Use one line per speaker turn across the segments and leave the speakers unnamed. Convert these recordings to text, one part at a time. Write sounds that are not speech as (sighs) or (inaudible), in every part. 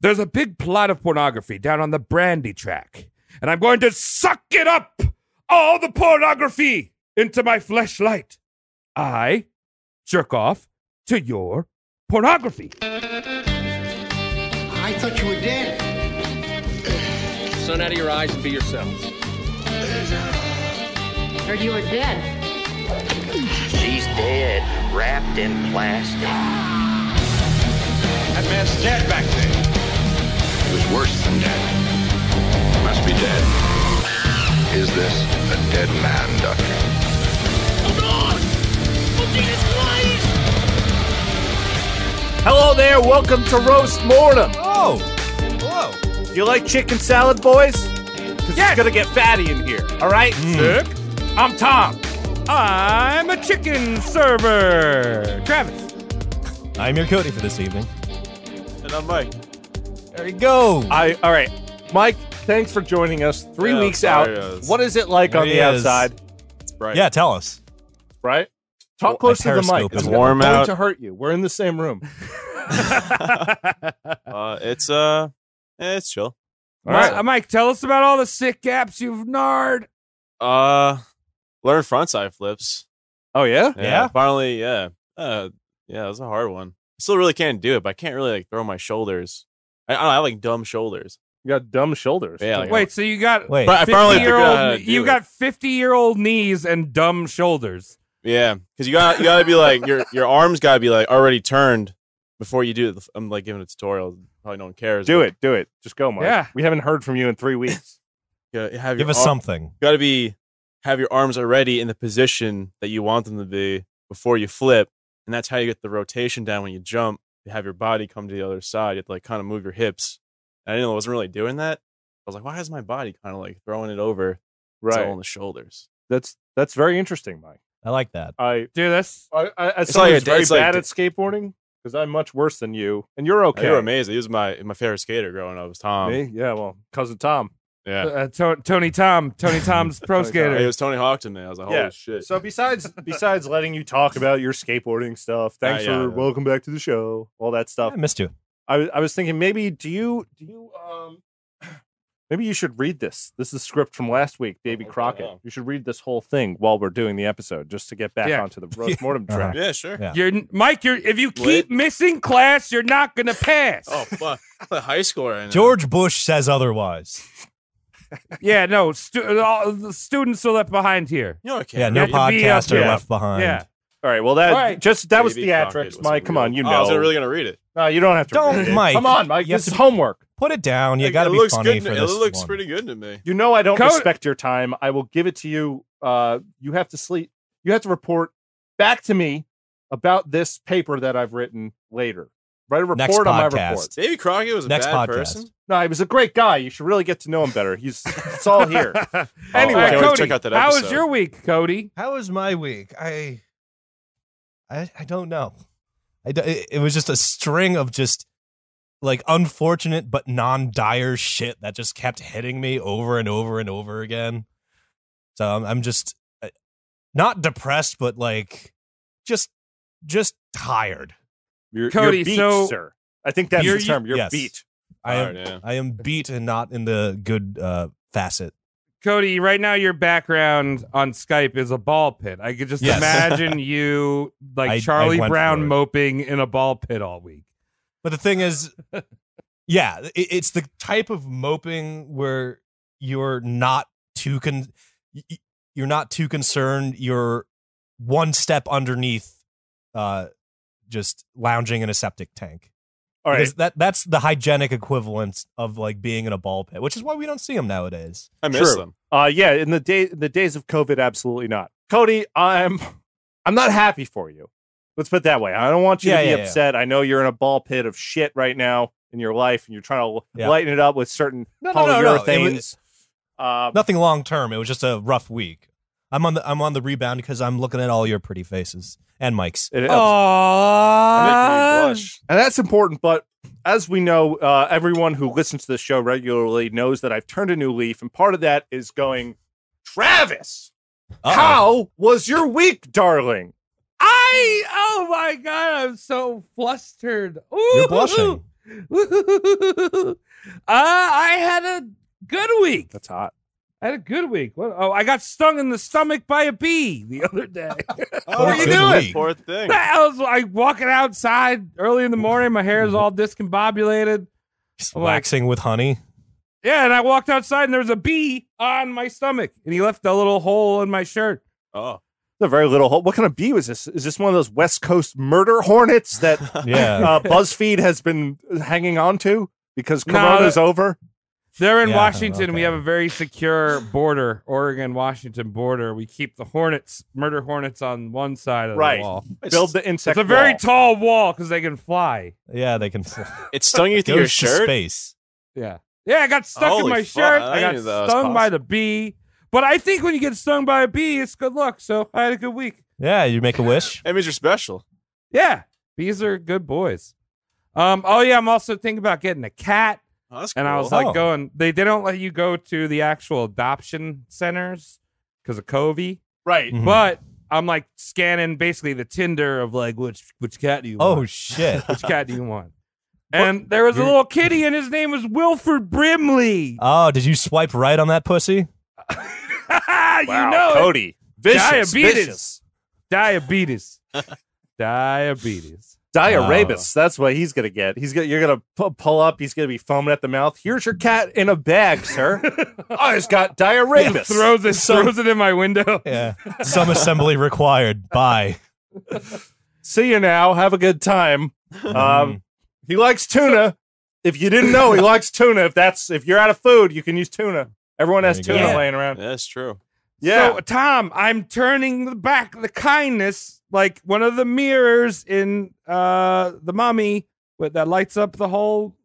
There's a big plot of pornography down on the brandy track, and I'm going to suck it up, all the pornography, into my fleshlight. I jerk off to your pornography.
I thought you were dead.
Sun out of your eyes and be yourselves.
Or you were dead.
She's dead, wrapped in plastic.
That man's dead back there.
It was worse than dead. Must be dead. Is this a dead man, Doctor?
Hello there. Welcome to Roast Mortem.
Oh, whoa.
Do you like chicken salad, boys? 'Cause It's gonna get fatty in here. All right.
Sick. I'm Tom. I'm a chicken server. Travis.
I'm your Cody for this evening.
And I'm Mike.
There you go.
I. All right, Mike. Thanks for joining us. Three
Yeah,
weeks
sorry,
out.
I was-
what is it like
There
on
he
the
is.
outside?
It's bright.
yeah, tell us.
Right. Talk
Well, I
close to the mic.
periscope
It's
is
warm
going
out.
to hurt you. We're in
(laughs)
the same room.
Uh, it's uh, eh, it's chill.
All right.
Mi- Mike, tell us about all the sick apps you've nard.
Uh, learn frontside flips.
Oh yeah.
Yeah?
Finally, yeah. Uh, yeah, it was a hard one. I still really can't do it, but I can't really like throw my shoulders. I, I don't know, I have like dumb shoulders.
You got dumb shoulders.
Yeah, like,
Wait, so you got
Wait.
But I finally figured out how
fifty-year-old?
to do
You
it.
got fifty-year-old knees and dumb shoulders.
Yeah, because you got you got to be like your your arms got to be like already turned before you do it. I'm like giving a tutorial. Probably no one cares.
Do it. Do it. Just go, Mike.
Yeah.
We haven't heard from you in three (laughs) weeks.
You gotta have
Give
your
us
ar-
something.
You got to be have your arms already in the position that you want them to be before you flip, and that's how you get the rotation down when you jump. You have your body come to the other side. You have to like kind of move your hips. And I didn't know I wasn't really doing that. I was like, why is my body kind of like throwing it over? It's all on the shoulders.
That's that's very interesting, Mike.
I like that.
I
Dude, that's
I, I as
It's
someone
like
who's
a-
very
it's like
bad
the-
at skateboarding, because I'm much worse than you, and you're okay.
They were amazing. He was my my favorite skater growing up. Was Tom?
Me? Yeah, well, cousin Tom.
Yeah.
uh, To- Tony Tom.
(laughs)
Tony Tom's pro
Tony Tom.
It
skater.
was Tony Hawk to me. I was like, holy
Yeah.
shit.
So besides besides letting you talk about your skateboarding stuff, thanks
yeah,
for
yeah.
welcome back to the show, all that
uh,
stuff.
I missed you.
I was I was thinking maybe do you do you um (clears throat) maybe you should read this. This is a script from last week, Davy
Okay,
Crockett.
yeah.
You should read this whole thing while we're doing the episode, just to get back
Yeah.
onto the roast mortem
Uh-huh.
track.
yeah, sure.
Yeah.
You're Mike. You're if you keep
Lit.
missing class, you're not gonna pass.
(laughs) Oh fuck, high school right now.
George Bush says otherwise.
Yeah, no. Stu- all, the students are left behind here.
you know, I can't.
Yeah, no
You have to be up
podcaster
there.
left behind.
Yeah.
All right, well that
All right.
just that was
Davy Crockett
theatrics,
was
Mike.
a
Come
real-
on, you
Oh,
know.
I was really gonna read it.
No, you don't have to.
Don't,
read it.
Mike.
Come on, Mike.
You have
This is
to-
homework.
Put it down. You
Like,
got to
it
be
looks
funny
good. to-
for
it
this
looks
one.
pretty good to me.
You know I don't
Code-
respect your time. I will give it to you. Uh, you have to sleep. You have to report back to me about this paper that I've written later. Write a report
Next
on my
podcast.
report.
Davy Crockett was a
Next
bad
podcast.
person.
No, he was a great guy. You should really get to know him better. He's it's
(laughs)
all
(laughs)
here.
Anyway,
Oh, I can't wait to
Cody,
check out that
how was
episode.
your week, Cody?
How was my week? I, I, I don't know. I, d- it it was just a string of just like unfortunate but non dire shit that just kept hitting me over and over and over again. So I'm, I'm just uh, not depressed, but like just just tired.
You're,
Cody,
you're beat,
so-
sir. I think that's
You're-
the term. You're
yes.
beat.
I
All
am
right, yeah.
I am beat and not in the good uh, facet.
Cody, right now your background on Skype is a ball pit. I could just
Yes. (laughs)
imagine you like
I- I
Charlie
went for
Brown
it.
moping in a ball pit all week.
But the
(laughs)
thing is, yeah, it, it's the type of moping where you're not too con, y- y- you're not too concerned. You're one step underneath, uh, just lounging in a septic tank.
All right.
Because That that's the hygienic equivalent of like being in a ball pit, which is why we don't see them nowadays.
I miss
True.
them.
Uh, yeah. In the day, in the days of COVID, absolutely not. Cody, I'm, I'm not happy for you. Let's put it that way. I don't want you
Yeah,
to be
yeah, yeah.
upset. I know you're in a ball pit of shit right now in your life, and you're trying to
Yeah.
lighten it up with certain
No, no, no, no. It
polyurethanes. Uh,
Nothing long term. It was just a rough week. I'm on the I'm on the rebound because I'm looking at all your pretty faces and Mike's.
it-
They make me
Um,
Oh,
blush.
and that's important. But as we know, uh, everyone who listens to the show regularly knows that I've turned a new leaf, and part of that is going, Travis.
Uh-oh.
How was your week, darling?
I oh my god, I'm so flustered. Ooh,
You're blushing.
(laughs) uh, I had a good week.
That's hot.
I had a good week. What? Oh, I got stung in the stomach by a bee the other
(laughs)
day.
Poor
what are you
good
doing?
week.
(laughs)
Poor thing.
(laughs) I was like walking outside early in the morning. My hair is all discombobulated.
Just
Like-
waxing with honey.
Yeah, and I walked outside and there was a bee on my stomach, and he left a little hole in my shirt.
Oh,
The very little hole. What kind of bee was this? Is this one of those West Coast murder
(laughs)
hornets that
(laughs)
(laughs)
Yeah.
uh, BuzzFeed has been hanging on to because
No,
Corona's over?
They're in
Yeah,
Washington.
okay.
We have a very secure border, Oregon Washington border. We keep the hornets, murder hornets, on one side of
Right.
the wall.
Build the insect.
It's a very
wall.
tall wall because they can fly.
Yeah, they can
it stung you
go
through your
to
shirt.
space.
Yeah. Yeah, I got stuck in
Holy
my
fuck,
shirt.
I
I, got
knew that was
stung by
possible.
the bee. But I think when you get stung by a bee, it's good luck. So I had a good week.
Yeah, you make a wish.
That means you're special.
Yeah. Bees are good boys. Um, oh yeah, I'm also thinking about getting a cat.
Oh, that's
And I was
Cool.
like
Oh.
going they they don't let you go to the actual adoption centers because of COVID.
right.
Mhm.
But I'm like scanning basically the Tinder of like which which cat do you want?
oh shit.
(laughs) which cat do you want? And there was a little kitty, and his name was Wilford Brimley.
Oh, did you swipe right on that
(laughs)
pussy?
you
Wow,
know, it.
Cody. Vicious,
Diabetes.
vicious.
diabetes, diabetes.
Diarrhabus.
Uh.
That's what he's gonna get. He's gonna you're gonna pu- pull up. He's gonna be foaming at the mouth. Here's your cat in a bag,
(laughs)
sir. I just got diarrhabus.
Throws it, throws it in my window.
Yeah. Some assembly required. Bye.
See you now. Have a good time. (laughs)
Mm-hmm. Mm.
Um, he likes tuna. If you didn't know, he likes tuna. If that's if you're out of food, you can use tuna. Everyone has
There
tuna
you go.
Yeah.
laying around.
(laughs)
That's true.
Yeah.
So, Tom, I'm turning the back the kindness like one of the mirrors in uh the mummy with that lights up the whole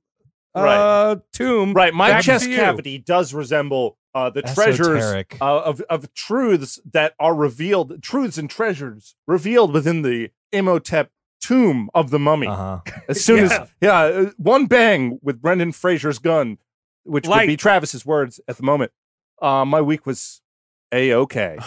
uh tomb.
right. My
back to
chest
you.
cavity does resemble uh, the treasures
Esoteric.
uh, of of truths that are revealed, truths and treasures revealed within the Imhotep tomb of the mummy.
Uh-huh.
As soon
Yeah.
as yeah, uh, one bang with Brendan Fraser's gun, which would be
Light.
Travis's words at the moment. Uh, my week was a
(sighs)
okay.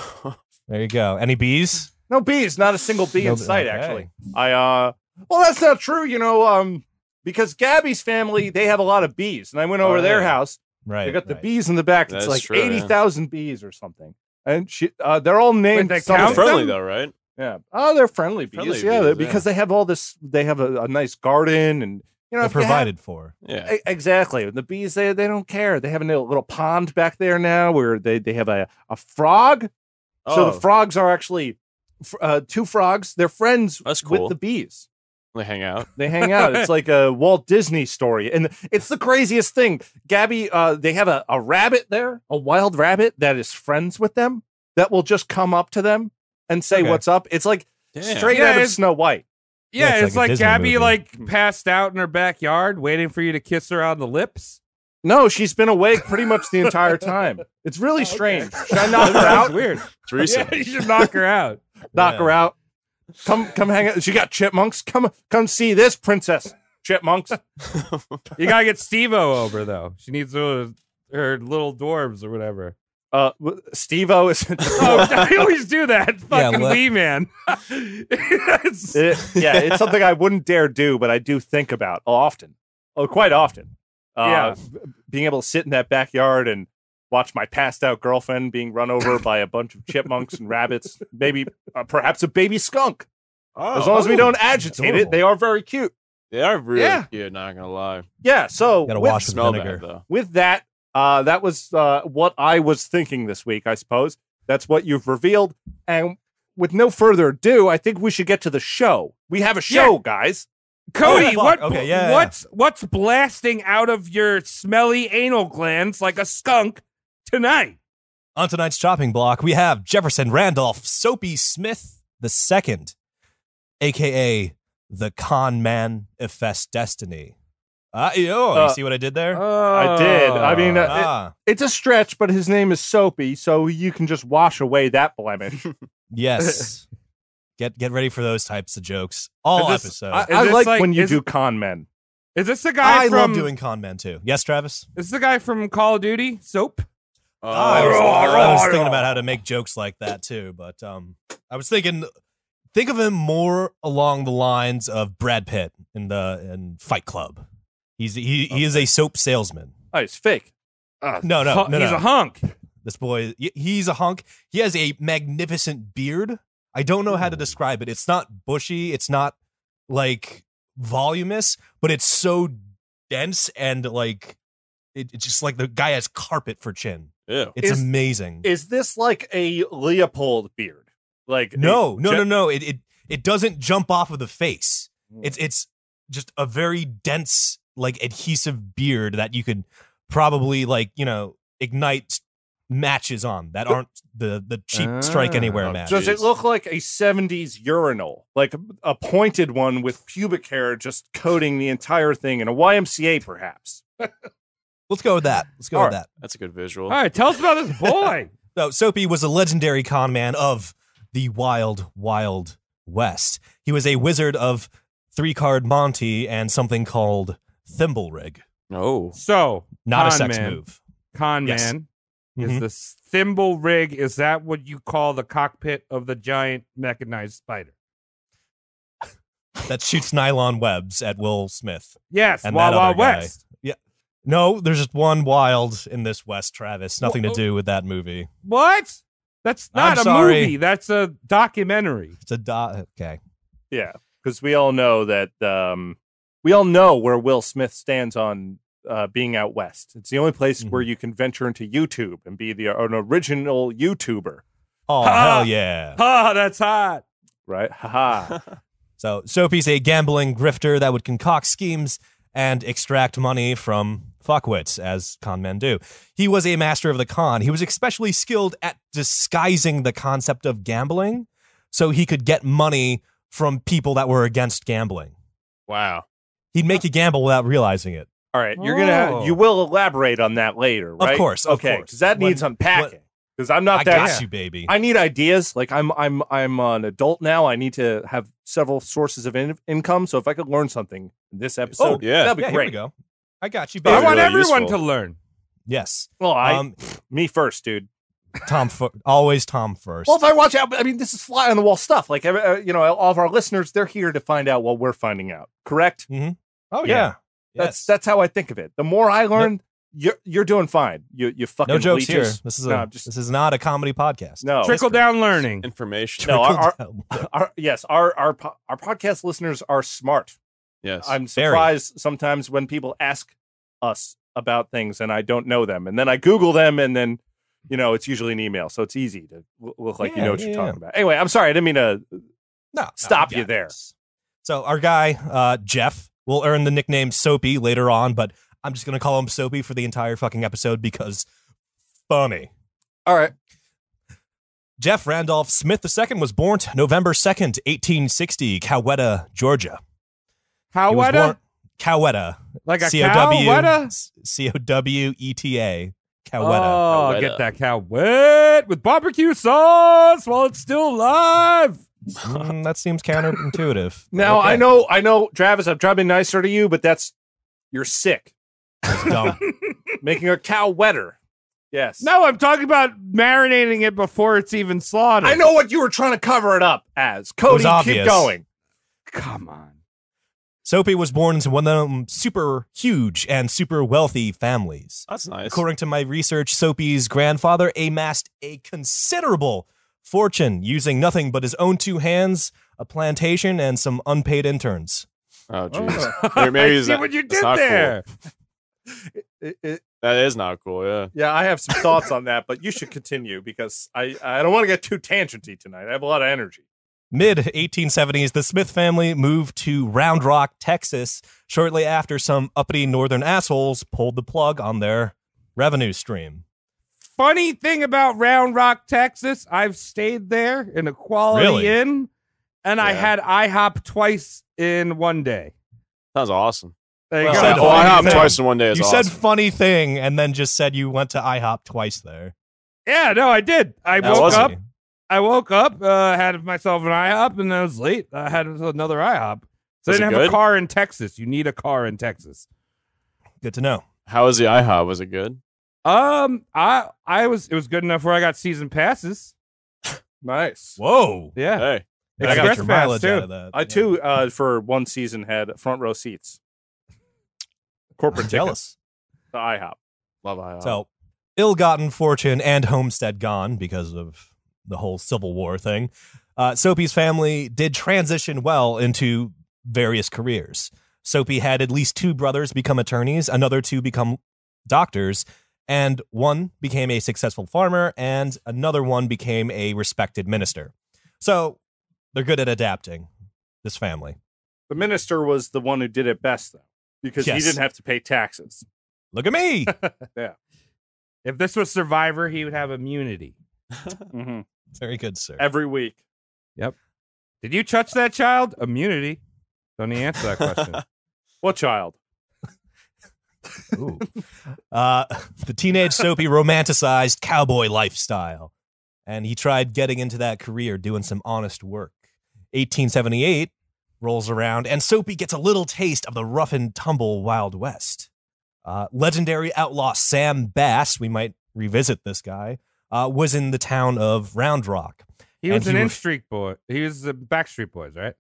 There you go. Any bees?
No bees, not a single bee
No
in
bee-
sight.
okay.
Actually, I uh, well, that's not true. You know, um, because Gabby's family they have a lot of bees, and I went over
Oh,
their
yeah.
house.
Right.
They got the
right.
bees in the back. It's
That's
like
true, yeah.
eighty thousand bees or something, and she uh, they're all named.
they
something.
count them?
Friendly though, right?
Yeah. Oh, they're friendly bees.
Friendly
yeah,
bees,
they- because they have all this. They have a, a nice garden, and you know,
They're
if you have-
provided for.
Yeah.
E- Exactly. The bees, they, they don't care. They have a little little pond back there now where they, they have a, a frog. So the
Oh.
frogs are actually f- uh, two frogs. They're friends
That's
with
cool.
the bees.
They hang out.
They hang out. It's like a Walt Disney story. And it's the craziest thing. Gabby, uh, they have a, a rabbit there, a wild rabbit that is friends with them that will just come up to them and say,
Okay.
What's up? It's like
Damn.
straight
Yeah,
out of
it's-
Snow White.
Yeah,
Yeah, it's
it's,
like a
like,
Disney
Gabby
movie.
like passed out in her backyard, waiting for you to kiss her on the lips.
No, she's been awake pretty much the entire time. It's really strange. Should I knock her
That's
out?
weird.
Threesome.
(laughs)
(laughs)
Yeah, you should knock her out.
knock
Yeah.
her out. Come, come hang out. She got chipmunks. Come, come see this princess. Chipmunks.
You gotta get Steve-O over though. She needs her, her little dwarves or whatever.
Uh, Steve O is.
Oh, (laughs) I always do that. Fucking
let-
Lee man. (laughs) It's-
(laughs) It- yeah, it's something I wouldn't dare do, but I do think about often. Oh, quite often. Uh, Being able to sit in that backyard and watch my passed out girlfriend being run over by a bunch of chipmunks and rabbits, maybe uh, perhaps a baby skunk. As long as we don't agitate it,
Oh, adorable.
they are very cute.
Oh. They are really
Yeah.
cute, not gonna lie.
Yeah. So
Gotta
with
wash with
Smell
vinegar.
bad though.
with that, uh, that was uh, what I was thinking this week, I suppose. That's what you've revealed. And with no further ado, I think we should get to the show. We have a show, guys.
Oh,
Cody,
fuck.
what
Okay, yeah, yeah.
what's what's blasting out of your smelly anal glands like a skunk tonight?
On tonight's chopping block, we have Jefferson Randolph Soapy Smith II, aka the con man Efest Destiny. Uh, yo,
Uh,
you see what I did there?
I
did. I mean, uh,
ah,
It's a stretch, but his name is Soapy, so you can just wash away that
(laughs)
blemish.
(laughs) yes. get get ready for those types of jokes. All
Is this-
episodes.
I,
Is
I
this
like,
like-
when you
is-
do con men.
is this the guy
I
from
love doing con men too. Yes, Travis.
is this the guy from Call of Duty? Soap?
Oh,
I was,
raw,
I
raw,
was thinking
raw.
about how to make jokes like that too, but um, I was thinking, think of him more along the lines of Brad Pitt in the in Fight Club. He's he, he is a soap salesman.
Oh, it's fake.
Uh,
No, no,
hu-
no,
he's
no.
a hunk.
This boy, y- he's a hunk. He has a magnificent beard. I don't know how to describe it. It's not bushy. It's not like voluminous, but it's so dense and like it, it's just like the guy has carpet for chin.
Ew.
It's
Is-
amazing.
Is this like a Leopold beard? Like
no, no,
Ju-
no, no. It, it it doesn't jump off of the face. It's it's just a very dense, like adhesive beard that you could probably like you know ignite matches on that aren't the the cheap strike anywhere
Ah,
match.
Does it
Jeez.
look like a 70s urinal? Like a- a pointed one with pubic hair just coating the entire thing in a YMCA, perhaps?
Let's go with that. Let's go
All
with
right.
that.
That's a good visual.
All right, tell us about
(laughs)
this boy.
So Soapy was a legendary con man of the wild, wild west. He was a wizard of three card Monty and something called Thimble Rig.
Oh,
so,
Not a
Con
sex
man.
move.
con
Yes.
man
Mhm.
is the s- thimble rig. Is that what you call the cockpit of the giant mechanized spider?
that shoots nylon webs at Will Smith.
Yes,
And
Wild
that
Wild
other guy.
West.
No, there's just one wild in this West Travis. Nothing to do with that movie.
What? That's
I'm
not a
sorry.
movie. That's a documentary. (laughs)
It's a do- okay.
Yeah, because we all know that um, we all know where Will Smith stands on uh, being out west. It's the only place
Mhm.
where you can venture into YouTube and be the uh, an original YouTuber,
Oh
Ha!
hell yeah!
Oh, that's hot.
right? Haha.
(laughs) So Soapy's a gambling grifter that would concoct schemes and extract money from fuckwits, as con men do. He was a master of the con. He was especially skilled at disguising the concept of gambling, so he could get money from people that were against gambling.
wow.
He'd make you gamble without realizing it.
all right, you're gonna
Oh.
you will elaborate on that later, right?
course, of
okay,
course.
because that
When-
needs unpacking. Because I'm not
I
that.
got you, baby.
I need ideas. Like I'm I'm I'm an adult now. I need to have several sources of in- income. So if I could learn something in this episode,
yeah.
that'd be
Oh, yeah, here we
great.
go. I got you,
That
I
baby.
was
want
really
everyone
useful.
to learn.
Yes.
Well, I
um,
me first, dude.
Tom, fir- always Tom first.
Well, if I watch out, I mean, this is fly on the wall stuff. Like, every- uh, you know, all of our listeners, they're here to find out what we're finding out. Correct? yeah.
oh Yes.
That's that's how I think of it. The more I learn, you're you're doing fine. You you fucking
no jokes here.
leeches.
This is a,
No, I'm just-
this is not a comedy podcast. (laughs)
No,
Trickle down learning.
Information.
No, our-
Trickle down.
Our- yes, our our po- our podcast listeners are smart.
Yes.
I'm
Very.
surprised sometimes when people ask us about things and I don't know them, and then I Google them, and then you know it's usually an email, so it's easy to l- look like you
Yeah,
know what you're
yeah,
talking about. Anyway, I'm sorry, I didn't mean to.
No, no,
Stop
we
you
got
there.
this. So our guy uh, Jeff will earn the nickname Soapy later on, but I'm just gonna call him Soapy for the entire fucking episode because funny.
All right,
Jeff Randolph Smith II was born November 2nd, 1860, Coweta, Georgia. He was
Coweta?
born- Coweta.
Like a
C-O-W-
coweta?
S- E C-O-W-E-T-A. Coweta.
Oh,
Coweta.
get that cow wet with barbecue sauce while it's still alive.
Mm, that seems counterintuitive.
Now
Okay.
I know, I know, Travis. I'm trying to be nicer to you, but that's you're sick,
That's dumb.
making a cow wetter. Yes.
No, I'm talking about marinating it before it's even slaughtered.
I know what you were trying to cover it up as. Cody, keep
obvious.
going.
Come on.
Soapy was born into one of them super huge and super wealthy families.
That's nice.
According to my research, Soapy's grandfather amassed a considerable fortune using nothing but his own two hands, a plantation, and some unpaid interns.
Oh, jeez.
Oh.
Maybe
I
it's
see
not-
what you
it's
did
not cool.
there.
It- it-
That is not cool. Yeah.
yeah, I have some thoughts on that, but you should continue because I, I don't want to get too tangenty tonight. I have a lot of energy.
Mid 1870s, the Smith family moved to Round Rock, Texas, shortly after some uppity northern assholes pulled the plug on their revenue stream.
Funny thing about Round Rock, Texas, I've stayed there in a quality
Really?
inn, and I
Yeah.
had IHOP twice in one day.
Sounds awesome.
There you
Well,
go.
said
Oh, I
funny
have
thing.
twice in one day. Is
you
awesome.
said funny thing and then just said you went to IHOP twice there.
yeah, no, I did. I
That
woke
wasn't
up. I woke up, uh, had myself an IHOP, and I was late. I had another IHOP. So I didn't
Was it
have a
good?
car in Texas. You need a car in Texas.
Good to know.
How was the IHOP? Was it good?
Um, I I was it was good enough where I got season passes.
Nice.
Whoa.
Yeah,
Hey,
I
Express
got
pass,
your mileage
too.
out of that.
I too, uh, for one season, had front row seats.
Corporate ticket.
jealous.
The IHOP.
Love IHOP.
So, ill-gotten fortune and homestead gone because of the whole Civil War thing. Uh, Soapy's family did transition well into various careers. Soapy had at least two brothers become attorneys, another two become doctors, and one became a successful farmer, and another one became a respected minister. So, they're good at adapting. This family.
The minister was the one who did it best, though, because he
Yes.
didn't have to pay taxes.
Look at me.
If this was Survivor, he would have immunity.
hmm
Very good, sir.
Every week.
Did you touch that child? Immunity. Don't even answer that question.
(laughs)
What child?
Ooh. uh, (laughs) the teenage Soapy romanticized cowboy lifestyle, and he tried getting into that career doing some honest work. 1878 rolls around, and Soapy gets a little taste of the rough and tumble Wild West. Uh, legendary outlaw Sam Bass, we might revisit this guy, uh, was in the town of Round Rock,
He
And
was an
he
in
ref-
street boy. He was the Backstreet Boys, right?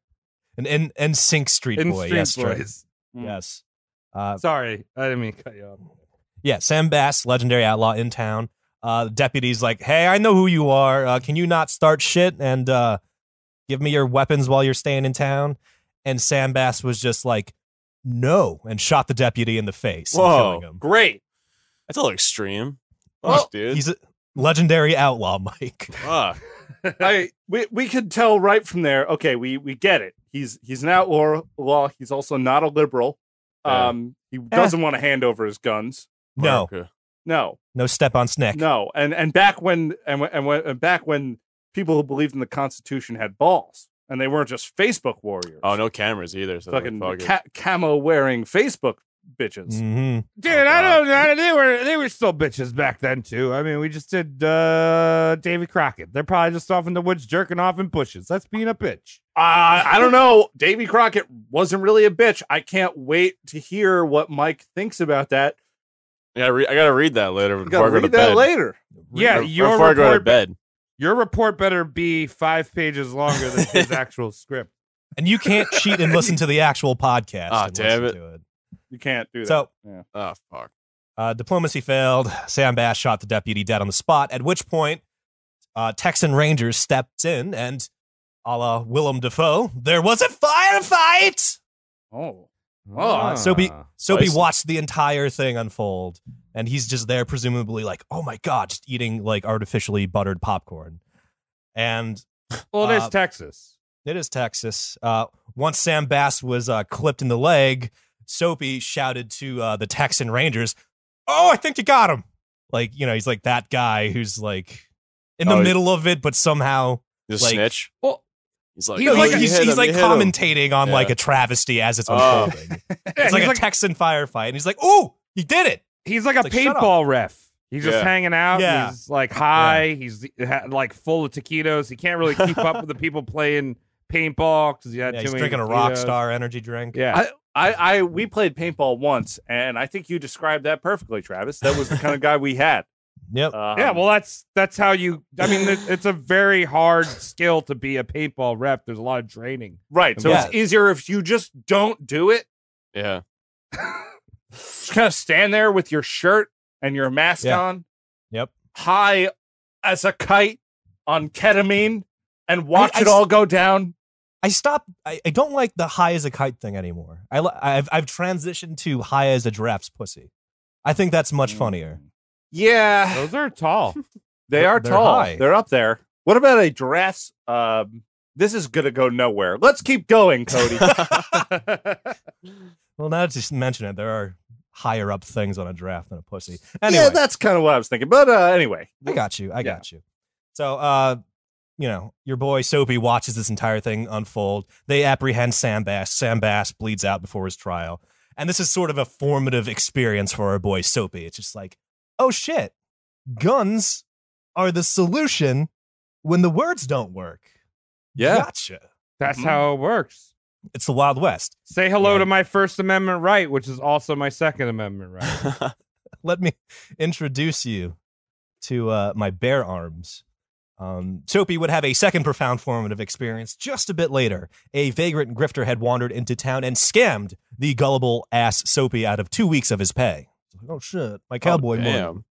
an and, and Sink Street
In
boy.
Street
yes, right.
Boys. Mm.
yes. Uh,
Sorry, I didn't mean to cut you off.
Yeah, Sam Bass, legendary outlaw in town. Uh, the deputy's like, "Hey, I know who you are. Uh, can you not start shit and uh, give me your weapons while you're staying in town?" And Sam Bass was just like, "No," and shot the deputy in the face, and
Whoa.
killing him.
(laughs) Great.
That's a little extreme. Fuck,
Well,
dude.
He's a legendary outlaw, (laughs) Mike.
Fuck.
I we, we could tell right from there. Okay, we we get it. He's he's an outlaw. Law. He's also not a liberal.
Yeah.
Um, he doesn't want to hand over his guns.
No,
America.
No,
no step on snack.
no. And and back when and when- and, when, and back when people who believed in the Constitution had balls and they weren't just Facebook warriors.
Oh, no cameras either. So
fucking
fuck it.
ca- camo wearing Facebook bitches.
hmm
Dude,
Oh,
I
God.
don't know. They were they were still bitches back then too. I mean, we just did uh Davy Crockett. They're probably just off in the woods jerking off in bushes. That's being a bitch.
Uh, I don't know. Davy Crockett wasn't really a bitch. I can't wait to hear what Mike thinks about that.
I gotta, re- I gotta read that later.
We gotta
Before I go to
read that
bed.
later.
Yeah,
Or- or
your
before I go to
report-
bed.
Your report better be five pages longer than
(laughs)
his actual script.
And you can't cheat and listen to the actual podcast.
Ah,
and
damn
listen to
You can't do that.
So
Oh fuck.
Uh, diplomacy failed. Sam Bass shot the deputy dead on the spot, at which point uh, Texan Rangers stepped in and, a la Willem Dafoe, there was a firefight!
oh,
Ah.
Soapy, Soapy
spicy.
watched the entire thing unfold, and he's just there, presumably like, oh my god, just eating like artificially buttered popcorn. And
Well, it is
uh,
Texas.
it is Texas. Uh, once Sam Bass was uh, clipped in the leg, Soapy shouted to uh, the Texan Rangers, "Oh, I think you got him!" Like you know, he's like that guy who's like in the
Oh, he-
middle of it, but somehow
Just
Like-
snitch.
Well,
He's like,
he's
"Oh,
like
you
he's,
hit
he's
him,
like
you hit him."
commentating on
Yeah.
like a travesty as it's
Oh. (laughs)
unfolding.
Yeah,
(laughs) it's like
he's
a
like
Texan firefight, and he's like, "Oh, he did it!"
he's like a
It's like, shut up.
paintball ref. He's just
Yeah.
hanging out.
Yeah.
He's like high. He's ha- like full of taquitos. He can't really keep
(laughs)
up with the people playing paintball because he had
Yeah,
too
he's
many
drinking a rock
taquitos.
star energy drink.
Yeah.
I, I, we played paintball once, and I think you described that perfectly, Travis. That was the kind of guy we (laughs) had.
Yep.
Um,
yeah, well, that's that's how you. I mean, it- it's a very hard skill to be a paintball ref. There's a lot of training.
right. So
Yeah.
it's easier if you just don't do it.
Yeah.
Just kind of stand there with your shirt and your mask
Yeah.
on,
Yep.
high as a kite on ketamine, and watch
I
it
s-
all go down.
I stopped. I, I don't like the high as a kite thing anymore. I, li- I've I've transitioned to high as a giraffe's pussy. I think that's much funnier.
Yeah.
Those are
(laughs)
tall.
Mm-hmm.
They
They're-
are
they're
tall.
high.
They're up there. What about a dress? Um, this is gonna go nowhere. Let's keep going,
(laughs)
Cody.
Well, now that you just mention it, there are higher up things on a giraffe than a pussy. Anyway,
Yeah, that's kind of what I was thinking. But uh, anyway,
I got you. I got you. So, uh, you know, your boy Soapy watches this entire thing unfold. They apprehend Sam Bass. Sam Bass bleeds out before his trial. And this is sort of a formative experience for our boy Soapy. It's just like, oh shit, guns are the solution when the words don't work.
Yeah.
Gotcha.
That's how it works.
It's the Wild West.
Say hello
Yeah.
to my First Amendment right, which is also my Second Amendment right.
(laughs) let me introduce you to uh, my bear arms. Um, Soapy would have a second profound formative experience just a bit later. A vagrant grifter had wandered into town and scammed the gullible ass Soapy out of two weeks of his pay. Oh shit, my cowboy money.
Damn.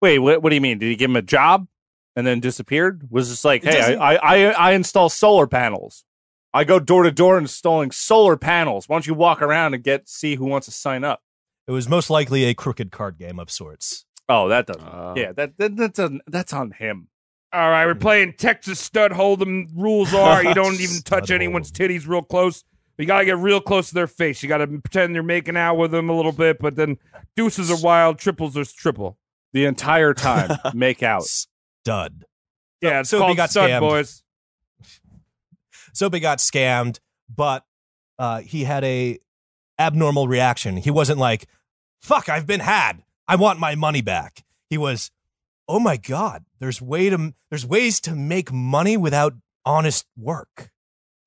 Wait, what, what do you mean? Did he give him a job and then disappeared? Was this like,
It
hey,
doesn't-
I, I, I, I install solar panels. I go door to door installing solar panels. Why don't you walk around and get see who wants to sign up?
It was most likely a crooked card game of sorts.
Oh, that doesn't.
Uh,
yeah, that, that that's on that's on him.
All right,
Mm.
we're playing Texas stud hold'em. Rules are you don't even
(laughs) Stud
touch
hold'em.
anyone's titties real close. You gotta get real close to their face. You gotta pretend you're making out with them a little bit, but then deuces are wild, triples are triple.
The entire (laughs) time, make out.
Stud.
Yeah, it's
so if he
called
got
stud
scammed-
boys.
Soapy got scammed, but uh, he had a abnormal reaction. He wasn't like, "Fuck, I've been had. I want my money back." He was, "Oh my god, there's way to there's ways to make money without honest work.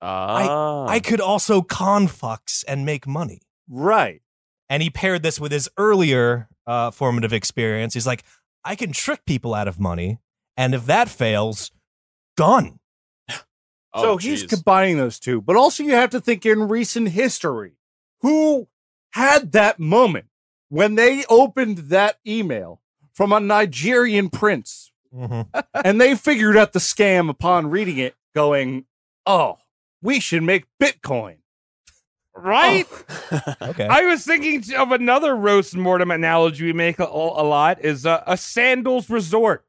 Ah.
I could also con fucks and make money."
Right.
And he paired this with his earlier uh, formative experience. He's like, "I can trick people out of money, and if that fails, done."
so
Oh,
he's
jeez.
combining those two, but also you have to think in recent history who had that moment when they opened that email from a Nigerian prince
Mm-hmm.
and they figured out the scam upon reading it, going, Oh, we should make Bitcoin.
Oh,
Right? (laughs)
Okay.
I was thinking of another roast mortem analogy we make a, a lot is uh, a sandals resort.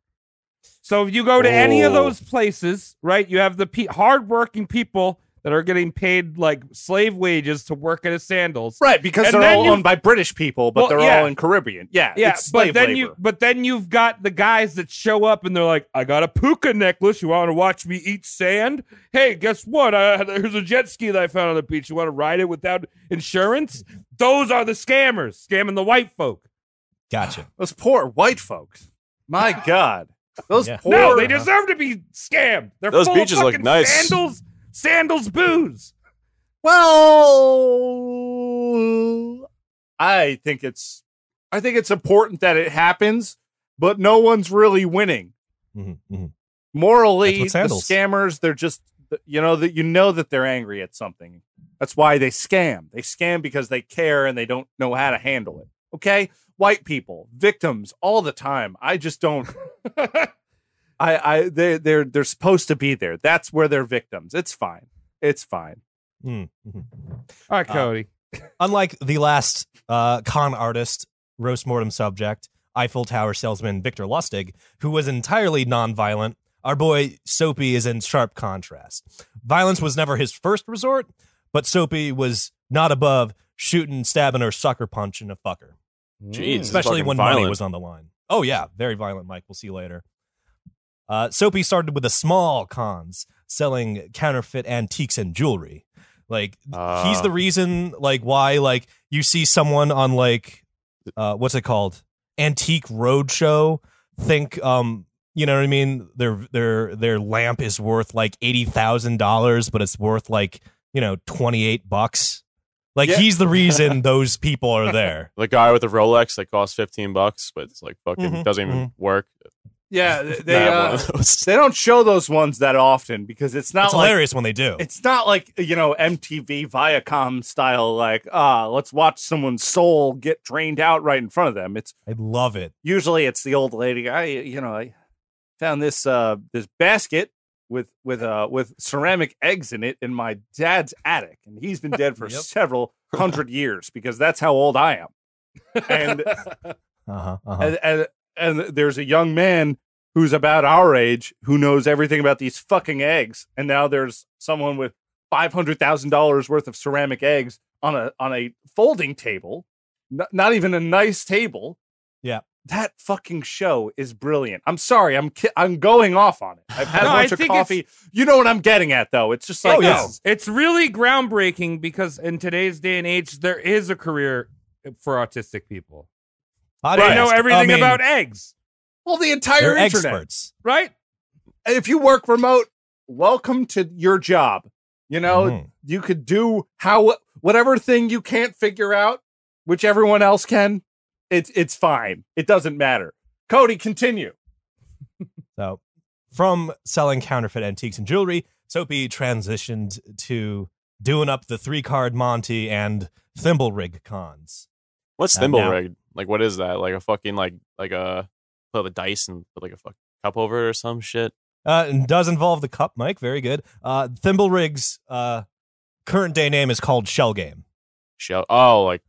So if you go to any of
Oh.
those places, right, you have the pe- hardworking people that are getting paid like slave wages to work at a sandals.
Right, because
And
they're
then
all
you-
owned by British people, but
Well,
they're
yeah.
all in Caribbean. Yeah,
Yeah,
it's
but
slave
then
labor.
you but then you've got the guys that show up and they're like, "I got a puka necklace. You want to watch me eat sand? Hey, guess what? Uh, (laughs) there's a jet ski that I found on the beach. You want to ride it without insurance? Those are the scammers scamming the white folk.
Gotcha.
Those poor white folks. (sighs) My God. Those
Yeah.
poor.
no, they
(laughs)
deserve to be scammed. They're
Those
full of
beaches look
fucking
nice.
Sandals, sandals, booze.
Well, I think it's I think it's important that it happens, but no one's really winning.
hmm hmm
Morally, the
That's what sandals-
scammers they're just you know that you know that they're angry at something. That's why they scam. They scam because they care and they don't know how to handle it. Okay? White people, victims all the time. I just
(laughs)
don't I I they they're they're supposed to be there. That's where they're victims. It's fine. It's fine.
Mm-hmm.
All right, Cody.
Unlike the last uh, con artist, roast mortem subject, Eiffel Tower salesman Victor Lustig, who was entirely nonviolent, our boy Soapy is in sharp contrast. Violence was never his first resort, but Soapy was not above shooting, stabbing, or sucker punching a fucker,
Jeez, this is
especially
fucking
when money
violent.
was on the line. Oh, yeah, very violent, Mike. We'll see you later. Uh, Soapy started with the small cons, selling counterfeit antiques and jewelry. Like
Ah.
he's the
Uh,
reason like why like you see someone on like uh what's it called? Antique roadshow think um you know what I mean? Their their their lamp is worth like eighty thousand dollars, but it's worth like, you know, twenty eight bucks. Like
Yeah.
he's the
(laughs)
reason those people are there.
the guy with the Rolex that costs 15 bucks, but it's like fucking
Mhm,
doesn't even
mhm.
work.
(laughs) Yeah, th-
I
they
have one
uh,
of those. (laughs)
they don't show those ones that often because it's not
It's
like
hilarious when they do.
it's not like you know MTV Viacom style like ah let's watch someone's soul get drained out right in front of them. It's
I love it.
usually it's the old lady. I you know I found this uh this basket with with uh with ceramic eggs in it in my dad's attic, and he's been dead for
Yep.
several hundred years because that's how old I am. And
Uh-huh. uh-huh.
and, and and there's a young man who's about our age who knows everything about these fucking eggs and now there's someone with $500,000 worth of ceramic eggs on a on a folding table n- not even a nice table
Yeah.
that fucking show is brilliant i'm sorry i'm ki- i'm going off on it i've had
No,
a
I
bunch of
think it's-
coffee you know what i'm getting at though it's just like
Oh, yeah.
this is-
It's really groundbreaking because in today's day and age, there is a career for autistic people. They
Podcast.
know
I
everything
mean,
about eggs,
well the entire
they're
internet
experts.
right?
if you work remote welcome to your job you know
Mhm.
you could do how whatever thing you can't figure out, which everyone else can. It's it's fine. It doesn't matter. Cody, continue.
So from selling counterfeit antiques and jewelry, Soapy transitioned to doing up the three card Monty and thimble rig cons.
What's
Uh,
thimble
now-
rig? Like, what is that? Like a fucking like like a play with dice and put like a fuck cup over it or some shit.
Uh, and does involve the cup, Mike. Very good. Uh, thimble rig's uh, current day name is called Shell Game.
Shell. Oh, like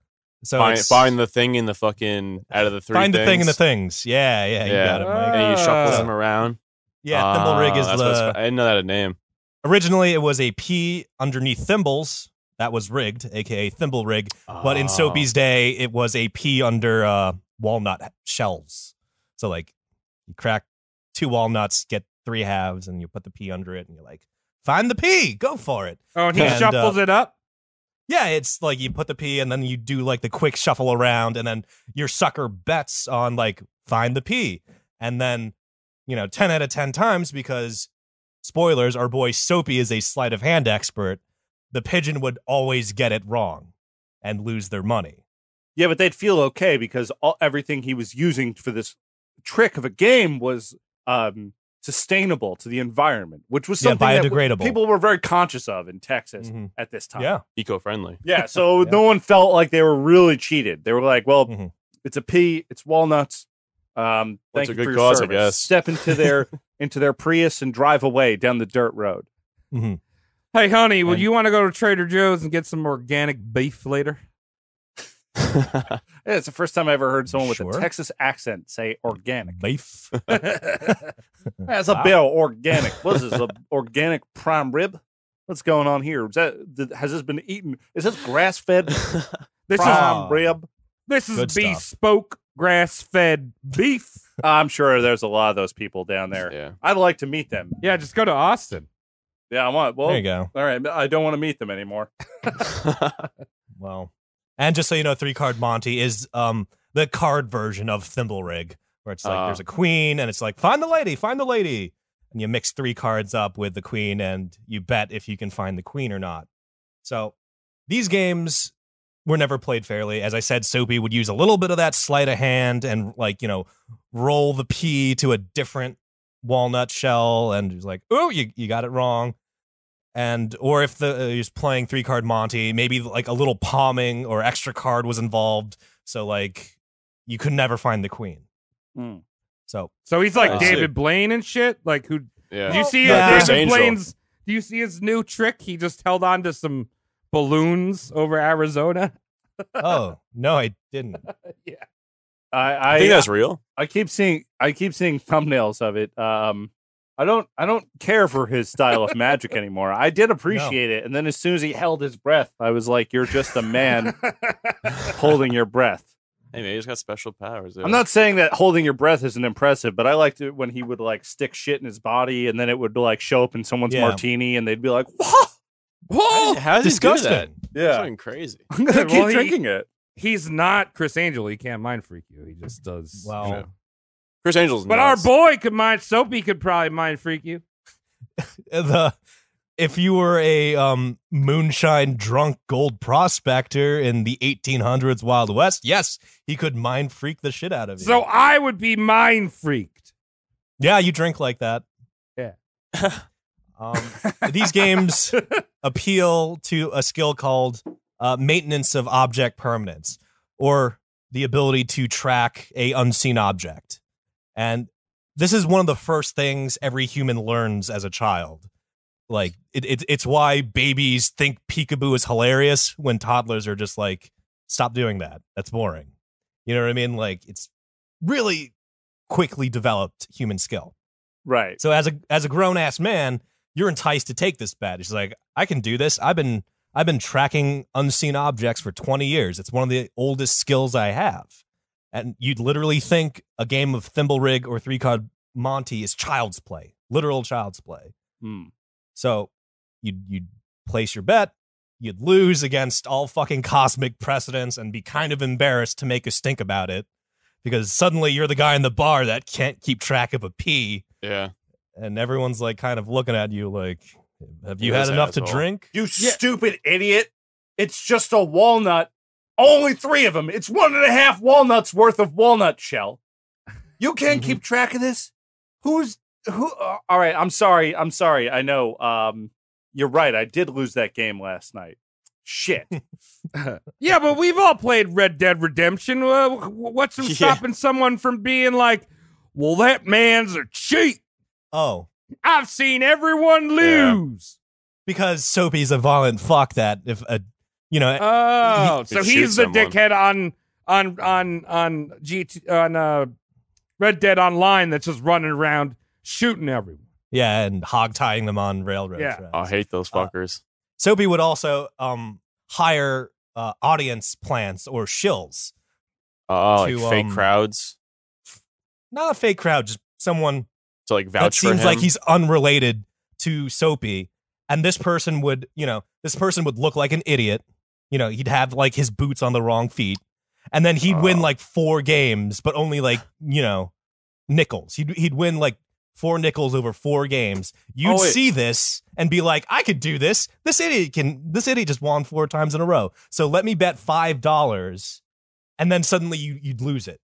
So
find,
it's-
find the thing in the fucking out of the three.
find the thing and the
things,
things. Yeah, yeah, you
Yeah.
got it, Mike.
And you shuffle
Ah.
them around.
Yeah, thimble rig
Ah,
is
that's what it's
the
ca- I didn't know that a name.
originally it was a P underneath thimbles that was rigged, aka thimble rig. But in
Ah.
Soapy's day, it was a pea under uh, walnut shells. So like, you crack two walnuts, get three halves, and you put the pea under it, and you're like, find the pea, go for it.
Oh, and he
And,
shuffles it up.
Yeah, it's like you put the pea, and then you do like the quick shuffle around, and then your sucker bets on like find the pea, and then you know ten out of ten times because spoilers, our boy Soapy is a sleight of hand expert. The pigeon would always get it wrong and lose their money.
Yeah, but they'd feel okay because all, everything he was using for this trick of a game was um, sustainable to the environment, which was
Yeah,
something that w-
biodegradable.
people were very conscious of in Texas
Mhm.
at this time.
Yeah.
Eco
(laughs)
friendly.
Yeah, so
Yeah.
no one felt like they were really cheated. They were like, well,
Mhm.
it's a pea, it's walnuts. Um,
Well,
thank
it's a
you
good
for your
cause, I
service.
guess.
Step into their into their Prius and drive away down the dirt road.
Mm-hmm.
Hey, honey, would
And-
you want to go to Trader Joe's and get some organic beef later?
Yeah, it's the first time I ever heard someone with
Sure.
a Texas accent say
(laughs)
organic.
Beef.
That's a
Wow.
bill. Organic. What is this? A organic prime rib? What's going on here? Is that th- has this been eaten? Is this grass fed
This is
Prime.
prime rib?
this is
Good stuff.
bespoke grass fed beef.
I'm sure there's a lot of those people down there.
yeah.
I'd like to meet them.
Yeah, just go to Austin.
Yeah, I want. Well,
There you go.
all right. I don't want to meet them anymore.
Well, and just so you know, three card Monty is um the card version of Thimble Rig, where it's like
Ah.
there's a queen and it's like find the lady, find the lady, and you mix three cards up with the queen and you bet if you can find the queen or not. So these games were never played fairly. As I said, Soapy would use a little bit of that sleight of hand and like you know roll the pea to a different walnut shell and he's like, oh, you you got it wrong and or if the uh, he was playing three card Monty, maybe like a little palming or extra card was involved, so like you could never find the queen. Hmm.
Mm.
So
So he's like
I see.
David Blaine and shit. Like who?
Yeah.
Do you see
Yeah.
uh,
Chris
David
Angel.
Blaine's? Do you see his new trick? He just held on to some balloons over Arizona.
(laughs) oh no, I didn't.
I
I
I,
think that's real.
I keep seeing I keep seeing thumbnails of it. Um, I don't I don't care for his style of magic anymore. I did appreciate it, and then as soon as he held his breath, I was like, "You're just a man holding your breath."
Hey, maybe he's got special powers.
I'm not saying that holding your breath isn't impressive, but I liked it when he would like stick shit in his body and then it would like show up in someone's
Yeah.
martini and they'd be like, Whoa!
Oh, how does he do that?
Disgusting.
That's
Yeah.
fucking crazy.
(laughs) I'm gonna
Well,
keep
he-
drinking it.
(laughs) He's not Chris Angel. He can't mind freak you. He just does. you
Wow.
know.
Chris Angel's.
But our
nuts.
boy could mind. Soapy could probably mind freak you.
The if you were a um, moonshine drunk gold prospector in the 1800s Wild West, yes, he could mind freak the shit out of you.
So I would be mind freaked.
yeah, you drink like that.
Yeah.
(laughs) um, these games appeal to a skill called uh, maintenance of object permanence or the ability to track a unseen object and this is one of the first things every human learns as a child like it, it, it's why babies think peekaboo is hilarious when toddlers are just like stop doing that that's boring you know what i mean like it's really quickly developed human skill
Right.
so as a as a grown ass man, you're enticed to take this bet. He's like, I can do this. I've been I've been tracking unseen objects for 20 years. It's one of the oldest skills I have. And you'd literally think a game of thimble rig or three card Monty is child's play, literal child's play.
Mm.
So you'd you'd place your bet, you'd lose against all fucking cosmic precedents and be kind of embarrassed to make a stink about it because suddenly you're the guy in the bar that can't keep track of a pee
Yeah.
and everyone's like kind of looking at you like have you
Yeah,
had
this
enough to
asshole.
drink
You stupid idiot. It's just a walnut. Only three of them. It's one and a
Mm-hmm.
half walnuts worth of walnut shell. You can't keep track of this? Who's who? uh, all right, I'm sorry. I'm sorry. I know. Um, you're right. I did lose that game last night.
(laughs)
Shit.
Yeah, but we've all played Red Dead Redemption. Uh, wh- What's from
Yeah.
stopping someone from being like, well, that man's a cheat.
Oh,
I've seen everyone lose.
because Soapy's a violent fuck. That if a you know
Oh,
(laughs) He-
so
Shoot
he's the
someone.
dickhead on on on on GT on uh, Red Dead Online that's just running around shooting everyone.
yeah, and hog tying them on railroad
Yeah.
tracks.
Oh, I hate those
Uh,
fuckers.
Soapy would also um hire uh, audience plants or shills,
Oh, like
to,
fake
um,
crowds
not a fake crowd, just someone
to like vouch
that
for
seems
him.
like he's unrelated to Soapy. And this person would, you know, this person would look like an idiot. You know, he'd have like his boots on the wrong feet. And then he'd win
Oh.
like four games, but only like, you know, nickels. He'd, he'd win like four nickels over four games. You'd
Oh, wait.
see this and be like, I could do this. This idiot can, this idiot just won four times in a row. So let me bet $5. And then suddenly you, you'd lose it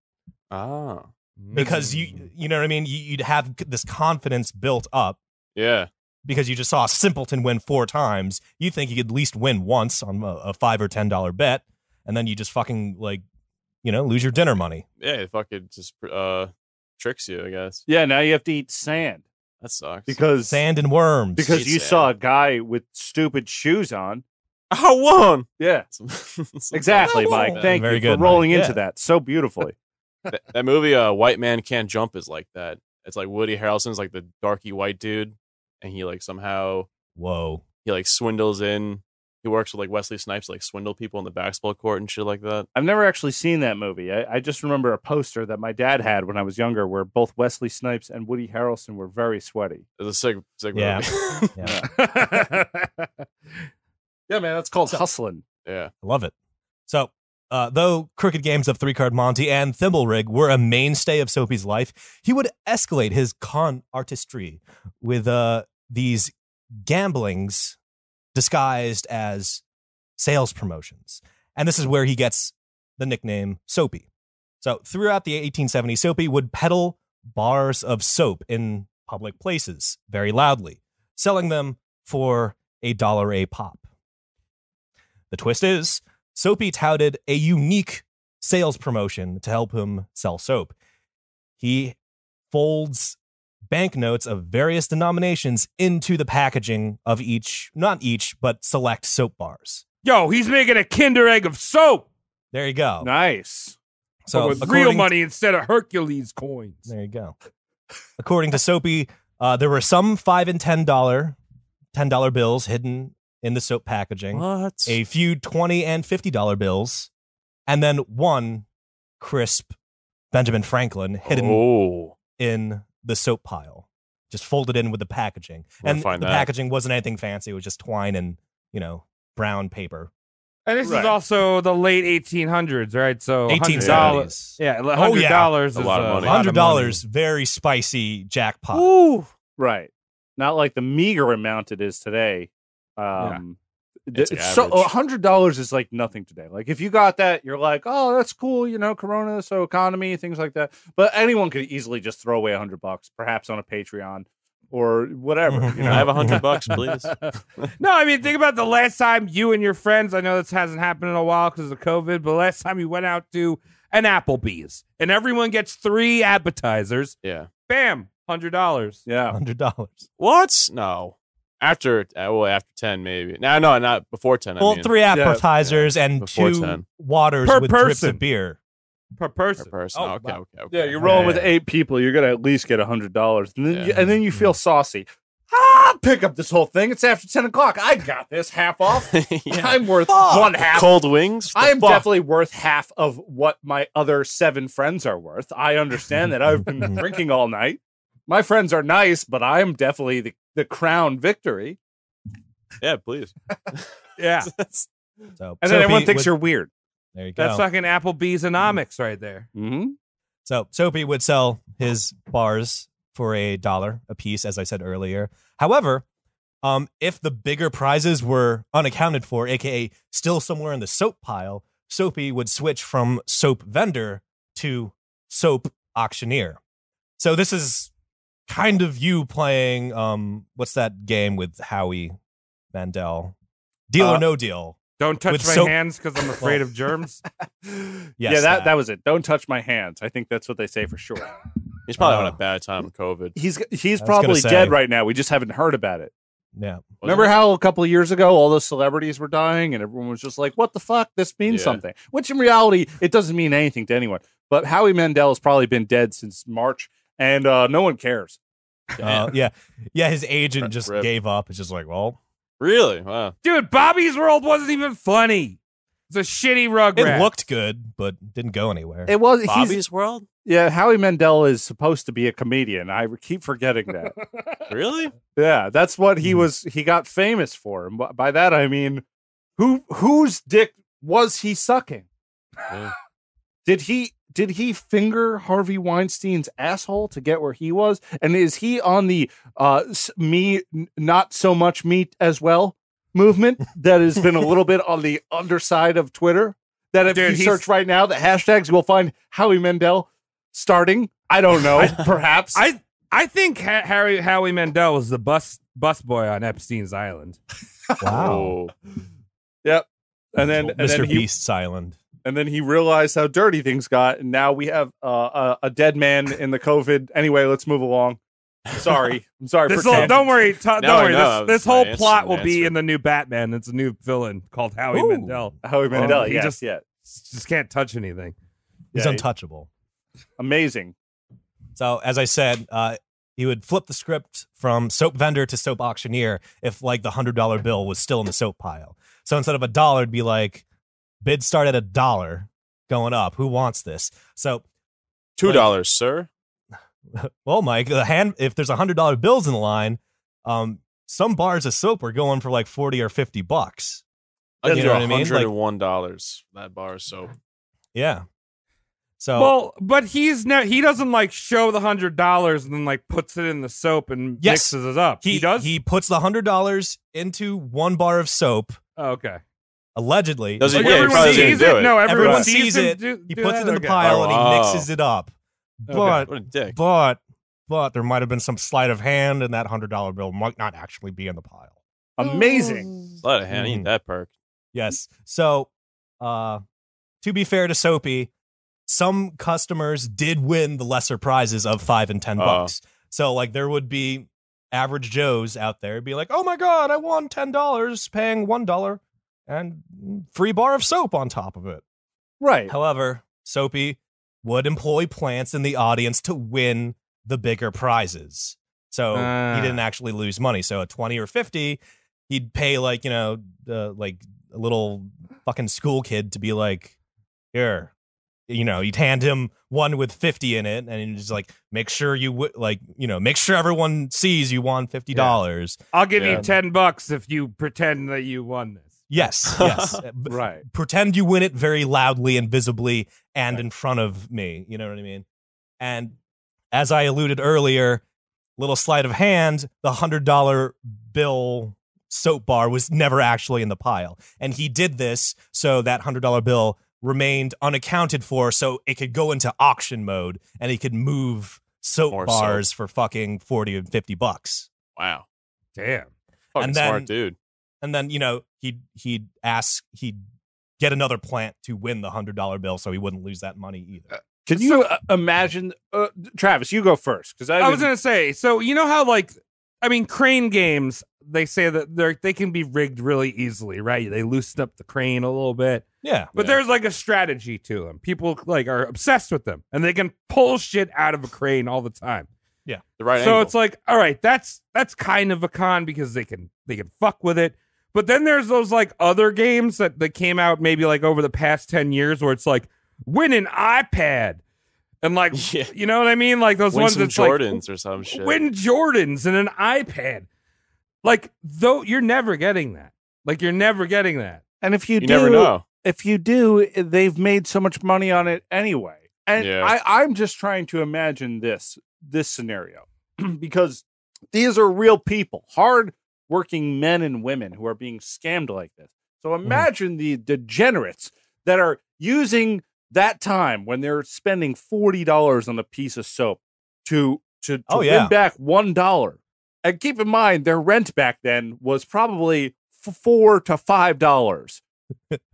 oh,
because you, you know what I mean? You, you'd have this confidence built up
yeah.
because you just saw a simpleton win four times, you think you could at least win once on a, a five or ten dollar bet, and then you just fucking like, you know, lose your dinner money.
Yeah, it fucking just uh, tricks you, I guess.
yeah. Now you have to eat sand
That sucks.
because
Sand and worms.
because you
Sand.
saw a guy with stupid shoes on.
(laughs) I won.
Yeah. Exactly, Mike.
well,
Thank
Very
you
good,
for rolling
Mike.
into
Yeah.
that so beautifully.
that, that movie, uh, White Man Can't Jump, is like that. It's like Woody Harrelson's like the darky white dude, and he like somehow
Whoa.
he like swindles in. He works with like Wesley Snipes, to, like swindle people in the basketball court and shit like that.
I've never actually seen that movie. I, I just remember a poster that my dad had when I was younger, where both Wesley Snipes and Woody Harrelson were very sweaty.
It's a sick, sick
Yeah.
movie.
Yeah.
(laughs)
Yeah, man, that's called hustling.
yeah,
I love it. So, uh, though crooked games of three card Monty and Thimble Rig were a mainstay of Soapy's life, he would escalate his con artistry with uh, these gamblings disguised as sales promotions. And this is where he gets the nickname Soapy. So, throughout the 1870s, Soapy would peddle bars of soap in public places very loudly, selling them for a dollar a pop. The twist is, Soapy touted a unique sales promotion to help him sell soap. He folds banknotes of various denominations into the packaging of each, not each, but select soap bars.
Yo, he's making a Kinder Egg of soap,
There you go.
Nice.
but
so
with real
according-
money instead of Hercules coins.
There you go. According to Soapy, uh, there were some five and ten dollar, ten dollar bills hidden in the soap packaging.
what?
a few 20 and 50 dollar bills and then one crisp benjamin franklin hidden
(laughs) Oh,
in the soap pile just folded in with the packaging
We're gonna
and
find
the
that.
packaging wasn't anything fancy it was just twine and you know brown paper
And this
Right.
is also the late 1800s, right? So $100.
1870s
Yeah, $100
Oh, yeah.
is uh,
A lot of Oh, money.
lot
$100
of
very spicy jackpot
Ooh. Right. Not like the meager amount it is today. Um, th-
It's
it's so
average.
a hundred dollars is like nothing today. Like if you got that, you're like, oh, that's cool, you know, Corona, so economy, things like that. But anyone could easily just throw away a hundred bucks, perhaps on a Patreon or
(laughs)
whatever. (laughs) You
Can I
know,
have a hundred bucks,
(laughs)
please?
No, I mean, think about the last time you and your friends, I know this hasn't happened in a while because of COVID, but last time you went out to an Applebee's and everyone gets three appetizers,
Yeah.
bam, $100.
yeah.
$100
What? No. After uh, well, after ten maybe. No, no, not before ten. I
well
mean,
three appetizers and
Before
two
10.
waters
Per
with drips
person.
of beer
Per
per
person.
person.
Oh,
okay,
wow.
okay, okay.
Yeah,
(laughs)
you roll with
Yeah.
eight people, you're gonna at least get a hundred dollars, and then
Yeah.
you, and then you feel saucy. Ah, pick up this whole thing. It's after ten o'clock. I got this half off.
(laughs) yeah.
I'm worth
Fuck.
one half.
Cold wings.
I am
Fuck.
definitely worth half of what my other seven friends are worth. I understand that I've been drinking all night. My friends are nice, but I am definitely the, the crown victory.
Yeah, please.
Yeah,
so
And then everyone
Soapy
thinks
would-
you're weird.
there you go
that's fucking Applebee's economics right there.
Mm-hmm.
So Soapy would sell his bars for a dollar a piece, as I said earlier. However, um, if the bigger prizes were unaccounted for, aka still somewhere in the soap pile, Soapy would switch from soap vendor to soap auctioneer. So this is kind of you playing um what's that game with Howie Mandel? Deal
Uh,
or no deal.
Don't touch
With
my
soap-
hands because
(laughs)
I'm afraid of germs.
Yes,
yeah, that, that was it. Don't touch my hands. I think that's what they say for sure.
He's probably
Oh.
having a bad time with COVID.
He's he's
I was gonna
probably
say.
dead right now. We just haven't heard about it.
yeah.
Remember how a couple of years ago all those celebrities were dying and everyone was just like, "What the fuck? This means
Yeah.
something." Which in reality, it doesn't mean anything to anyone. But Howie Mandel has probably been dead since March, and uh, no one cares.
Uh, yeah. Yeah, his agent
Rip,
just
rip.
gave up. It's just like, well,
Really? Wow.
Dude, Bobby's World wasn't even funny. It's a shitty rug
it looked good, but didn't go anywhere.
It was he's,
Bobby's World?
yeah. Howie Mandel is supposed to be a comedian. I keep forgetting that.
Really?
yeah, that's what
Mm.
he was. He got famous for. And by- by that I mean, who whose dick was he sucking?
Yeah.
Did he did he finger Harvey Weinstein's asshole to get where he was? And is he on the uh s- me n- not so much me as well
(laughs)
movement that has been a little bit on the underside of Twitter? That if
Dude,
you
he's-
search right now the hashtags, you will find Howie Mendel starting. I don't know, perhaps.
I I think ha- Harry Howie Mandel was the bus bus boy on Epstein's Island.
wow.
Oh.
yep. And then and
Mr.
then he
Beast's Island.
and then he realized how dirty things got, and now we have uh, a, a dead man in the COVID. Anyway, let's move along.
(laughs)
Sorry, I'm sorry.
This
for
whole,
tangent.
don't worry, Ta-
Now I
don't worry.
know.
This, this
My
whole
answer's
plot
an
will be
answer.
in the new Batman. It's a new villain called Howie
Ooh.
Mandel.
Howie Mandel.
Um, he
yes,
just-
yeah.
Just can't touch anything.
Yeah,
He's
he-
untouchable.
amazing.
So as I said, uh, he would flip the script from soap vendor to soap auctioneer if like the hundred dollar bill was still in the soap pile. So instead of a dollar, it'd be like bids start at a dollar going up. Who wants this? So (laughs)
Two dollars, sir.
well, Mike, the hand if there's a hundred dollar bills in the line, um, some bars of soap are going for like forty or fifty bucks.
I can
You
do
know what I mean? Like-
hundred and one dollars. That bar is so
Yeah. So
Oh.
Well, but he's ne- he doesn't like show the hundred dollars and then like puts it in the soap and
Yes.
mixes it up. He, does.
He puts the hundred dollars into one bar of soap.
oh, okay.
Allegedly,
Does he-
Like,
yeah, he probably didn't do it.
No, everyone,
Everyone
sees,
sees
him
it.
do-
He
do
puts
that?
it in the
Okay.
pile
Oh,
and he
wow.
mixes it up.
Okay.
But
what a dick.
but but there might have been some sleight of hand, and that hundred dollar bill might not actually be in the pile.
Amazing.
Let it hand eat that perk.
Yes. So, uh, to be fair to Soapy, some customers did win the lesser prizes of five and ten
Oh.
bucks. So like there would be average Joes out there be like, oh my god, I won ten dollars, paying one dollar, and free bar of soap on top of it.
Right.
However, Soapy would employ plants in the audience to win the bigger prizes. So
Ah.
he didn't actually lose money. So at 20 or 50, he'd pay like, you know, uh, like a little fucking school kid to be like, here, you know, you'd hand him one with 50 in it and he'd just like, make sure you w- like, you know, make sure everyone sees you won $50.
I'll give
Yeah.
you ten bucks if you pretend that you won this.
Yes, yes. B-
Right.
pretend you win it very loudly and visibly and in front of me. You know what I mean? And as I alluded earlier, little sleight of hand, the hundred dollar bill soap bar was never actually in the pile. And he did this so that hundred dollar bill remained unaccounted for so it could go into auction mode and he could move soap
More soap.
bars for fucking 40 and 50 bucks.
Wow.
Damn.
Fucking
And then-
smart dude.
and then you know he'd he'd ask he'd get another plant to win the hundred dollar bill so he wouldn't lose that money either
Can you uh, imagine, uh, Travis? You go first because I,
I was gonna say. So you know how like, I mean, crane games. They say that they are they can be rigged really easily, right? They loosen up the crane a little bit,
yeah
but
Yeah.
there's like a strategy to them. People like are obsessed with them, and they can pull shit out of a crane all the time.
The right
so
angle.
it's like, all right, that's that's kind of a con because they can they can fuck with it. But then there's those like other games that that came out maybe like over the past ten years where it's like win an iPad and
(laughs)
like
Yeah.
you know what I mean, like those
Win
ones
some
that's like,
Jordans or some shit.
win Jordans and an iPad. Like though, you're never getting that. Like you're never getting that.
and if you,
you
do,
never know.
if you do, eh, they've made so much money on it anyway. And
Yeah.
I, I'm just trying to imagine this this scenario (clears throat) because these are real people, hard working men and women who are being scammed like this. So
Mm-hmm.
imagine the degenerates that are using that time when they're spending forty dollars on a piece of soap to to, to
Oh,
win
yeah.
back one dollar. And keep in mind, their rent back then was probably f- four to five dollars,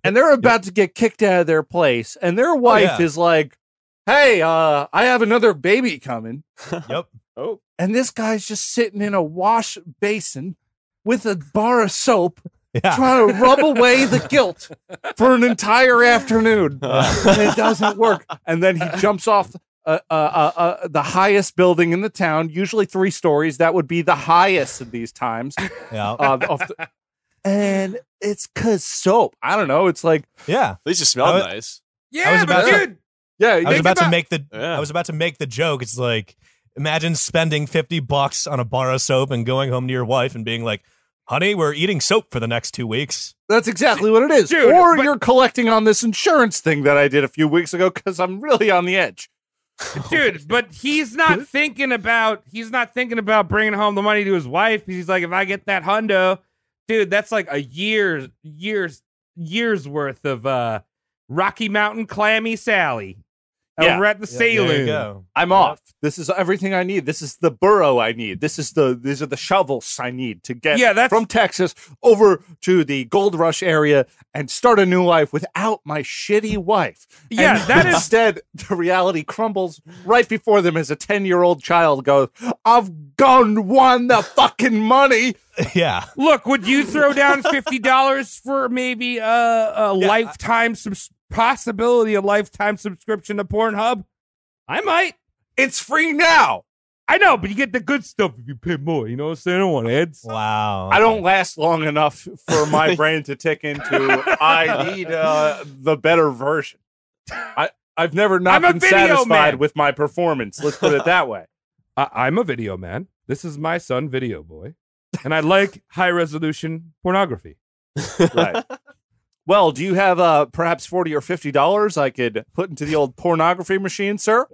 and they're about to get kicked out of their place. And their wife
Oh, yeah.
is like, "Hey, uh, I have another baby coming."
(laughs) Yep.
Oh.
and this guy's just sitting in a wash basin with a bar of soap,
(laughs) Yeah.
trying to rub away the guilt for an
(laughs)
entire afternoon. and it doesn't work. And then he jumps off uh, uh, uh, uh, the highest building in the town, usually three stories. That would be the highest of these times.
Yeah.
Uh, of
(laughs)
the- and it's because soap. I don't know. It's like,
Yeah.
At least it smelled
I was-
nice.
Yeah,
was
but
about to-
dude,
yeah,
I was
think
about to make the
Yeah.
I was about to make the joke. It's like imagine spending 50 bucks on a bar of soap and going home to your wife and being like, "Honey, we're eating soap for the next 2 weeks."
That's exactly what it is.
Dude,
or
but-
you're collecting on this insurance thing that I did a few weeks ago because I'm really on the edge.
(laughs)
dude, but he's not thinking about he's not thinking about bringing home the money to his wife. He's like, if I get that hundo, dude, that's like a year's years years worth of uh Rocky Mountain clammy Sally
Yeah.
over at the
Yeah,
saloon.
There you go.
I'm
Yeah.
off. This is everything I need. This is the burrow I need. This is the these are the shovels I need to get
Yeah, that's-
from Texas over to the gold rush area and start a new life without my shitty wife. And
Yeah, that is-
instead the reality crumbles right before them as a 10-year-old child goes, I've gone won the fucking money.
yeah.
Look, would you throw down fifty dollars for maybe a, a lifetime subs- possibility, a lifetime subscription to Pornhub? I might.
It's free now.
I know, but you get the good stuff if you pay more. You know what I'm saying? I don't want ads.
Wow.
I don't last long enough for (laughs) my brain to tick into. I need uh, the better version. I I've never not
I'm a
been
video
satisfied
man.
with my performance. Let's put it that (laughs) way.
I- I'm a video man. This is my son, Video Boy, and I like high resolution pornography.
Right. Well, do you have uh, perhaps forty or fifty dollars I could put into the old pornography machine, sir?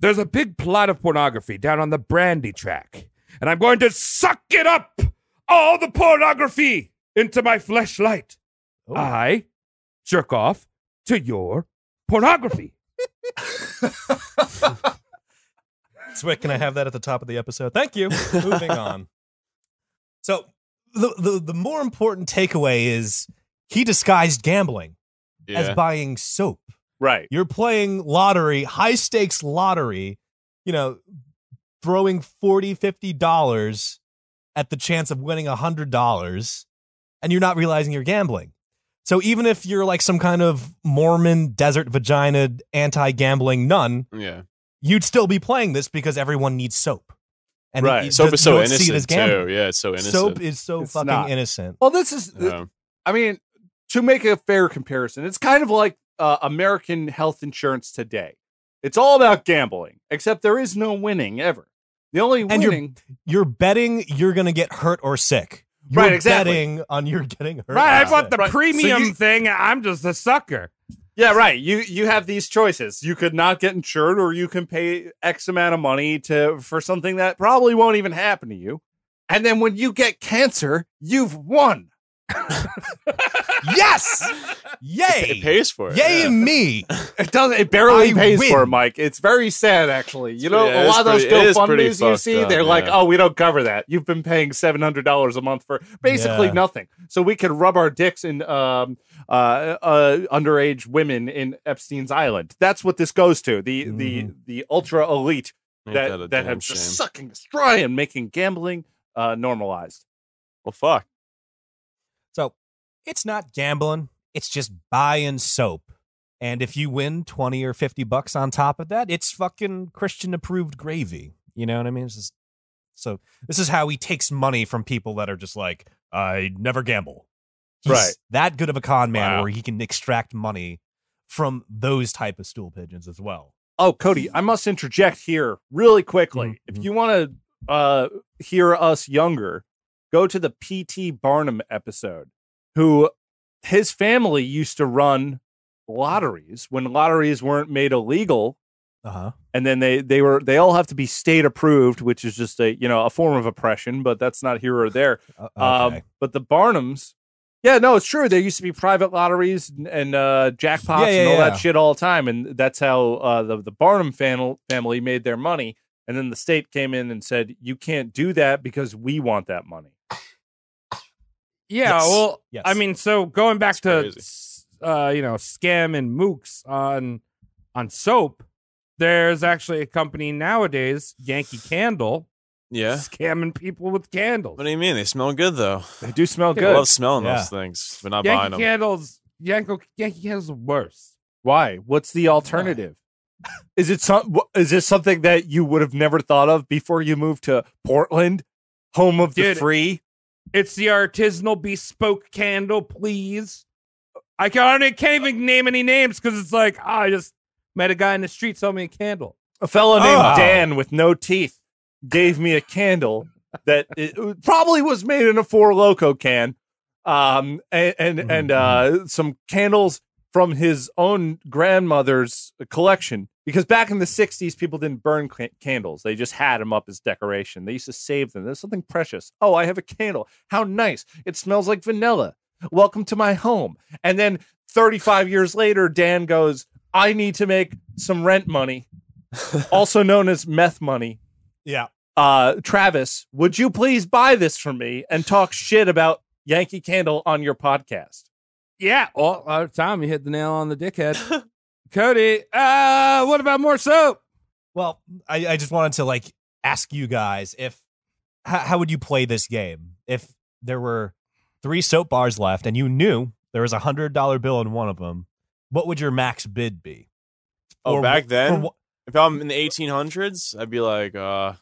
There's a big plot of pornography down on the brandy track, and I'm going to suck it up, all the pornography, into my fleshlight.
Oh.
I jerk off to your pornography.
Swick, can I have that at the top of the episode? Thank you.
(laughs)
Moving on. So, the, the the more important takeaway is he disguised gambling as
Yeah.
buying soap.
Right.
You're playing lottery, high stakes lottery, you know, throwing 40, 50 dollars at the chance of winning a hundred dollars, and you're not realizing you're gambling. So even if you're like some kind of Mormon desert vagina anti-gambling nun,
yeah.
you'd still be playing this because everyone needs soap. And
Right.
you
Soap
just-
is
you
so
don't see it as
innocent
gambling.
too. Yeah, it's so innocent. Um,
Soap is so
It's
fucking
not.
innocent.
Well, this is.
Yeah.
I mean, to make a fair comparison, it's kind of like uh, American health insurance today. It's all about gambling, except there is no winning ever. The only
And you're-
winning
You're betting you're gonna get hurt or sick. You're
Right, exactly.
betting on you're getting hurt.
Right,
or
I bought the
sick.
Right. So
(laughs) premium
you-
thing. I'm just a sucker.
Yeah, right. You you have these choices. You could not get insured, or you can pay X amount of money to for something that probably won't even happen to you. And then when you get cancer, you've won.
Yes! Yay!
It pays for it.
Yay
yeah.
and me.
It doesn't. It barely
I
pays
win.
for it, Mike. It's very sad, actually. You know,
pretty-
a
it
lot
is
of those
pretty- it is pretty
GoFundMe's you
fucked
see,
up,
they're like,
yeah.
"Oh, we don't cover that. You've been paying seven hundred dollars a month for basically
Yeah.
nothing." So we could rub our dicks in um, uh, uh, underage women in Epstein's Island. That's what this goes to. The the the ultra elite
Mm-hmm. Ain't
that
a
that,
damn
have
shame.
just sucking the straw and making gambling uh, normalized.
Well, fuck.
So it's not gambling, it's just buying soap. And if you win 20 or 50 bucks on top of that, it's fucking Christian approved gravy. You know what I mean? It's just- so this is how he takes money from people that are just like, I never gamble. He's
Right.
that good of a con man
Wow.
where he can extract money from those type of stool pigeons as well.
Oh, Cody, I must interject here really quickly.
Mhm, mhm.
If you want to uh, hear us younger, go to the PT Barnum episode, who his family used to run lotteries when lotteries weren't made illegal.
Uh-huh.
And then they they were they all have to be state approved, which is just a you know a form of oppression, but that's not here or there.
Uh,
Um,
okay.
but the Barnums, yeah, no, it's true. There used to be private lotteries and, and uh, jackpots
Yeah, yeah,
and all
yeah.
that shit all the time, and that's how uh, the the Barnum fam- family made their money. And then the state came in and said, you can't do that because we want that money.
Yeah,
Yes.
well,
Yes.
I mean, so going back
That's
to s- uh, you know scam and mooks on on soap, there's actually a company nowadays, Yankee Candle,
Yeah.
scamming people with candles.
What do you mean? They smell good though.
They do smell
I
good.
love smelling
Yeah.
those things, but not buying
Yankee
them.
candles, Yankee, Yankee candles are worse.
Why? What's the alternative? Is it some? wh- Is this something that you would have never thought of before you moved to Portland, home of the
Dude.
free?
It's the artisanal bespoke candle, please. I can't, I can't even name any names because it's like ah, I just met a guy in the street sell me a candle.
A fellow named
Oh.
Dan with no teeth gave me a candle that it probably was made in a Four Loco can, um, and and, and uh, some candles from his own grandmother's collection. Because back in the '60s, people didn't burn ca- candles; they just had them up as decoration. They used to save them. There's something precious. Oh, I have a candle. How nice! It smells like vanilla. Welcome to my home. And then 35 years later, Dan goes, "I need to make some rent money." also known as meth money.
Yeah.
Uh, Travis, would you please buy this for me and talk shit about Yankee Candle on your podcast?
Yeah,
Oh,
well, uh, Tom, you hit the nail on the
(laughs)
dickhead. Cody, uh, what about more soap?
Well, I, I just wanted to like ask you guys if how, how would you play this game if there were three soap bars left and you knew there was a hundred dollar bill in one of them. What would your max bid be?
Oh,
Or
back
wh-
then?
or wha-
If I'm in the 1800s, I'd be like, uh,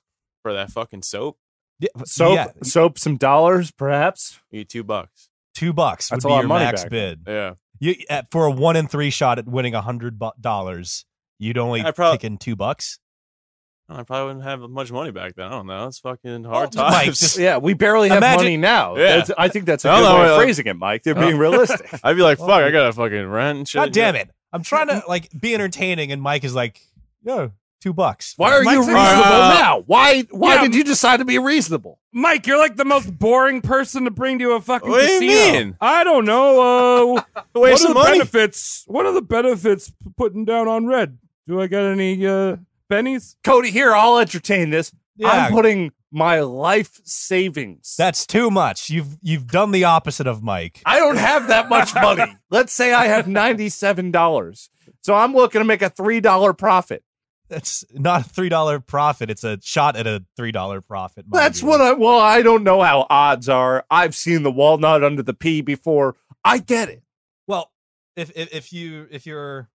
for that fucking soap,
yeah,
Soap,
yeah,
soap, some dollars, perhaps.
you get two bucks.
two bucks would
That's
be
a lot of
your
money
max
back
bid.
Yeah.
You at, for a one in three shot at winning a hundred bu- dollars, you'd only
I prob-
take in two bucks.
I probably wouldn't have much money back then. I don't know. It's fucking hard
Mike,
times.
just-
Yeah, we barely have
Imagine-
money now.
Yeah.
That's- I think (laughs) that's a
I
good
don't know,
way of
uh,
phrasing it, Mike. They're being
uh,
realistic.
(laughs) I'd be like, fuck,
Well,
I gotta fucking rent and shit.
God damn it! I'm trying to like be entertaining, and Mike is like, "Yo, two bucks."
(laughs) Why are you
Mike's
reasonable
like-
Uh,
now? Why? Why
yeah.
did you decide to be reasonable?
Mike, you're like the most boring person to bring to a fucking
What do you
casino.
mean?
I don't know.
(laughs)
Uh, what are
Waste
the
of money.
benefits? What are the benefits p- putting down on red? Do I get any uh, pennies?
Cody, here I'll entertain this.
Yeah.
I'm putting my life savings.
That's too much. You've you've done the opposite of Mike.
I don't have that much money. (laughs) Let's say I have $97. So I'm looking to make a $3 profit.
That's not a three dollar profit. It's a shot at a three dollar profit. mind
That's
you.
what I, well, I don't know how odds are. I've seen the walnut under the pea before. I get it.
well, if, if if you if you're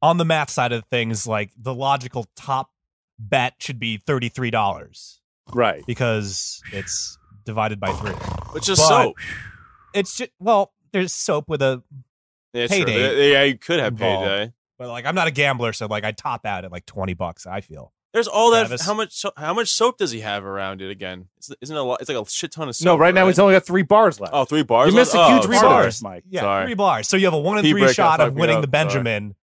on the math side of things, like the logical top bet should be thirty three dollars
Right.
because it's divided by three.
It's just
But-
soap.
It's just well, there's soap with a,
Yeah, true.
payday
Yeah, Yeah, you could have
involved.
payday.
but like I'm not a gambler, so like I top out at like twenty bucks. I feel
There's all that.
Travis.
How much? so- How much soap does he have around it again? It's- Isn't it a lot? It's like a shit ton of soap.
no, right now he's only got three bars left.
Oh, three bars.
You missed
left?
a
Oh,
huge
sorry.
bar. Mike.
yeah,
Sorry.
three bars. So you have a one in
Tea
three
break,
shot
I
of
fucked me
winning
up.
the Benjamin,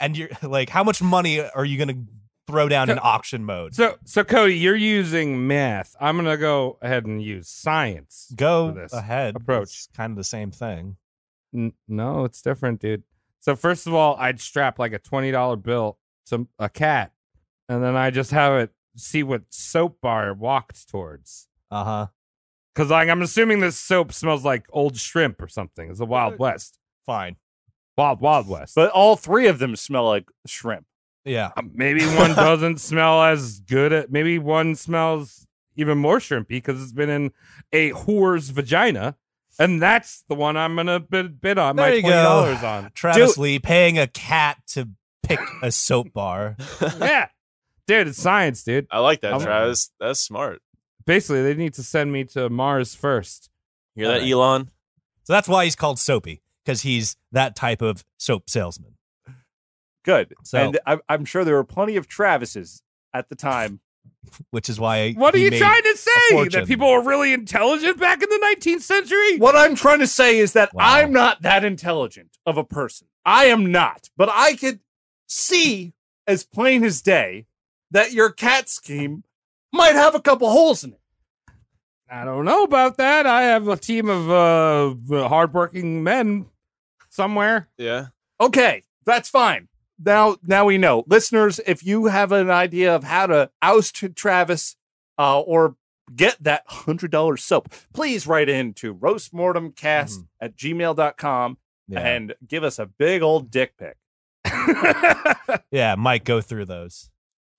and you're like, how much money are you gonna throw down in auction mode?
So, so Cody, you're using math. I'm gonna go ahead and use science.
go
for this
ahead
approach.
It's kind of the same thing
N- no, it's different, dude. So first of all, I'd strap like a twenty dollar bill to a cat, and then I just have it see what soap bar it walked towards.
uh-huh
Because like I'm assuming this soap smells like old shrimp or something. It's the Wild West,
fine
Wild Wild West.
But all three of them smell like shrimp.
yeah
Uh, (laughs)
(laughs)
maybe one doesn't smell as good. At, maybe one smells even more shrimpy because it's been in a whore's vagina, and that's the one I'm gonna bid, bid on
There
my
you
twenty
go.
dollars on.
travis
Dude.
lee paying a cat to pick a soap bar (laughs)
yeah, dude, it's science, dude.
I like that,
I'm-
Travis. That's smart.
Basically, they need to send me to Mars first.
You hear that, Elon?
so that's why he's called soapy because he's that type of soap salesman
Good.
So-
and I, I'm sure there were plenty of Travises at the time.
which is why
What are
he
you
made-
trying to say?
fortune.
That people were really intelligent back in the 19th century?
(laughs) What I'm trying to say is that
Wow.
I'm not that intelligent of a person. I am not, but I could see as plain as day that your cat scheme might have a couple holes in it.
I don't know about that. I have a team of uh, hardworking men somewhere.
Yeah.
Okay, that's fine. now now we know. Listeners, if you have an idea of how to oust Travis uh, or get that $100 soap, please write in to roastmortemcast at gmail.com
Mm-hmm. Yeah.
and give us a big old dick
(laughs)
pic. (laughs)
yeah, Mike, go through those.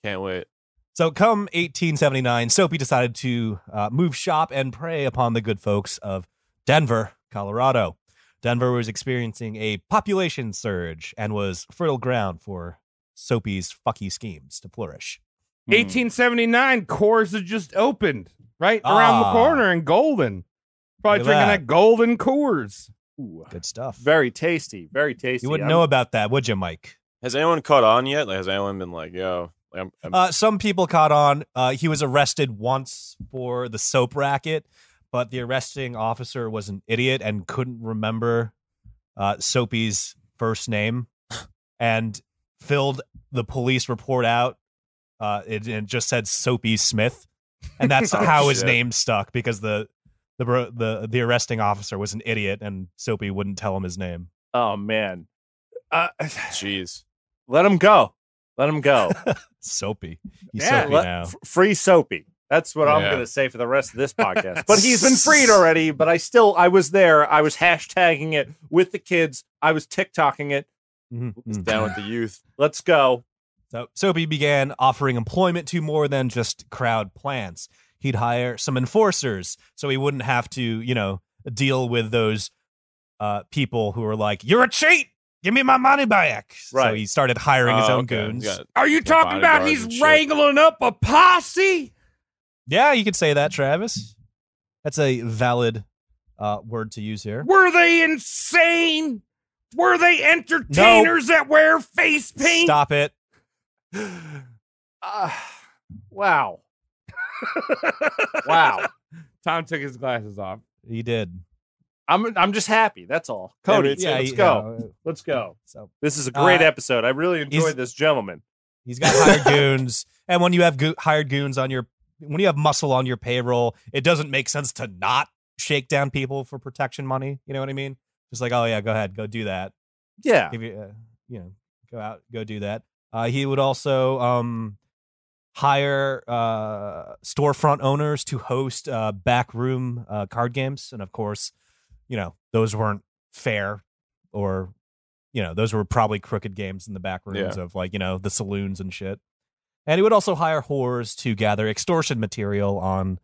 Can't wait.
So, come 1879, Soapy decided to uh, move shop and prey upon the good folks of Denver, Colorado. Denver was experiencing a population surge and was fertile ground for Soapy's fucky schemes to flourish.
Hmm. 1879, Coors had just opened right around the
Ah.
corner in Golden. Probably
Look at
drinking
that.
that Golden Coors.
Ooh,
Good stuff.
very tasty, very tasty.
you wouldn't
I'm-
know about that, would you, Mike?
Has anyone caught on yet? Like, has anyone been like, yo, like, I'm, I'm,
Uh, some people caught on. Uh, he was arrested once for the soap racket, but the arresting officer was an idiot and couldn't remember uh, Soapy's first name and filled the police report out. Uh, it, and just said Soapy Smith,
(laughs)
and that's
Oh,
how his
shit.
name stuck because the the bro- the the arresting officer was an idiot and Soapy wouldn't tell him his name.
Oh, man. Uh,
jeez.
let him go. Let him
(laughs)
go.
Soapy, he's
Yeah,
Soapy
let-
now.
f- free soapy. That's what I'm
Yeah.
going to say for the rest of this podcast. but he's been
(laughs)
freed already. But I still, I was there. I was hashtagging it with the kids. I was TikToking it.
Mhm.
It's down with the youth.
Let's go. (sighs)
So Soapy began offering employment to more than just crowd plants. He'd hire some enforcers so he wouldn't have to, you know, deal with those uh, people who were like, "You're a cheat! Give me my money back!" So
Right.
he started hiring his
Oh,
own
okay.
goons.
Got-
Are you
got
talking about
bodyguards
he's
and shit.
wrangling up a posse?
Yeah, you could say that, Travis. That's a valid uh, word to use here.
Were they insane? Were they entertainers that wear face paint?
Stop it!
Uh, wow. wow.
Tom took his glasses off.
He did.
I'm I'm just happy. That's all.
Yeah,
Cody,
me too.
yeah, let's
he-
go.
yeah, uh,
Let's go.
so
This is a great
Uh,
episode. I really enjoyed
he's-
this gentleman.
He's got hired goons, and when you have go- hired goons on your, when you have muscle on your payroll, it doesn't make sense to not shake down people for protection money. You know what I mean? Just like, oh yeah, go ahead, go do that.
Yeah.
Give you, uh, you know, go out, go do that. Uh, he would also um, hire uh, storefront owners to host uh, backroom uh, card games, and of course, you know, those weren't fair, or you know, those were probably crooked games in the back rooms of like you know the saloons and shit. And he would also hire whores to gather extortion material on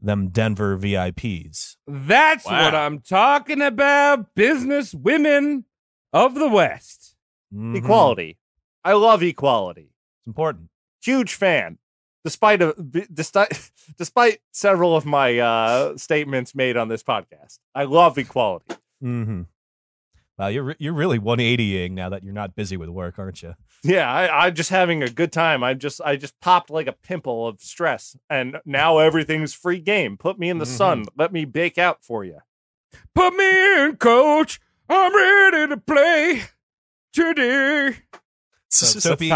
them Denver VIPs.
That's
Wow.
what I'm talking about. Business women of the West.
Mhm.
Equality. I love equality.
It's important.
huge fan. Despite a, b- despite, (laughs) despite several of my uh, statements made on this podcast, I love equality.
Mm-hmm. Wow, you're re- you're really 180ing now that you're not busy with work, aren't you?
Yeah, I, I'm just having a good time. I just I just popped like a pimple of stress, and now everything's free game. Put me in the sun. Let me bake out for you.
Put me in, coach. I'm ready to play today.
So Soapy,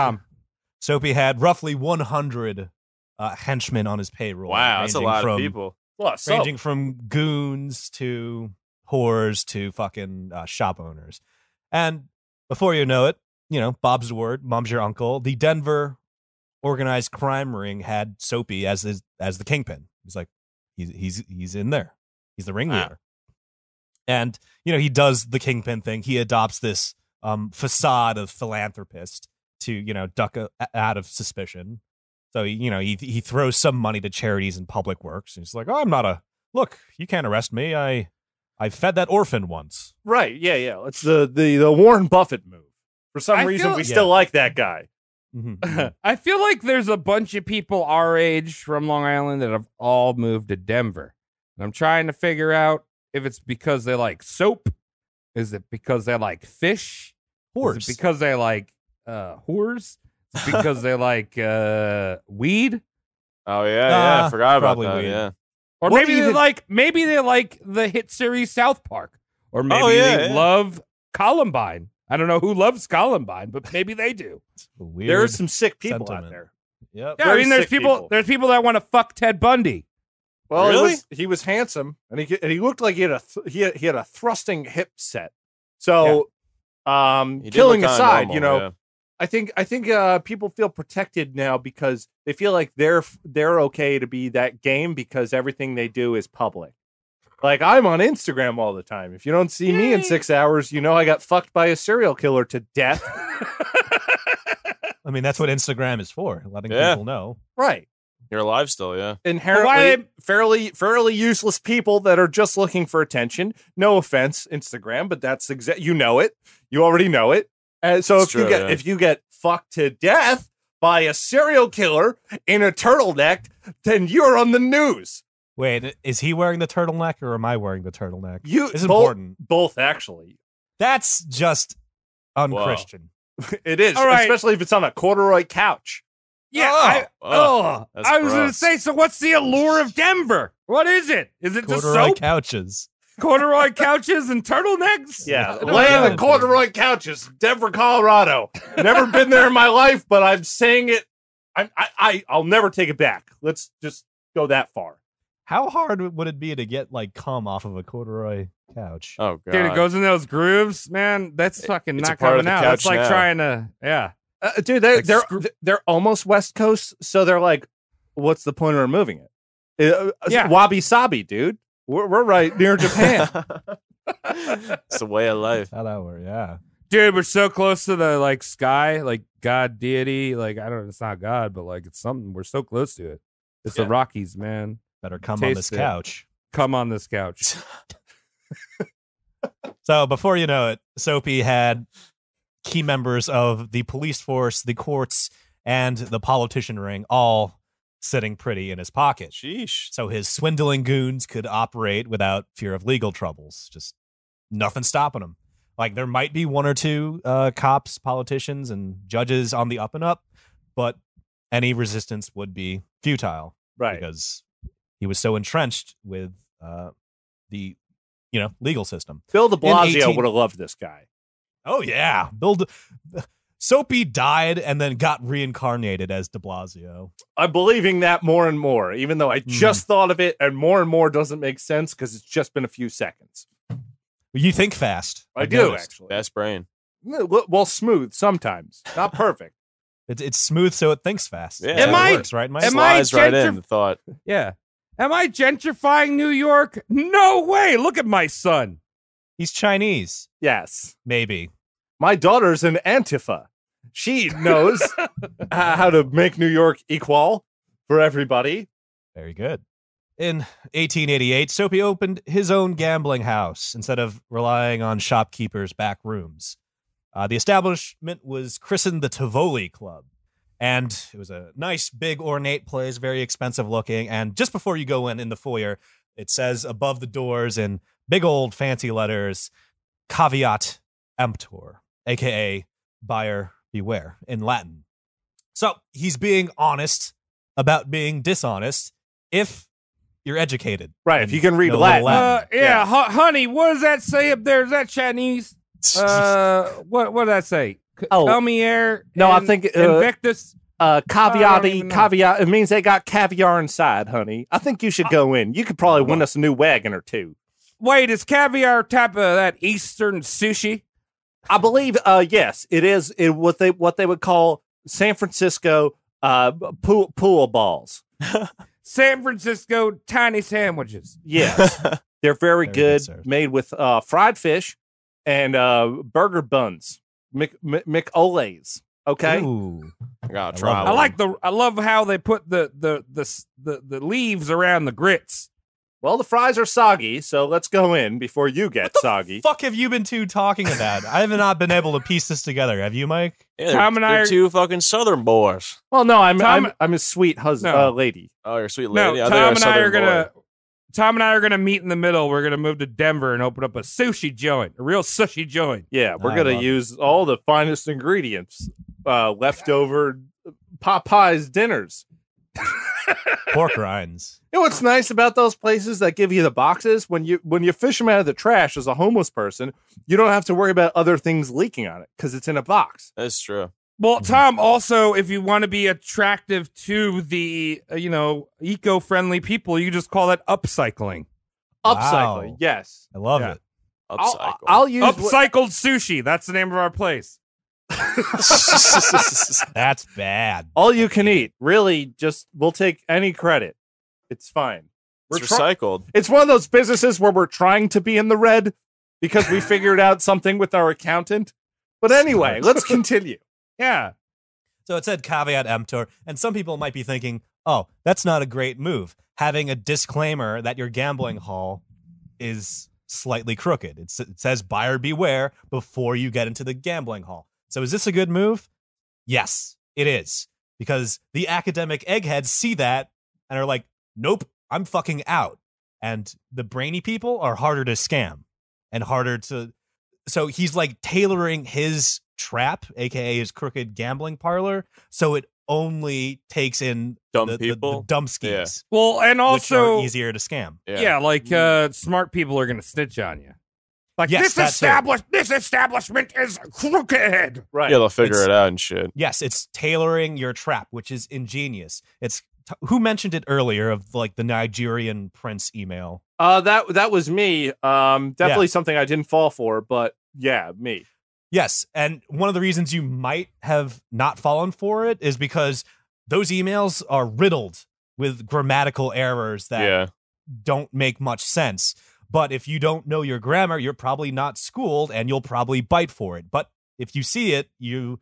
Soapy had roughly 100 uh, henchmen on his payroll.
(laughs) Wow, that's a
ranging
lot
from,
of people.
Plus, oh, so,
Ranging from goons to whores to fucking uh, shop owners. And before you know it, you know, Bob's the word, mom's your uncle. The Denver organized crime ring had Soapy as his, as the kingpin. He's like, he's he's he's in there. He's the
Ah.
ringleader. And you know, he does the kingpin thing. He adopts this um, facade of philanthropist to you know duck uh out of suspicion. So he, you know, he he throws some money to charities and public works. And he's like, oh, I'm not a look. You can't arrest me. I I fed that orphan once.
right? Yeah, yeah. It's the the the Warren Buffett move. For some
I
reason,
feel-
we still like that guy.
Mm-hmm.
Mhm.
(laughs) I feel like there's a bunch of people our age from Long Island that have all moved to Denver. And I'm trying to figure out if it's because they like soap. Is it because they like fish? Is
Horse.
it because they like uh, whores? Is it because (laughs) they like uh, weed?
Oh, yeah, yeah.
Uh,
I forgot about
probably
that.
weed.
Yeah.
Or
What
maybe they
even-
like maybe they like the hit series South Park. Or maybe
Oh, yeah,
they
yeah.
love Columbine. I don't know who loves Columbine, but maybe they do.
Weird.
There are some sick people out
sentiment.
there.
Yep.
Yeah, I
Very
mean there's
sick
people,
people.
there's people that want to fuck Ted Bundy.
Well, he
Really?
was, he was handsome, and he and he looked like he had a th- he had, he had a thrusting hip set. So, um,
He did
killing
look kinda
aside,
normal,
you know,
yeah.
I think I think uh, people feel protected now because they feel like they're they're okay to be that game because everything they do is public. Like I'm on Instagram all the time. If you don't see me in six hours, you know I got fucked by a serial killer to
(laughs)
death.
I mean, that's what Instagram is for, letting
Yeah.
people know.
right.
You're alive still, yeah.
Inherently fairly fairly useless people that are just looking for attention. No offense, Instagram, but that's exact you know it. You already know it. And so
It's
if you
true,
get
yeah.
if you get fucked to death by a serial killer in a turtleneck, then you're on the news.
Wait, is he wearing the turtleneck or am I wearing the turtleneck?
You
It's
both-
important.
Both actually.
That's just unchristian.
It is,
All right.
especially if it's on a corduroy couch.
Yeah.
Oh,
I, oh,
that's
I was going to
gross.
say. So, what's the allure of Denver? What is it? Is it just
Corduroy
soap,
couches.
corduroy couches, and
(laughs)
turtlenecks?
Yeah,
Oh,
land
yeah.
of the corduroy couches, Denver, Colorado. Never been there in my life, but I'm saying it. I'm, I, I, I'll never take it back. Let's just go that far.
How hard would it be to get like cum off of a corduroy couch?
Oh god.
Dude, it goes in those grooves, man. That's
It-
fucking
it's a
not
part of
coming
the
out. That's
couch
like
now.
trying to, yeah.
Uh, dude, they,
Like
they're
screw-
they're almost West Coast, so they're like, what's the point of removing it? Uh,
Yeah.
wabi sabi, dude. We're, we're right near Japan.
(laughs) it's the way of
(laughs)
life.
That hour, yeah.
Dude, we're so close to the like sky, like God deity. Like I don't, it's not God, but like it's something. We're so close to it. It's the
Yeah.
Rockies, man.
Better come on
Taste
this
it.
couch.
Come on this couch.
So before you know it, Soapy had key members of the police force, the courts, and the politician ring all sitting pretty in his pocket.
Sheesh.
So his swindling goons could operate without fear of legal troubles. Just nothing stopping them. Like there might be one or two uh, cops, politicians, and judges on the up and up, but any resistance would be futile
right.
because he was so entrenched with uh, the you know legal system.
Bill de Blasio
18
would have loved this guy.
Oh yeah, build. Soapy died and then got reincarnated as De Blasio.
I'm believing that more and more, even though I just thought of it, and more and more doesn't make sense because it's just been a few seconds.
You think fast.
I
I've
do
noticed.
actually.
Best brain.
No, Well, well, smooth sometimes,
(laughs)
not perfect.
It's, it's smooth, so it thinks fast.
Yeah.
That's
Am
how it
I-
works, right, Mike?
am I
Slides right
gentr-
in the thought.
Yeah. Am I gentrifying New York? No way. Look at my son.
He's Chinese,
yes,
maybe.
my daughter's an antifa. She
(laughs)
knows h- how to make New York equal for everybody.
Very good. In 1888, Soapy opened his own gambling house instead of relying on shopkeepers' back rooms. Uh, the establishment was christened the Tivoli Club, and it was a nice, big, ornate place, very expensive looking. And just before you go in, in the foyer, it says above the doors in big old fancy letters, "Caveat emptor," aka "Buyer beware" in Latin. So he's being honest about being dishonest if you're educated.
Right, if you can read
Know a
Latin.
little
Uh,
Latin.
yeah, hu- honey, what does that say up there? Is that Chinese?
(laughs)
Uh, what what did that say? C-
Oh.
Come here.
No, I
and-
think, uh,
Invictus.
Uh,
I don't even know.
caviar. It means they got caviar inside, honey. I think you should go in. You could probably win us a new wagon or two.
Wait, is caviar type of that Eastern sushi?
I believe, uh, yes, it is it, what they what they would call San Francisco uh, pool pool balls.
San Francisco tiny sandwiches.
Yes, they're very,
Very good,
good,
sir.
made with uh, fried fish and uh, burger buns, Mc, Mc, McOlays. Okay,
Ooh.
I gotta
I
try
love
I
it.
one.
like the. I love how they put the the the s- the, the leaves around the grits.
well the fries are soggy, so let's go in before you get soggy.
Fuck have you been two talking about? I have not been able to piece this together. Have you, Mike?
Yeah, they're-
Tom and I
they're
are-
two fucking southern boys.
Well, no, I'm
Tom-
I'm, I'm a sweet husband,
No.
uh, lady.
Oh, you're a sweet
No,
lady. I thought you were
Tom
a
and I
southern
are gonna.
boy.
Tom and I are gonna meet in the middle. We're gonna move to Denver and open up a sushi joint, a real sushi joint.
Yeah, we're
I
gonna
love it.
use all the finest ingredients, uh, leftover uh, Popeyes dinners.
Pork rinds.
You know what's nice about those places that give you the boxes when you when you fish them out of the trash as a homeless person, you don't have to worry about other things leaking on it because it's in a box.
That's true.
Well, Tom, also, if you want to be attractive to the, uh, you know, eco friendly people, you just call that upcycling.
Upcycling,
Wow.
yes.
I love
Yeah.
it.
I'll,
Upcycle.
I'll use what-
Upcycled sushi. That's the name of our place.
(laughs)
(laughs) That's bad.
All you can eat. Really, just we'll take any credit. It's fine. We're
it's
try-
recycled.
it's one of those businesses where we're trying to be in the red because we figured out something with our accountant. But anyway,
Smart. (laughs)
let's continue.
Yeah.
So it said caveat emptor, and some people might be thinking, "Oh, that's not a great move. Having a disclaimer that your gambling hall is slightly crooked. It's, it says buyer beware before you get into the gambling hall." So is this a good move? Yes, it is, because the academic eggheads see that and are like, "Nope, I'm fucking out." And the brainy people are harder to scam and harder to so he's like tailoring his trap, aka his crooked gambling parlor, so it only takes in
Dumb
the, the- the
people.
dumb schemes,
Well, and
which are
also,
easier to scam.
yeah. like uh, smart people are going to stitch on you. Like
Yes, that
this
too.
establish this establishment is crooked.
Right.
Yeah, they'll figure
It's-
it out and shit.
Yes, it's tailoring your trap, which is ingenious. It's t- who mentioned it earlier of like the Nigerian prince email.
Uh, that that was me. Um, definitely something I didn't fall for, but yeah, me.
Yes, and one of the reasons you might have not fallen for it is because those emails are riddled with grammatical errors that
Yeah.
don't make much sense. But if you don't know your grammar, you're probably not schooled and you'll probably bite for it. But if you see it, you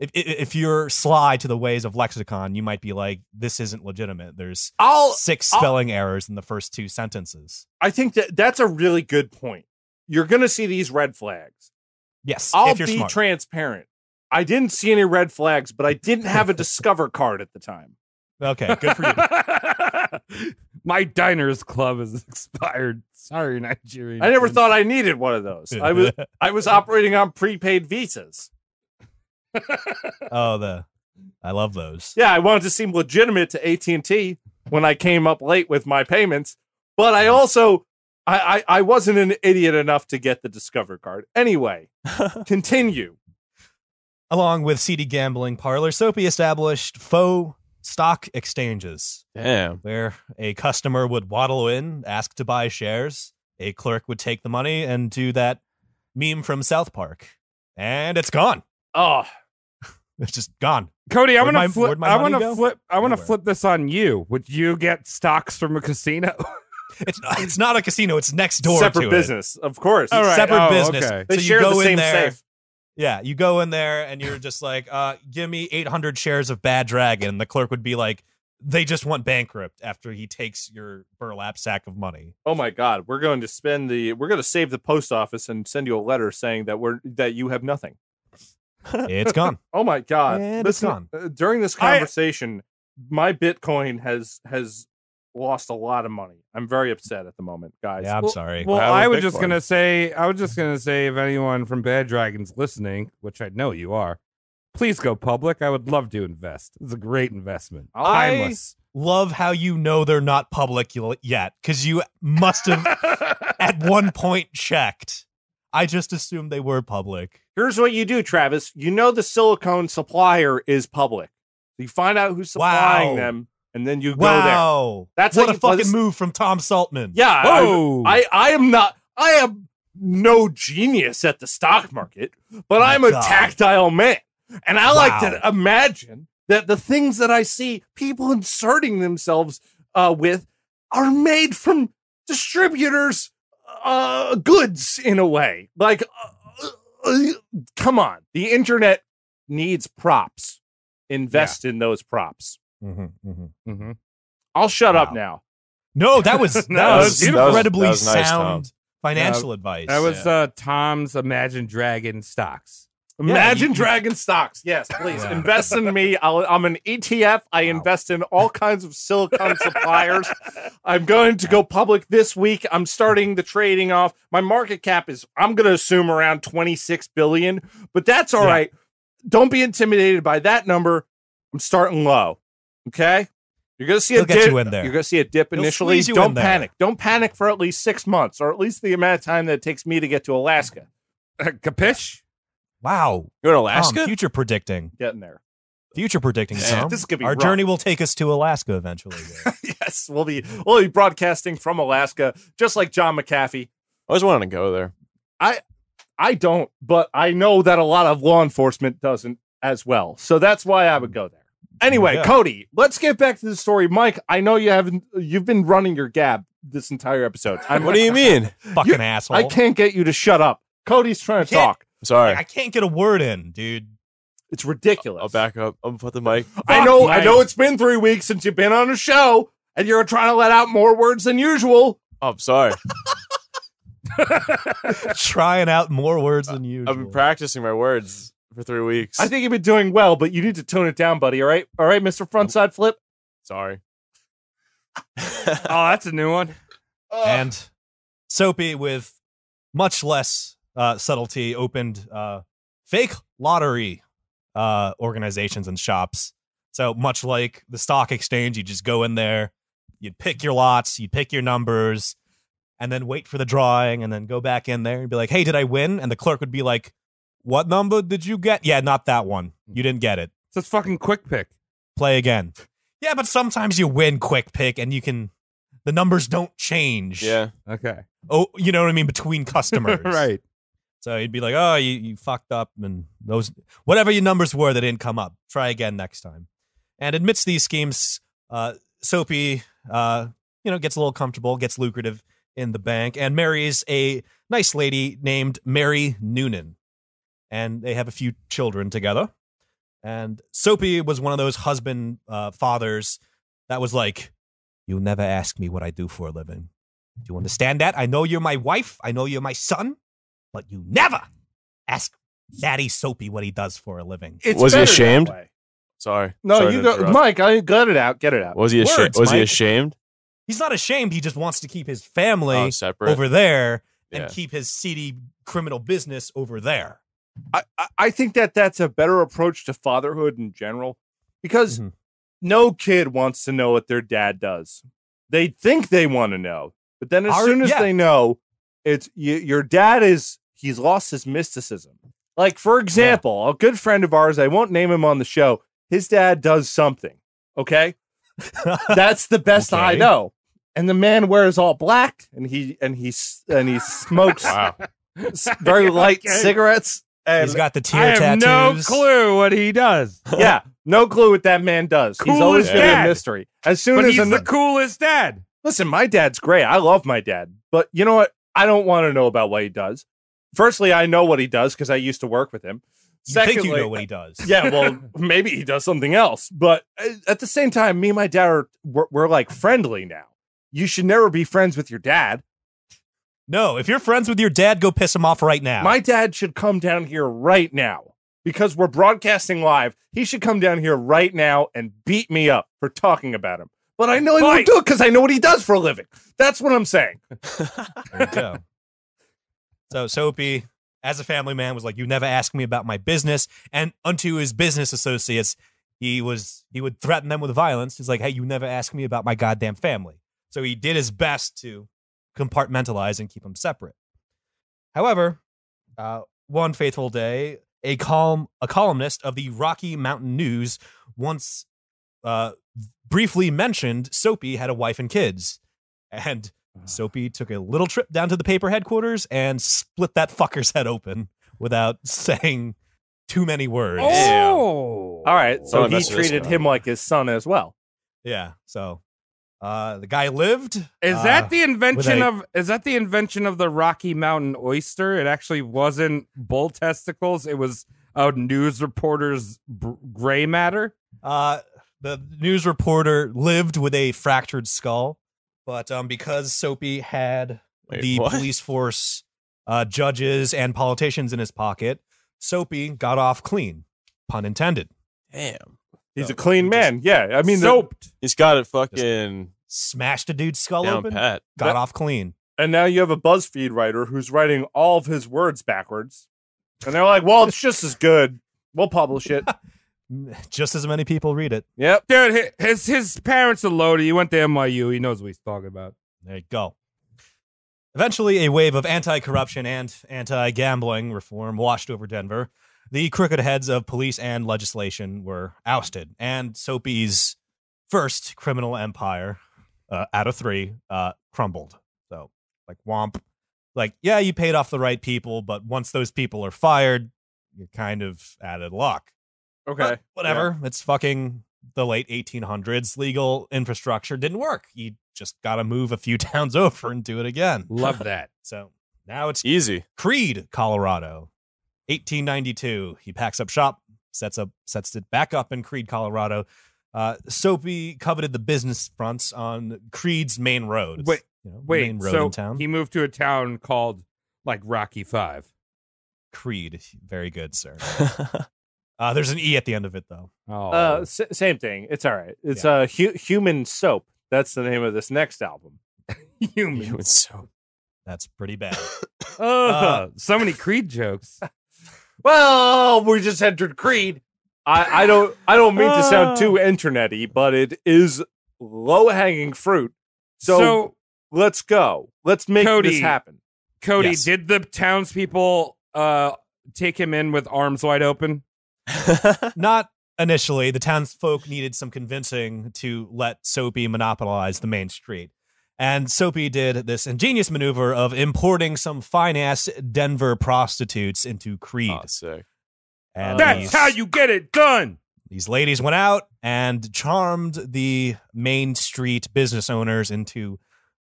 if if- if you're sly to the ways of lexicon, you might be like, this isn't legitimate. There's
I'll.
six
I'll-
spelling errors in the first two sentences.
I think that that's a really good point. You're gonna see these red flags.
Yes,
I'll
if you're
be
smart.
transparent. I didn't see any red flags, but I didn't
(laughs)
have a Discover card at the time.
okay,
(laughs)
good for you.
My diners club is (laughs) expired. Sorry, Nigerian.
I never thought I needed one of those. I
(laughs)
was I was operating on prepaid visas.
oh, the I love those.
Yeah, I wanted to seem legitimate to AT and T when I came up late with my payments, but I also I, I I wasn't an idiot enough to get the Discover card.
(laughs)
Anyway, continue.
Along with CD gambling parlor, Soapy established faux stock exchanges.
Damn.
where a customer would waddle in, ask to buy shares, a clerk would take the money and do that meme from South Park, and it's gone.
Oh,
It's just gone.
Cody, I want
Where'd my-
to flip.
where'd my
I
money
want to
go?
flip. I want to
Nowhere.
flip this on you. Would you get stocks from a
(laughs)
casino?
It's not, it's not a casino. It's next door.
separate
to it.
business, of course.
All right.
Separate
Oh,
business.
okay.
They
so
share
you go
the
in
same
there.
safe.
Yeah, you go in there and you're just like, uh, "Give me 800 shares of Bad Dragon." And the clerk would be like, "They just went bankrupt after he takes your burlap sack of money."
Oh my God, we're going to spend the we're going to save the post office and send you a letter saying that we're that you have nothing.
It's
(laughs)
gone.
Oh my God,
And it's gone.
uh, During this
I-
conversation, my Bitcoin has has lost a lot of money. I'm very upset at the moment, guys.
Yeah, I'm
Well-
sorry.
well,
Wow,
I
a
was
big
just
one.
gonna say. I was just gonna say, if anyone from Bad Dragons listening, which I know you are, please go public. I would love to invest. It's a great investment.
I-
Timeless.
love how you know they're not public y- yet because you must have
(laughs)
at one point checked. I just assumed they were public.
(laughs) Here's what you do, Travis. You know the silicone supplier is public. You find out who's supplying
Wow.
them, and then you go there.
Wow,
That's
what
how
a
you-
fucking
let's-
move from Tom Saltman.
Yeah, I-
Whoa!
I I am not. I am no genius at the stock market, but
My
I'm a
God.
tactile man, and I like
Wow.
to imagine that the things that I see people inserting themselves uh, with are made from distributors' uh, goods in a way. Like, uh, uh, uh, come on, the internet needs props. Invest in those props.
Mhm, mhm.
Mhm.
I'll shut up
Wow.
now.
No,
(laughs)
that was that,
That
was,
was beautiful.
Oh, incredibly
That was nice, Tom.
sound financial advice.
That was uh, Tom's Imagine Dragon stocks.
Imagine
you-
Dragon stocks. Yes, please
Yeah.
invest in me. I'll, I'm an ETF. I invest in all kinds of silicon
(laughs)
suppliers. I'm going to go public this week. I'm starting the trading off. My market cap is, I'm going to assume around 26 billion, but that's all
Yeah.
right. Don't be intimidated by that number. I'm starting low. Okay. You're going to see
He'll
a
get
dip.
you in there.
You're going to see a dip
He'll
initially.
squeeze you
Don't
in there.
panic. Don't panic for at least six months or at least the amount of time that it takes me to get to Alaska.
Capish?
wow.
You're in
Tom,
Alaska?
future predicting.
Getting there.
Future predicting.
Damn.
Tom.
This is gonna be
Our
rough.
journey will take us to Alaska
(laughs)
eventually. Will.
yes, we'll be we'll be broadcasting from Alaska, just like John McAfee.
I always wanted to go there.
I don't, but I know that a lot of law enforcement doesn't as well. So that's why I would go there. Anyway,
Yeah.
Cody, let's get back to the story. Mike, I know you haven't you've been running your gab this entire episode. I'm,
What do you mean?
Fucking asshole.
I can't get you to shut up. Cody's trying to
You can't-
talk.
I'm sorry.
I can't get a word
(laughs)
in, dude.
It's ridiculous.
I'll back up. I'll put the mic.
I
Fuck,
know I
Mike.
know it's been three weeks since you've been on a show and you're trying to let out more words than usual.
Oh, I'm sorry.
Trying out more words
Uh,
than usual. (laughs)
I've been practicing my words for three weeks.
I think you've been doing well, but you need to tone it down, buddy. All right. All right, Mr. Frontside Flip.
Sorry.
Oh, that's a new one.
and Soapy, with much less uh, subtlety, opened uh, fake lottery uh, organizations and shops. So much like the stock exchange, you just go in there, you'd pick your lots, you'd pick your numbers, and then wait for the drawing, and then go back in there and be like, "Hey, did I win?" And the clerk would be like, "What number did you get?" Yeah, not that one. You didn't get it.
It's a fucking quick pick.
Play again. Yeah, but sometimes you win quick pick, and you can. The numbers don't change
Yeah.
Okay.
oh, you know what I mean, between customers.
right.
So he'd be like, oh, you, you fucked up. And those, whatever your numbers were, they didn't come up. Try again next time. And amidst these schemes, uh, Soapy, uh, you know, gets a little comfortable, gets lucrative in the bank, and marries a nice lady named Mary Noonan. And they have a few children together. And Soapy was one of those husband uh, fathers that was like, You never ask me what I do for a living. Do you understand that? I know you're my wife. I know you're my son. But you never ask Daddy Soapy what he does for a living.
It's
Was he
better that
ashamed?
way.
Sorry.
No,
Sorry
you
to
go,
interrupt.
Mike. I got it out. Get it out.
Was he ashamed?
Words,
was he
Mike.
ashamed?
He's not ashamed. He just wants to keep his family
Oh, separate.
over there and
Yeah.
keep his seedy criminal business over there.
I, I- I think that that's a better approach to fatherhood in general because
Mhm.
no kid wants to know what their dad does. They think they want to know, but then as
Our-
soon as
yeah.
they know, it's you, your dad is he's lost his mysticism. Like for example, a good friend of ours, I won't name him on the show. His dad does something. Okay, that's the best I
Okay.
know. And the man wears all black, and he and he s- and he smokes
Wow.
very light
Okay.
cigarettes. And
He's got the
I
tear
have
tattoos.
no clue what he does,
(laughs)
yeah, no clue what that man does. he's
Cool
always
as
been
dad.
a mystery. As soon
but
as
he's
an-
the coolest dad.
listen, my dad's great. I love my dad, but you know what? I don't want to know about what he does. Firstly, I know what he does because I used to work with him.
You
Secondly,
think you know what he does.
(laughs) yeah, well, maybe he does something else. But uh, at the same time, me and my dad are we're, we're like friendly now. You should never be friends with your dad.
No, if you're friends with your dad, go piss him off right now.
My dad should come down here right now because we're broadcasting live. He should come down here right now and beat me up for talking about him. But I know he
Mike.
won't do it because I know what he does for a living. That's what I'm saying.
There you go. so Soapy, as a family man, was like, "You never ask me about my business." And unto his business associates, he was he would threaten them with violence. He's like, "Hey, you never ask me about my goddamn family." So he did his best to compartmentalize and keep them separate. However, uh, one faithful day, a column a columnist of the Rocky Mountain News once uh, briefly mentioned Soapy had a wife and kids, and Soapy took a little trip down to the paper headquarters and split that fucker's head open without (laughs) saying too many words.
Damn.
Oh,
All right. So
Don't
he
mess with this
treated
guy.
him like his son as well.
Yeah. So uh, the guy lived.
Is
Uh,
that the invention
a-
of is that the invention of the Rocky Mountain oyster? It actually wasn't bull testicles. It was a news reporter's br- gray matter.
Uh, the news reporter lived with a fractured skull, but um, because Soapy had
Wait,
the
what?
police force, uh, judges, and politicians in his pocket, Soapy got off clean. Pun intended.
Damn.
He's
No,
a clean
he
man. Yeah. I mean, the-
soaped.
He's got it fucking
Smashed a dude's skull
down
open.
pat.
Got
That-
off clean. (laughs)
and now you have a BuzzFeed writer who's writing all of his words backwards. And they're like, well, it's just as good. We'll publish it. Uh,
Just as many people read it.
yep.
Dude, hi- his his parents are loaded. He went to NYU. He knows what he's talking about.
There you go. Eventually, a wave of anti corruption and anti gambling reform washed over Denver. The crooked heads of police and legislation were ousted, and Soapy's first criminal empire uh, out of three uh, crumbled. So, like, womp. like, yeah, you paid off the right people, but once those people are fired, you're kind of out of luck.
Okay.
But whatever. It's fucking the late 1800s. Legal infrastructure didn't work. You just got to move a few (laughs) towns over and do it again.
Love that.
So now it's (laughs)
Easy. (laughs)
Creed, Colorado, 1892. He packs up shop, sets up, sets it back up in Creed, Colorado. Uh, Soapy coveted the business fronts on Creed's main road. It's,
Wait,
you know, the
Wait,
main road
so
in town.
he moved to a town called like Rocky Five.
Creed, very good, sir. Uh, there's an e at the end of it, though.
Oh,
(laughs) Uh, s- same thing. It's all right. It's uh, hu- human soap. That's the name of this next album.
(laughs)
You
human.
would so.
That's pretty bad.
Uh, so many Creed jokes.
Well, we just entered Creed. I, I don't I don't mean to sound too
Ah.
internety, but it is low hanging fruit. So,
So,
let's go. Let's make this
Cody,
happen.
Cody,
Yes.
did the townspeople uh, take him in with arms wide open?
(laughs) Not initially. The townsfolk needed some convincing to let Soapy monopolize the main street. And Soapy did this ingenious maneuver of importing some fine ass Denver prostitutes into Creed.
Oh, sick.
and
That's
these,
how you get it done.
these ladies went out and charmed the main street business owners into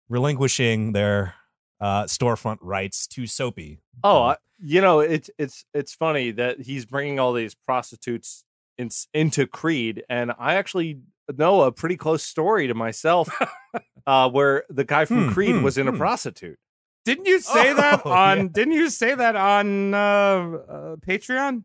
relinquishing their uh, storefront rights to Soapy. Um,
Oh, I, you know it's it's it's funny that he's bringing all these prostitutes in, into Creed, and I actually know a pretty close story to
(laughs)
myself, uh, where the guy from
Hmm,
Creed
hmm,
was in a
hmm.
prostitute.
Didn't you say that
Oh,
on?
yeah.
Didn't you say that on uh, uh, Patreon?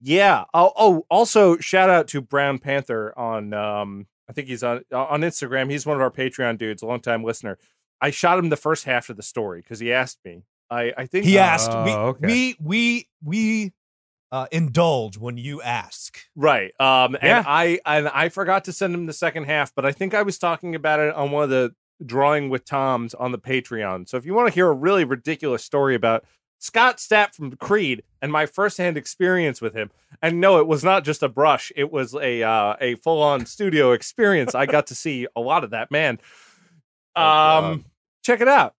Yeah. Oh, oh, also shout out to Brown Panther on um I think he's on on Instagram. He's one of our Patreon dudes, a longtime listener. I shot him the first half of the story because he asked me. I I think uh,
He asked.
Oh,
we,
okay.
we we we uh, indulge when you ask.
right. Um and
Yeah.
I and I forgot to send him the second half, but I think I was talking about it on one of the drawing with Toms on the Patreon. So if you want to hear a really ridiculous story about Scott Stapp from Creed and my firsthand experience with him. And no, it was not just a brush; it was a uh, a full on studio experience. I got to see a lot of that man.
Oh,
Um, check it out.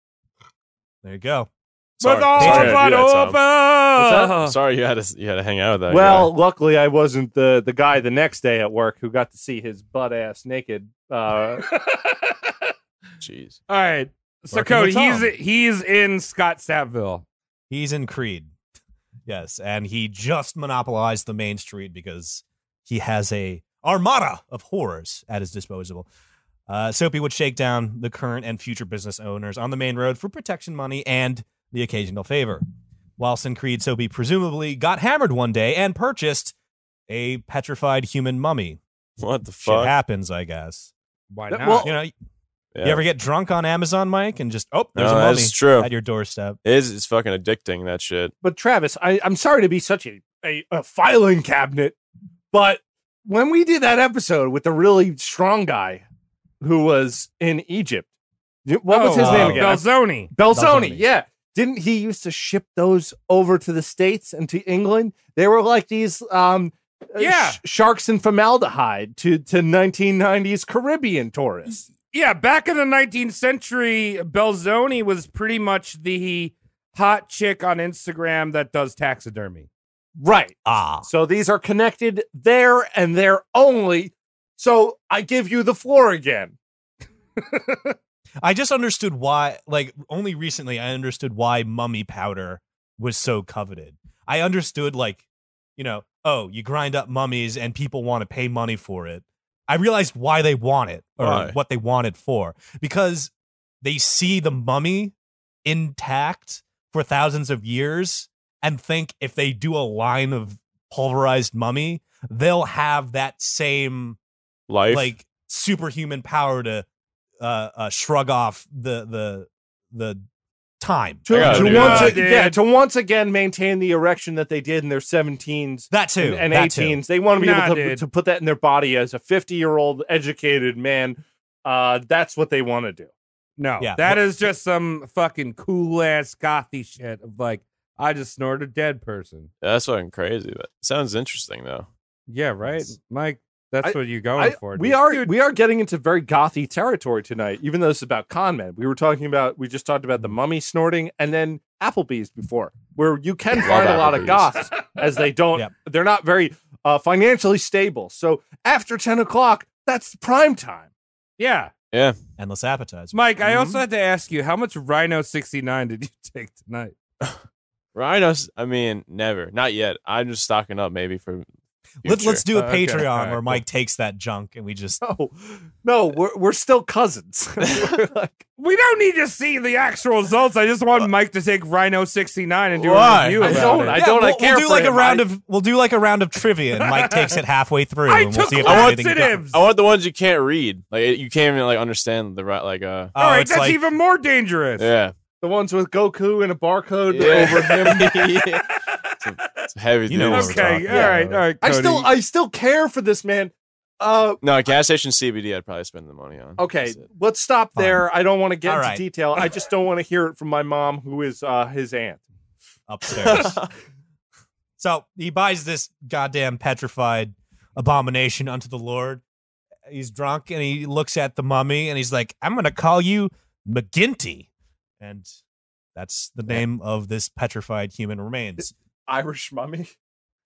There you go.
Sorry,
with arms
sorry, I
wide
do that, Tom.
open.
Oh.
that?
sorry you had to you had to hang out with that.
well, luckily, I wasn't the the guy the next day at work who got to see his butt ass naked. Uh,
guy. jeez.
All right. So
Working with
Cody, he's
Tom.
he's in Scott Stappville.
He's in Creed. (laughs) Yes, and he just monopolized the main street because he has a armada of horrors at his disposal. Uh, Soapy would shake down the current and future business owners on the main road for protection money and the occasional favor. Whilst in Creed, Soapy presumably got hammered one day and purchased a petrified human mummy.
What the
Shit
fuck? Oh.
happens, I guess.
Why
That-
not?
well-
You know,
Yeah.
you ever get drunk on Amazon, Mike, and just oh, there's
no,
a mummy
that's true.
at your doorstep.
It is it's fucking addicting that shit.
but Travis, I, I'm sorry to be such a, a a filing cabinet, but when we did that episode with the really strong guy who was in Egypt, what was his
Oh,
name
uh,
again? I
Belzoni.
Belzoni,
Belzoni.
yeah. Didn't he used to ship those over to the States and to England? They were like these um uh,
Yeah.
sh- sharks and formaldehyde to, to 1990s Caribbean tourists.
Yeah, back in the 19th century, Belzoni was pretty much the hot chick on Instagram that does taxidermy.
Right.
Ah,
So these are connected there and there only. So I give you the floor again.
I just understood why. Like only recently, I understood why mummy powder was so coveted. I understood like, you know, oh, you grind up mummies and people want to pay money for it. I realized why they want it or
Why?
what they want it for because they see the mummy intact for thousands of years and think if they do a line of pulverized mummy, they'll have that same
Life.
like superhuman power to uh, uh, shrug off the the the time.
To,
I gotta
to
do
once
that.
ag- yeah, to once again maintain the erection that they did in their 17s
That too,
and, and
that too.
18s. They want to be
Nah,
able to,
dude.
to put that in their body as a 50 year old educated man. Uh, that's what they want to do.
No,
Yeah.
that
Well-
is just some fucking cool ass gothy shit of like, I just snorted a dead person.
Yeah, that's fucking crazy. But sounds interesting though.
Yeah, right?
Yes.
Mike, That's
I-
what you're going
I-
for.
we
dude.
are we are getting into very gothy territory tonight, even though this is about con men. We were talking about we just talked about the mummy snorting and then Applebee's before, where you can
Love
find a lot of
Applebee's.
goths as they don't
Yep.
they're not very uh, financially stable. So after ten o'clock, that's prime time.
Yeah.
Endless appetizer.
Mike, I
Mhm.
also had to ask you, how much Rhino 69 did you take tonight?
Rhinos, I mean, never. Not yet. I'm just stocking up maybe for.
Let,
future.
let's do a
Uh, okay.
Patreon
All right,
where
cool. Oh,
Mike takes that junk and we just.
No, no, we're we're still cousins. (laughs) We're like-
We don't need to see the actual results. I just want Mike to take Rhino 69 and do a
Why?
review
I
about
don't.
it.
I don't.
we'll,
I care
we'll do
for
like
him.
a round
I-
of we'll do like a round of trivia and Mike
(laughs)
takes it halfway through
I
and we'll
took
see if there's anything. done.
laxatives.
I want the ones you can't read. Like you can't even like understand the right. Like uh,
Oh,
All right,
it's
that's
like-
even more dangerous.
yeah.
the ones with Goku and a barcode
Yeah.
over him.
(laughs) Yeah. It's a- it's a heavy.
You know
dude.
what we're
Okay,
talking
all right,
about.
all right.
(laughs) I still
Cody.
I still care for this man. Uh,
No, gas station CBD. I'd probably spend the money on.
Okay,
That's it.
let's stop
Fine.
there. I don't want to get
All
into
right.
detail. I just don't want to hear it from my mom, who is uh, his aunt.
upstairs. so he buys this goddamn petrified abomination unto the Lord. He's drunk and he looks at the mummy and he's like, I'm going to call you McGinty. And that's the name of this petrified human remains.
Irish mummy.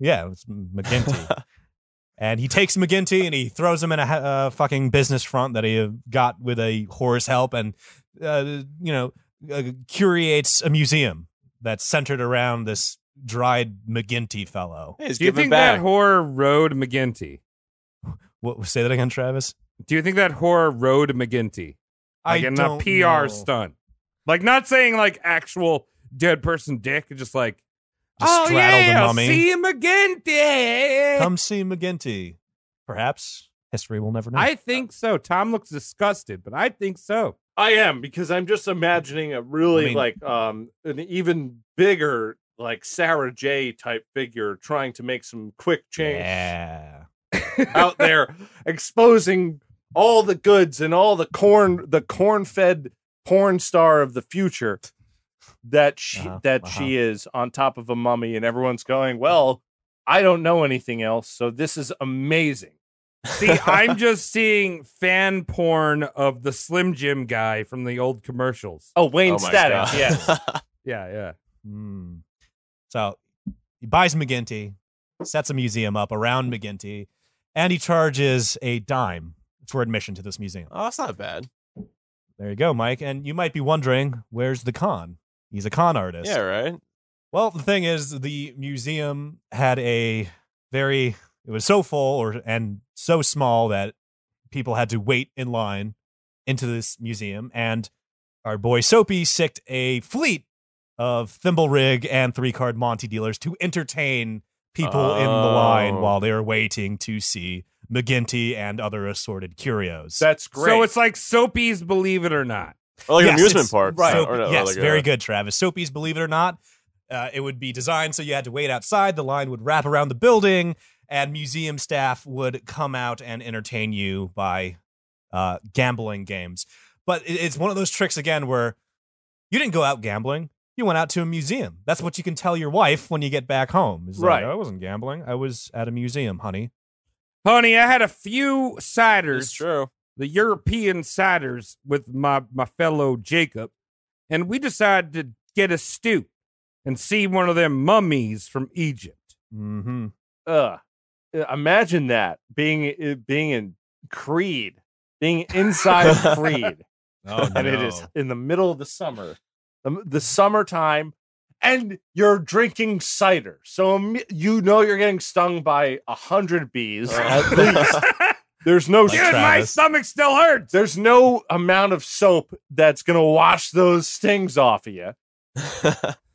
Yeah,
(laughs)
it's McGinty. and he takes McGinty and he throws him in a ha- uh, fucking business front that he uh, got with a whore's help and, uh, you know, uh, curates a museum that's centered around this dried McGinty fellow.
Hey, he's
Do you
giving
think
back.
that horror rode McGinty?
What, say that again, Travis?
Do you think that horror rode McGinty? Like in a PR
know.
stunt. Like not saying like actual dead person dick, just like
Just
oh,
straddle the
yeah,
mummy."
See him again, dick.
Come see McGinty. Perhaps history will never know.
I think so. Tom looks disgusted, but I think so.
I am because I'm just imagining a really
I mean-
like um an even bigger like Sarah J type figure trying to make some quick change
yeah.
out there, exposing all the goods and all the corn the corn fed porn star of the future that she
Uh-huh,
that
uh-huh.
she is on top of a mummy and everyone's going, Well, I don't know anything else, so this is amazing.
(laughs) See, I'm just seeing fan porn of the Slim Jim guy from the old commercials.
Oh, Wayne
Oh my
Static,
God.
yes.
(laughs)
Yeah, yeah.
Hmm. So he buys McGinty, sets a museum up around McGinty, and he charges a dime for admission to this museum.
oh, that's not bad.
There you go, Mike. And you might be wondering, where's the con? He's a con artist.
Yeah, right.
Well, the thing is, the museum had a very it was so full or and so small that people had to wait in line into this museum, and our boy Soapy sicked a fleet of thimble rig and three card Monty dealers to entertain people in the line
Oh.
while they were waiting to see McGinty and other assorted curios.
That's great.
So it's like Soapy's Believe It or Not.
Or like
Yes,
an amusement
it's-
park.
Right.
Or- or no,
yes,
like uh, a-
very good, Travis. Soapies, believe it or not, uh, it would be designed so you had to wait outside. The line would wrap around the building, and museum staff would come out and entertain you by uh, gambling games. But it- it's one of those tricks again where you didn't go out gambling. You went out to a museum. That's what you can tell your wife when you get back home. It's like,
Right.
I wasn't gambling. I was at a museum, honey.
Honey, I had a few
It's
ciders,
true.
the European ciders, with my, my fellow Jacob, and we decided to get a stew and see one of them mummies from Egypt.
(laughs)
Mm-hmm.
Ugh. Uh, imagine that being uh, being in Creed, being inside Creed.
Oh,
and it is in the middle of the summer, the, the summertime, and you're drinking cider. So im- you know you're getting stung by a hundred bees.
(laughs)
(laughs)
At least there's no
Like
Dude, my
Travis.
stomach still hurts.
there's no amount of soap that's gonna wash those stings off of you.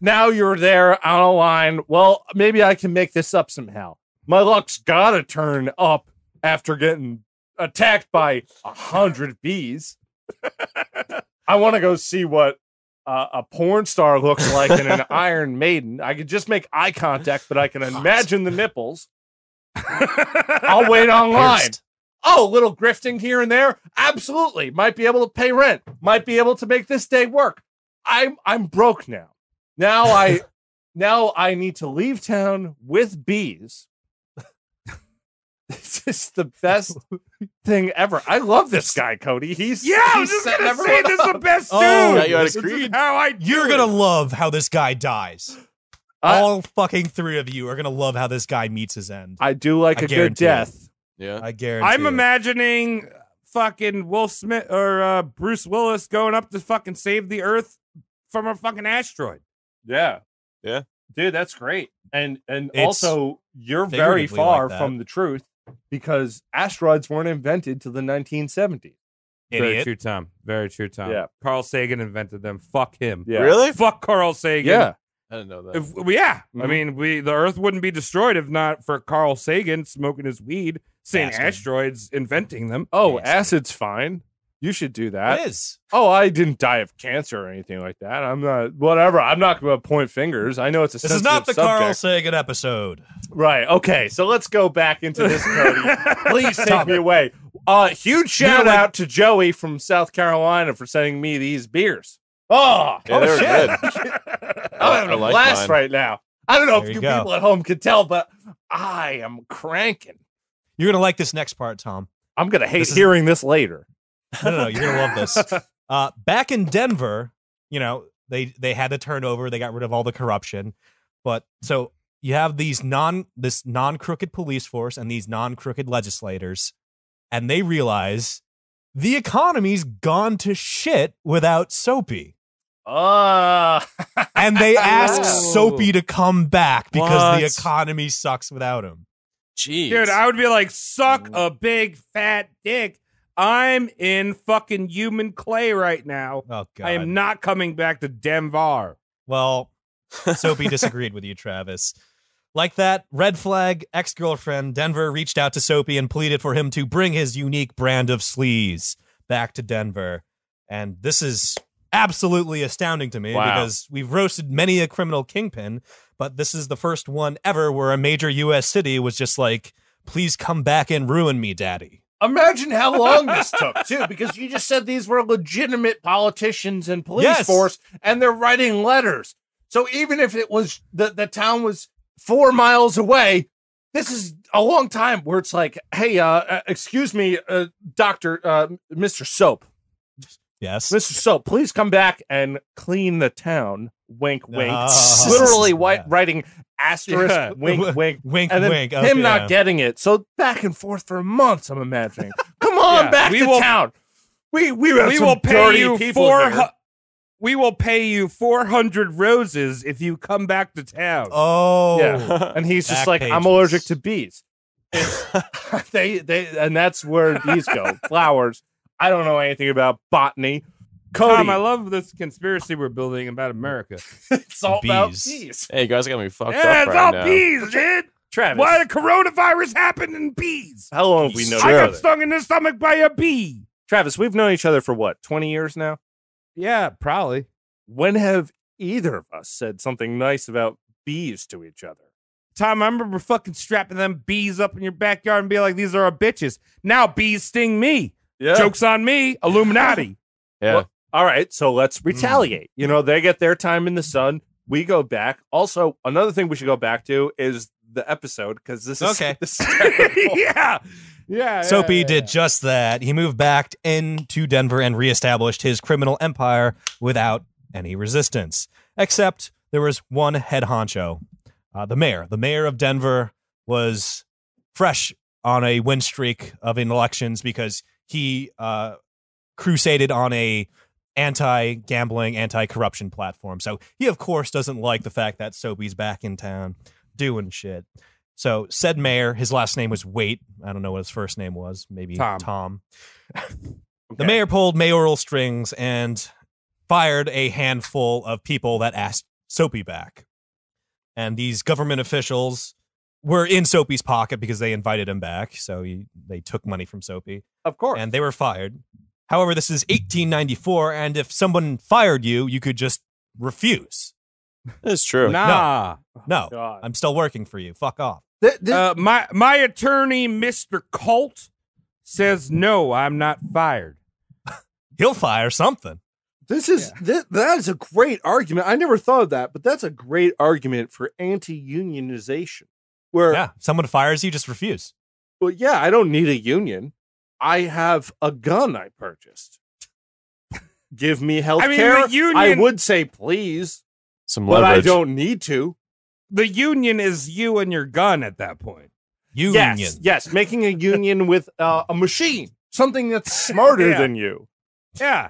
Now you're there on a line. Well, maybe I can make this up somehow. My luck's gotta turn up after getting attacked by a hundred bees. I want to go see what uh, a porn star looks like in
(laughs)
an Iron Maiden. I could just make eye contact, but I can imagine the nipples.
(laughs)
I'll wait online.
Pierced.
Oh, a little grifting here and there. Absolutely, might be able to pay rent. Might be able to make this day work. I'm I'm broke now.
(laughs)
Now I now I need to leave town with bees This is the
(laughs)
best thing ever. I love this guy, Cody. He's
Yeah, I was just
he's setting
gonna say
everyone
this is the
up.
best dude.
Oh,
Got you out of
This is
Creed.
how I do
You're
it.
gonna love how this guy dies.
I-
All fucking three of you are gonna love how this guy meets his end.
I do like
I
a good
guarantee it.
death.
Yeah.
I guarantee.
I'm
it.
imagining uh, fucking Will Smith or uh, Bruce Willis going up to fucking save the Earth from a fucking asteroid.
Yeah.
Yeah.
Dude, that's great. And and
It's
also you're very
figuratively
far
like that.
from the truth because asteroids weren't invented till the 1970s.
Very
idiot.
true, Tom. Very true, Tom.
Yeah.
Carl Sagan invented them. Fuck him.
Yeah.
Really?
Fuck Carl Sagan.
Yeah.
I didn't know that.
If, yeah. I
Mhm.
mean, we the Earth wouldn't be destroyed if not for Carl Sagan smoking his weed, seeing
Bastard.
asteroids, inventing them.
Oh,
Yes.
acid's fine. You should do that.
It is.
Oh, I didn't die of cancer or anything like that. I'm not whatever. I'm not going to point fingers. I know it's a
This is not the
sensitive
Carl
subject.
Sagan episode.
Right. Okay. So let's go back into
(laughs)
this, Cody. Please take me away. Uh, huge
You're
shout
like-
out to Joey from South Carolina for sending me these beers. Oh,
Yeah,
oh
they were
shit. (laughs) I'm
I-
having
I
a
like
blast
mine.
right now. I don't know
There
if
you
you
go.
people at home could tell, but I am cranking.
You're gonna like this next part, Tom.
I'm gonna hate
This is-
hearing this later.
No, no, no you're gonna love this.
(laughs)
Uh, back in Denver, you know they they had the turnover. They got rid of all the corruption, but so you have these non this non crooked police force and these non crooked legislators, and they realize the economy's gone to shit without Soapy,
Ah,
and they ask
Wow.
Soapy to come back because
What?
the economy sucks without him.
Jeez.
Dude, I would be like, suck
Mm.
a big fat dick. I'm in fucking human clay right now.
Oh god!
I am not coming back to Denver.
Well, Soapy disagreed with you, Travis. Like that, red flag ex girlfriend Denver reached out to Soapy and pleaded for him to bring his unique brand of sleaze back to Denver. And this is absolutely astounding to me
Wow.
because we've roasted many a criminal kingpin, but this is the first one ever where a major U.S. city was just like, please come back and ruin me, daddy.
imagine how long this took too, because you just said these were legitimate politicians and police
Yes.
force, and they're writing letters. So even if it was the the town was four miles away, this is a long time where it's like, hey, uh, uh, excuse me, uh, Doctor, uh, Mister Soap,
Yes.
Mr. Soap, please come back and clean the town. Wink,
(laughs)
wink.
Ah.
Literally
Yeah.
wi- writing asterisk,
Yeah.
(laughs)
wink, wink.
Wink,
And then
wink.
him
Okay,
not
yeah.
getting it. So back and forth for months,
(laughs)
I'm imagining. Come on
Yeah,
back
we
to
will-
town. We we, have
we
some
will pay
dirty
you
people
four.
here.
hu- We will pay you four hundred roses if you come back to town.
Oh.
Yeah. And he's just like,
Back
I'm
pages.
allergic
(laughs)
to bees. (laughs) It's- they they and that's where bees go. Flowers. I don't know anything about botany. Cody,
Tom, I love this conspiracy we're building about America.
it's all about
Bees.
bees.
(laughs) hey, you guys got me fucked
yeah, it's
up right
all
now.
peas, dude.
Travis,
Why the coronavirus happened in bees?
how long have we known
I
each
got
other?
stung in the stomach by a bee.
Travis, we've known each other for what, 20 years now?
Yeah, probably.
When have either of us said something nice about bees to each other?
Tom, I remember fucking strapping them bees up in your backyard and be like, "These are our bitches." Now bees sting me.
Yeah.
Jokes on me, (laughs) Illuminati.
Yeah.
What? All right, so let's retaliate. You know, they get their time in the sun. We go back. Also, another thing we should go back to is the episode because this is
Okay.
(laughs) This is terrible.
yeah, yeah.
(laughs) Soapy
yeah, yeah.
did just that. He moved back into Denver and reestablished his criminal empire without any resistance. Except there was one head honcho, uh, the mayor. The mayor of Denver was fresh on a win streak of in elections because he uh, crusaded on a anti-gambling, anti-corruption platform. So he, of course, doesn't like the fact that Soapy's back in town doing shit. So said mayor, his last name was Wait. I don't know what his first name was. Maybe
Tom.
The mayor pulled mayoral strings and fired a handful of people that asked Soapy back. And these government officials were in Soapy's pocket because they invited him back. So he, they took money from Soapy
of course.
and they were fired. However, this is 1894, and if someone fired you, you could just refuse.
It's true.
Nah.
No,
Oh, God.
I'm still working for you. Fuck off.
Th- th-
Uh, my my attorney, Mr. Colt, says no, I'm not fired.
He'll fire something.
This is thi- that is a great argument. I never thought of that, but that's a great argument for anti-unionization. Where
Yeah, someone fires you, just refuse.
Well, yeah, I don't need a union. I have a gun I purchased. Give me health
I mean,
care.
the union.
I would say please,
Some
but I
leverage.
don't need to.
The union is you and your gun at that point.
Union.
Yes, yes, making a union with uh, a machine, something that's smarter
Yeah.
than you.
Yeah.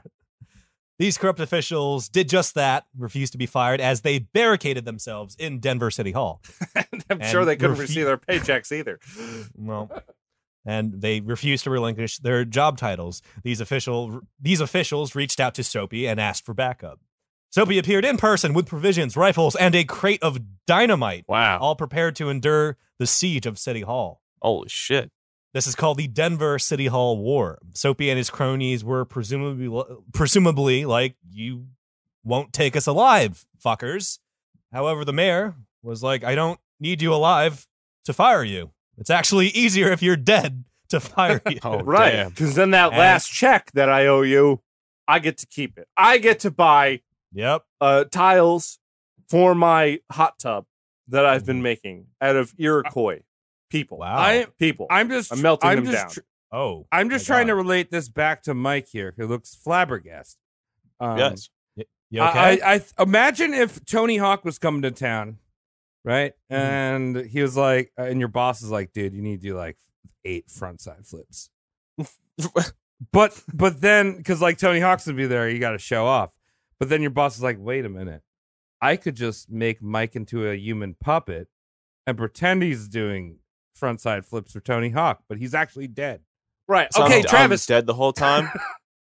These corrupt officials did just that, refused to be fired as they barricaded themselves in Denver City Hall.
I'm
And
sure they couldn't
refu-
receive their paychecks (laughs) either.
Well, and they refused to relinquish their job titles. These official these officials reached out to Soapy and asked for backup. Soapy appeared in person with provisions, rifles, and a crate of dynamite,
Wow.
all prepared to endure the siege of City Hall.
Holy shit.
This is called the Denver City Hall War. Soapy and his cronies were presumably presumably like you won't take us alive, fuckers. However, the mayor was like, "I don't need you alive to fire you. It's actually easier if you're dead
(laughs)
to fire you."
Oh,
right.
damn.
Because then that
And-
last check that I owe you, I get to keep it. I get to buy
Yep.
uh, tiles for my hot tub that I've been making out of Iroquois people.
Wow.
I
People.
I'm just
I'm melting
I'm
them
just
down.
tr-
oh,
I'm just
my
trying to
God.
relate this back to Mike here, who looks flabbergasted. Um,
yes.
You okay?
I, I, I th- imagine if Tony Hawk was coming to town, right?
Mm-hmm.
And he was like, uh, and your boss is like, dude, you need to do like eight front side
(laughs)
flips. but but then because like Tony Hawk's would be there, you got to show off. But then your boss is like, wait a minute, I could just make Mike into a human puppet and pretend he's doing front side flips for Tony Hawk, but he's actually dead.
right.
So I'm
okay,
d- I'm
Travis,
um, dead the
(laughs)
whole time.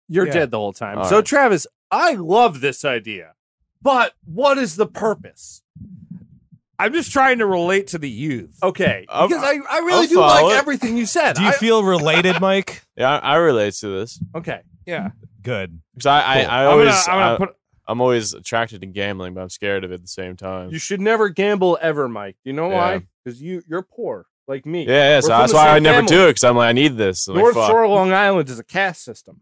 you're
Yeah.
dead the whole time.
All
so,
right.
Travis, I love this idea, but what is the purpose?
I'm just trying to relate to the youth.
Oh, (laughs)
Okay.
I'll-
because I, I really
I'll
do like
follow it.
everything you said.
Do you
I-
(laughs)
feel related, Mike?
yeah, I, I relate to this
okay.
Yeah,
Good.
because I, I,
Cool.
I
I'm
always, uh,
gonna, I'm gonna
I,
put
am always attracted to gambling, but I'm scared of it at the same time.
You should never gamble ever, Mike. You know
Yeah.
why? Because you, you're poor, like me.
yeah, yeah.
We're
So
from
that's
the
why I
same
never
family.
do it because I'm like, I need this. I'm like,
North
fuck.
Shore Long Island is a caste system.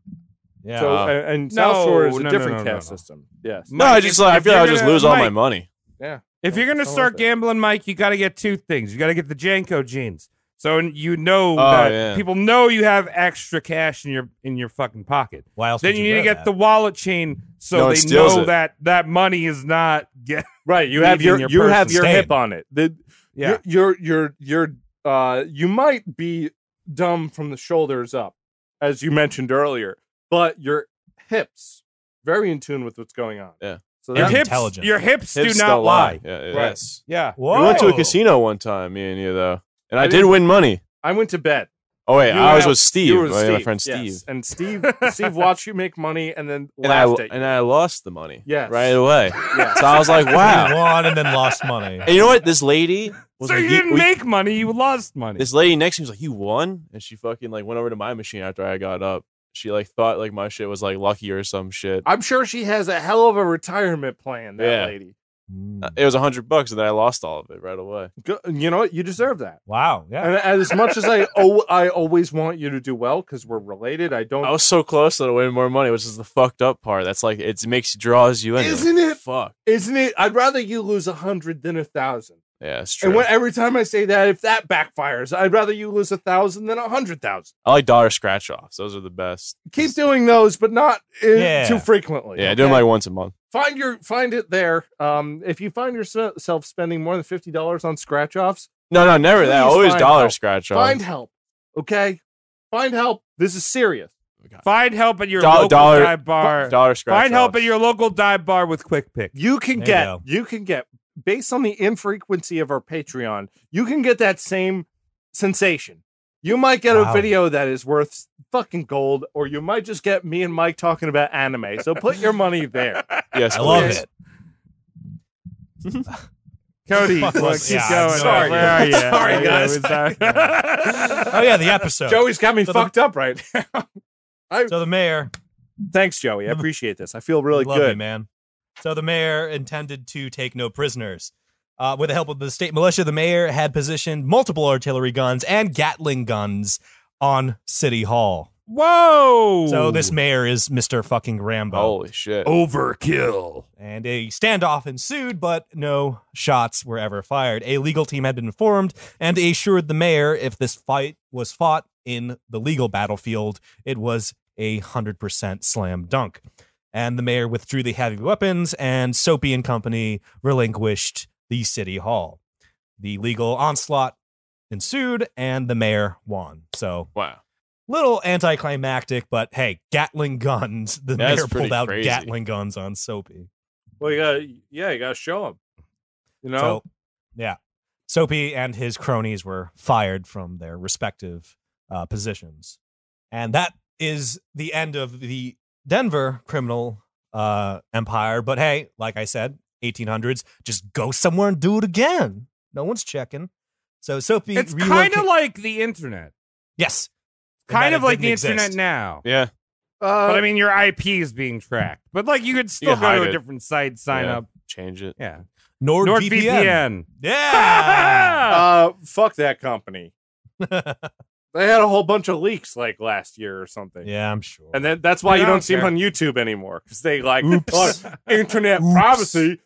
Yeah.
So
Uh,
and, and
no,
South Shore is a
no, no,
different
no, no,
caste
no.
system. Yes.
No, I just like, I feel like I just lose all my money.
Yeah.
If you're gonna
Something
start
like that.
gambling, Mike, you got to get two things. You got to get the Janko jeans, so you know
Oh,
that
yeah.
people know you have extra cash in your in your fucking pocket.
Why else?
Then
would
you
you,
need to
wear
get
that?
the wallet chain, so
No one
they
steals
know
it.
that that money is not. (laughs) Get-
Right. You
Leave
have
in
your,
your
you
purse
have
and
your
stay
hip
in.
on it. The,
yeah,
You're, you're you're you're uh you might be dumb from the shoulders up, as you mentioned earlier, but your hips very in tune with what's going on.
Yeah.
So
Your
your
that,
hip-
hips,
intelligent.
your hips,
Hips
do not
don't
lie.
Yeah, yeah,
Right.
yes.
Yeah,
Whoa.
We went to a casino one time, me and you though, and I,
I
did
didn't-
win money.
I went to bed.
Oh wait,
You
I
went
was
out-
with Steve,
you were with
my
Steve,
friend Steve,
yes. And Steve Steve watched you make money and then
and I
laughed at you.
and I lost the money.
Yes.
right away.
Yes.
(laughs) So I was like,
(laughs)
You
wow.
won and then lost money.
And you know what? This lady was
so
like,
you didn't
we-
make money; you lost money.
this lady next to me was like, "You won," and she fucking like went over to my machine after I got up. She like thought like my shit was like lucky or some shit.
I'm sure she has a hell of a retirement plan, that
Yeah.
lady.
Mm.
Uh, It was a hundred bucks, and then I lost all of it right away.
Go, you know what? You deserve that.
Wow. Yeah.
(laughs)
And as much as I oh, I always want you to do well because we're related. I don't.
I was so close to winning more money, which is the fucked up part. That's like it makes draws you in.
Isn't it?
Fuck.
Isn't it? I'd rather you lose a hundred than a thousand.
Yeah, it's true.
And when, every time I say that, if that backfires, I'd rather you lose a thousand than a hundred thousand.
I like dollar scratch offs. Those are the best.
Keep doing those, but not uh,
Yeah.
too frequently.
Yeah, I do them
okay?
like once a month.
find your find it there. Um, if you find yourself spending more than fifty dollars on scratch offs,
No, no, never that.
Please
Always
find
dollar
help.
scratch off.
find help. Okay, find help. This is serious.
Find help at your
Doll-
local
dollar-
dive bar.
dollar scratch.
Find help
offs.
at your local dive bar with Quick Pick.
you can
There you
get
go.
you can get based on the infrequency of our patreon you can get that same sensation you might get
Wow.
a video that is worth fucking gold or you might just get me and mike talking about anime so put your money
(laughs)
there
Yes,
I love
please.
it.
Cody,
Fuck
look,
was-
keep
yeah, I'm
going.
sorry.
Where (laughs) are you?
Sorry, guys.
(laughs)
Oh yeah, the episode.
joey's got me
So the-
fucked up right (laughs) now
So the mayor
thanks
(laughs)
joey i appreciate this i feel really
Love
good
you, man. So the mayor intended to take no prisoners. Uh, with the help of the state militia, the mayor had positioned multiple artillery guns and Gatling guns on City Hall.
Whoa!
So this mayor is Mr. fucking Rambo.
Holy shit.
overkill.
and a standoff ensued, but no shots were ever fired. A legal team had been formed and assured the mayor if this fight was fought in the legal battlefield, it was a 100% slam dunk. And the mayor withdrew the heavy weapons, and Soapy and Company relinquished the city hall. The legal onslaught ensued, and the mayor won. So,
Wow.
little anticlimactic, but hey, Gatling guns. The
That's
mayor pulled
pretty
out
crazy.
Gatling guns on Soapy.
Well, you got yeah, you got to show them. You know,
So, yeah. Soapy and his cronies were fired from their respective uh, positions. And that is the end of the Denver criminal uh, empire. But hey, like I said, 1800s, just go somewhere and do it again. No one's checking. So Soapy.
It's
reloca-
kind of like the internet.
Yes. And
Kind
that
of
it
like
didn't
the
exist.
internet now.
Yeah.
but
Uh,
I mean, your IP is being tracked. But like, you could still
can
go to
hide
a
it.
different site, sign
Yeah.
up.
Change it.
Yeah.
NordVPN.
NordVPN. (laughs)
Yeah.
uh, fuck that company. They had a whole bunch of leaks like last year or something.
yeah, I'm sure.
And then that's why
I
you
don't
don't see them
care.
on YouTube anymore because they like
Oops.
"Oh,
(laughs)
internet
Oops.
privacy.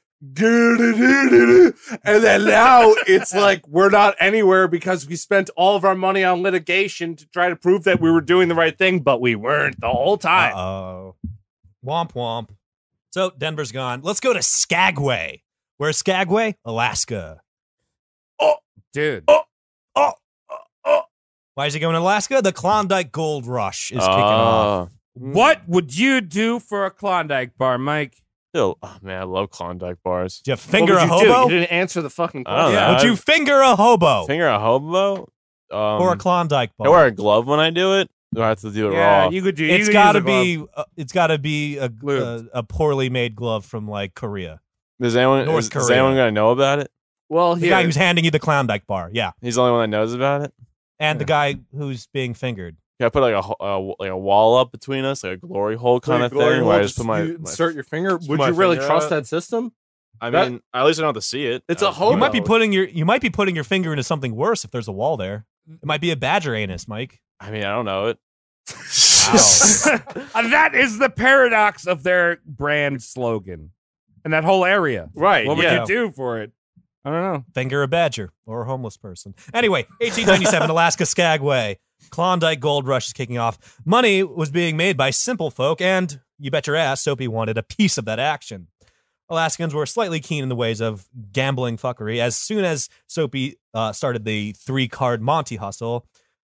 And then now it's like we're not anywhere because we spent all of our money on litigation to try to prove that we were doing the right thing, but we weren't the whole time.
Oh, womp womp. So Denver's gone. Let's go to Skagway. Where's Skagway? Alaska.
Dude.
Why is he going to Alaska? The Klondike Gold Rush is kicking off.
Ah.
Mm.
What would you do for a Klondike bar, Mike?
Still, oh, man, I love Klondike bars.
Do you finger
what
a
would you do?
hobo?
You didn't answer the fucking
I don't
question.
know.
Would you finger a hobo
Finger a hobo? Um,
Oh. or a Klondike
I
bar?
wear a glove when I do it. Do I have to do it
yeah,
raw?
you could do. you
It's
could
got to
use a glove.
be. Uh, it's got to be a, a
Lubed.
a poorly made glove from like Korea.
Does anyone
North
is, is
Korea.
anyone gonna know about it?
Well,
The
here,
guy who's handing you the Klondike bar, yeah,
He's the only one that knows about it.
and the guy who's being fingered.
Can I put like a, ho- a w- like a wall up between us, like a glory hole kind of
Glory
thing?
hole,
Where I just
just
put my,
you
my-
insert your finger.
just
Would
put
you
my
really
finger
trust
out.
that system?
I
that-
mean, at least I don't have to see it.
It's a
I just-
hobo.
You might be putting your. You might be putting your finger into something worse if there's a wall there. It might be a badger anus, Mike.
I mean, I don't know it. (laughs)
Uh, that is the paradox of their brand slogan and that whole area.
Right.
What would
yeah.
you (laughs) do for it? I don't know.
finger a badger or a homeless person. Anyway,
(laughs)
1897, Alaska Skagway. Klondike Gold Rush is kicking off. Money was being made by simple folk, and you bet your ass Soapy wanted a piece of that action. Alaskans were slightly keen in the ways of gambling fuckery. As soon as Soapy uh, started the three card Monty hustle,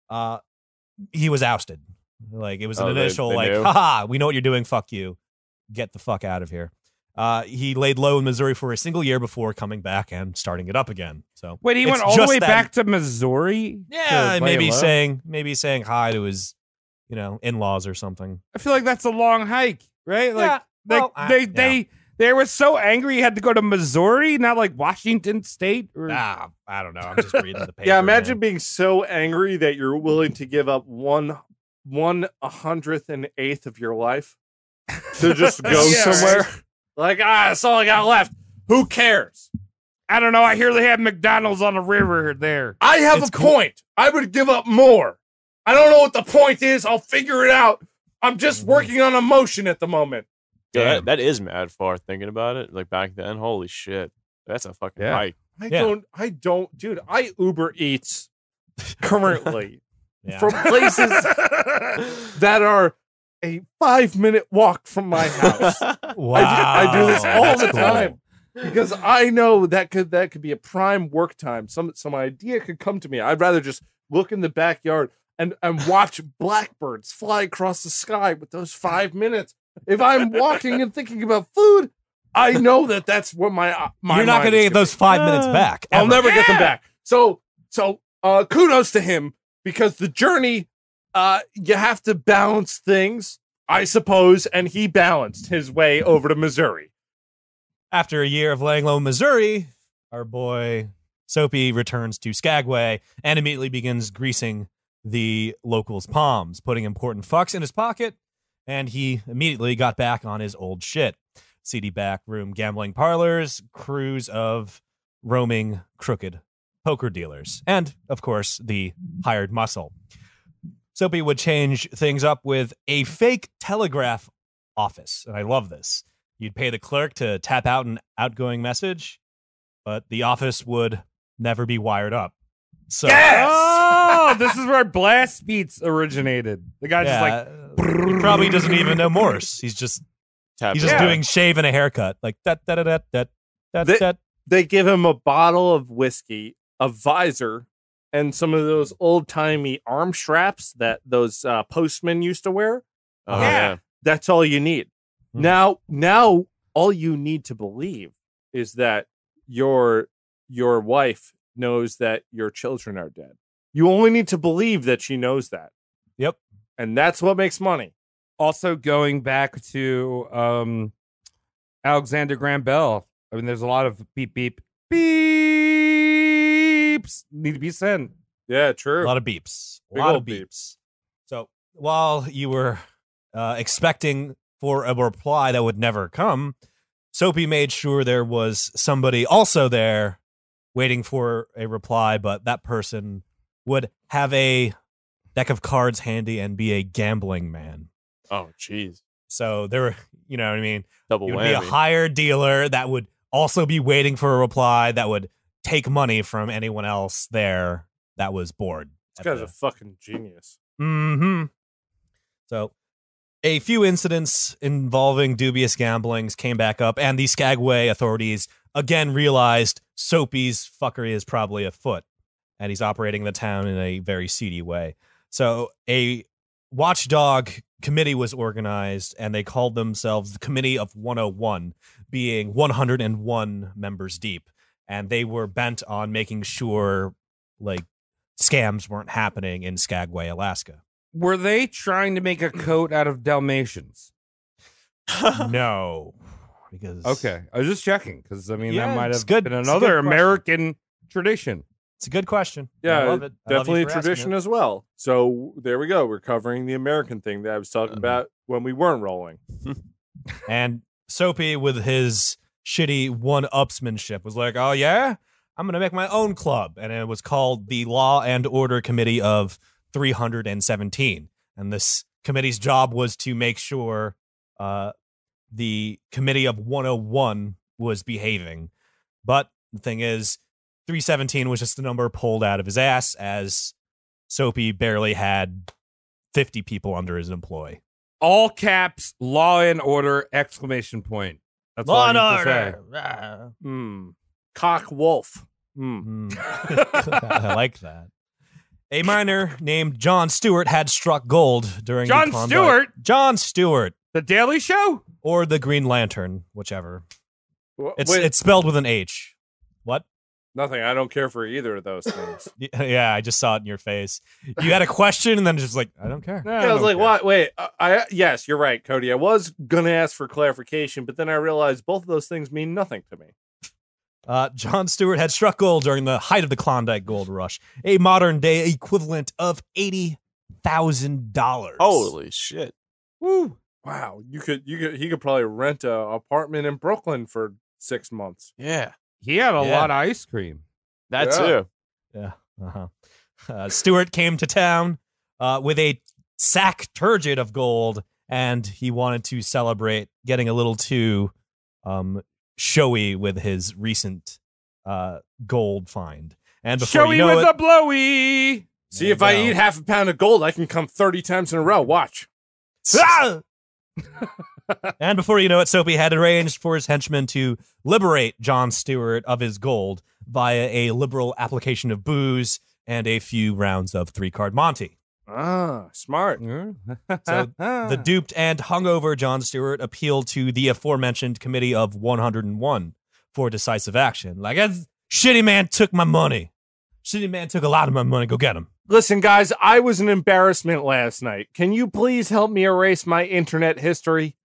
uh, he was ousted. Like it was an
Oh, they-
initial,
they
like,
knew.
haha, we know what you're doing. Fuck you. Get the fuck out of here. Uh, he laid low in Missouri for a single year before coming back and starting it up again. So
Wait, he
It's
went all the
just
way
that-
back to Missouri?
yeah,
to
and
play
maybe
alone?
saying maybe saying hi to his, you know, in laws or something.
I feel like that's a long hike, right? Like, like
well, I-
they
yeah.
they they were so angry he had to go to Missouri, not like Washington State. Or,
Ah, I don't know. I'm just reading the
(laughs)
paper.
yeah, imagine
man.
being so angry that you're willing to give up one one hundredth and eighth of your life to just go
Yeah, right.
somewhere. Like, ah, that's all I got left. Who cares?
I don't know. I hear they have McDonald's on the river there.
I have
It's
a
cool.
point. I would give up more. I don't know what the point is. I'll figure it out. I'm just
Mm-hmm.
working on emotion at the moment.
(laughs) Yeah,
Damn.
that, that is mad far thinking about it. Like back then, holy shit, that's a fucking
Yeah.
hike.
I
Yeah.
don't I don't dude, I Uber
(laughs)
Eats currently
Yeah.
from places that are a five minute walk from my house.
(laughs) wow.
I, do, I do this all
That's
the
cool.
time because I know that could that could be a prime work time. Some some idea could come to me. I'd rather just look in the backyard and and watch blackbirds fly across the sky with those five minutes. If I'm walking and thinking about food, I know that that's what my uh, my
You're not
mind
going to
is
get
gonna
those five minutes
Uh,
back.
be. I'll
ever.
never get them
Yeah.
back. So so uh, kudos to him because the journey. Uh, you have to balance things, I suppose, and he balanced his way over to Missouri.
After a year of laying low in Missouri, our boy Soapy returns to Skagway and immediately begins greasing the locals' palms, putting important fucks in his pocket, and he immediately got back on his old shit. Seedy back room gambling parlors, crews of roaming crooked poker dealers, and of course the hired muscle. Soapy would change things up with a fake telegraph office. And I love this. You'd pay the clerk to tap out an outgoing message, but the office would never be wired up. So
Oh, this is where blast beats originated. The guy just
Yeah, he probably doesn't even know Morse. He's just
(laughs) Tap
he's just
it.
doing shave and a haircut. Like that that that that that
Th-
that
They give him a bottle of whiskey, a visor, and some of those old timey arm straps that those uh, postmen used to wear.
Oh,
Yeah.
yeah.
That's all you need.
Hmm.
Now, now all you need to believe is that your your wife knows that your children are dead. You only need to believe that she knows that.
Yep.
And that's what makes money.
also going back to um, Alexander Graham Bell. I mean, there's a lot of beep beep beeps need to be sent.
Yeah,
a
true.
lot of beeps.
er
A
Big
lot of
old
beeps.
beeps.
So while you were uh, expecting for a reply that would never come, Soapy made sure there was somebody also there waiting for a reply, but that person would have a deck of cards handy and be a gambling man.
Oh, jeez.
So there were, you know what I mean?
Double
It would be a
whammy.
higher dealer that would also be waiting for a reply that would take money from anyone else there that was bored.
This guy's a fucking genius.
hmm So, a few incidents involving dubious gamblings came back up, and the Skagway authorities again realized Soapy's fuckery is probably afoot, and he's operating the town in a very seedy way. So, a watchdog committee was organized, and they called themselves the Committee of 101, being 101 members deep, and they were bent on making sure, like, scams weren't happening in Skagway, Alaska.
Were they trying to make a coat out of Dalmatians?
no, because
Okay, I was just checking because I mean
Yeah,
that might
it's
have
good-
been
it's a good
another
question.
American tradition.
it's a good question.
Yeah,
I love it. I love you
Definitely a
for asking
tradition
it.
as well. So there we go. We're covering the American thing that I was
Mm-hmm.
talking about when we weren't rolling.
And Soapy, with his shitty one-upsmanship, was like, "Oh yeah, I'm gonna make my own club," and it was called the Law and Order Committee of 317. And this committee's job was to make sure uh, the committee of 101 was behaving. But the thing is, 317 was just a number pulled out of his ass, as Soapy barely had 50 people under his employ.
All caps, law and order! Exclamation point. That's all I need to say.
order. Ah.
Hmm. Cock wolf. Hmm.
(laughs)
Hmm. (laughs) I like that. A miner named John Stewart had struck gold during the
John
Klondike-
Stewart,
John Stewart,
The Daily Show.
or the Green Lantern, whichever.
Wh-
It's
Wait,
it's spelled with an H. What?
nothing. I don't care for either of those things.
Y- Yeah, I just saw it in your face. You had a question, and then just like (laughs) I don't care.
No,
Yeah, I was
don't
like,
care.
what? Wait, I, I yes, you're right, Cody. I was gonna ask for clarification, but then I realized both of those things mean nothing to me.
Uh, John Stewart had struck gold during the height of the Klondike Gold Rush, a modern day equivalent of eighty thousand dollars.
Holy shit.
Woo.
Wow, you could you could he could probably rent a apartment in Brooklyn for six months.
Yeah.
He had a
Yeah.
lot of ice cream.
That
Yeah.
too.
Uh-huh. Uh, Stewart came to town uh, with a sack turgid of gold, and he wanted to celebrate getting a little too um, showy with his recent uh, gold find. And before
Showy
you know
with
it,
a blowy.
See
There
if
you
I
go.
eat half a pound of gold, I can come thirty times in a row. Watch.
Ah!
Ah!
(laughs) and before you know it, Soapy had arranged for his henchmen to liberate John Stewart of his gold via a liberal application of booze and a few rounds of three card Monty.
(laughs) Ah, smart.
(laughs)
So,
Oh.
The duped and hungover John Stewart appealed to the aforementioned committee of 101 for decisive action. Like, "That's- shitty man took my money. Shitty man took a lot of my money. Go get him.
Listen, guys, I was an embarrassment last night. Can you please help me erase my internet history?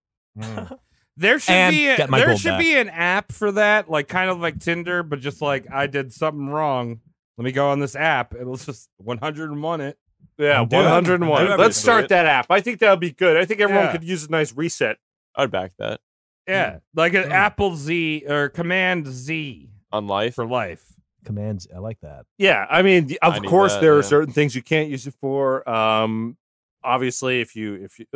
there should
and
be a,
get my
there
gold
should be an app for that, like kind of like Tinder, but just like I did something wrong. Let me go on this app. It'll just 101 it.
Yeah,
I'll do it.
one hundred and
I'll do
one.
everything.
Let's start that app. I think that would be good. I think everyone
Yeah.
could use a nice reset.
I'd back that
Yeah, like an
Mm.
Apple Z or Command Z
on life.
for life.
Commands. I like that.
Yeah, I mean, y-
I
of
need
course,
that,
there are
yeah.
certain things you can't use it for. Um, obviously if you if you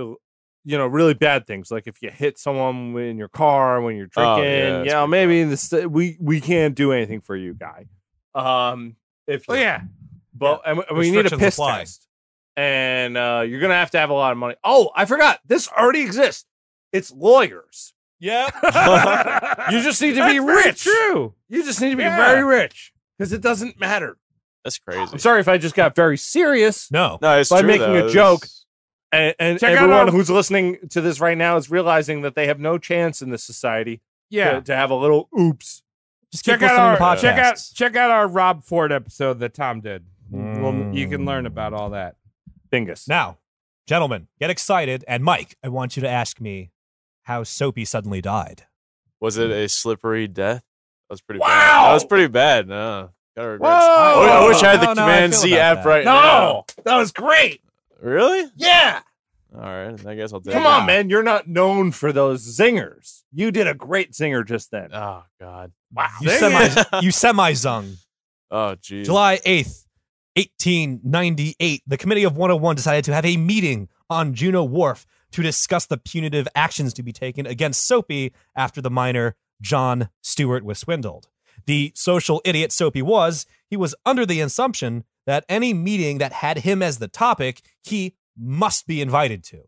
you know really bad things like if you hit someone in your car when you're drinking
Oh, yeah,
yeah,
that's
maybe this we we can't do anything for you guy um if
Oh yeah.
but and we- we need a
Restrictions
piss
apply.
test and uh you're gonna have to have a lot of money oh i forgot this already exists it's lawyers
Yeah.
(laughs)
(laughs)
(laughs)
you just need to
That's
be
very
rich
True.
you just need to be
Yeah.
very rich because it doesn't matter
That's crazy.
i'm sorry if i just got very serious
No.
No, it's
By
true,
making a
though.
joke,
It's-
and, and
Check out
everyone
our-
who's listening to this right now is realizing that they have no chance in this society
Yeah.
to, to have a little oops.
Just
check
keep listening
out
to
our
podcasts.
check out check out our Rob Ford episode that Tom did. Well, you can learn about all that.
Dingus.
Now, gentlemen, get excited. And Mike, I want you to ask me how Soapy suddenly died.
Was it a slippery death? That was pretty bad.
Wow!
That was pretty bad. No. Gotta regret-
Whoa!
I, I wish I had the
No, no, I
Command
feel
Z
about
app
that.
right now.
No, that was great.
Really?
Yeah.
All right. I guess I'll take
Come
it.
on, man. You're not known for those zingers. You did a great zinger just then.
Oh, God.
Wow.
You
Dang
(laughs)
semi
it.
you semi zung.
Oh, geez.
July 8th, 1898, the Committee of 101 decided to have a meeting on Juno Wharf to discuss the punitive actions to be taken against Soapy after the miner John Stewart was swindled. The social idiot Soapy was, he was under the assumption that any meeting that had him as the topic, he must be invited to.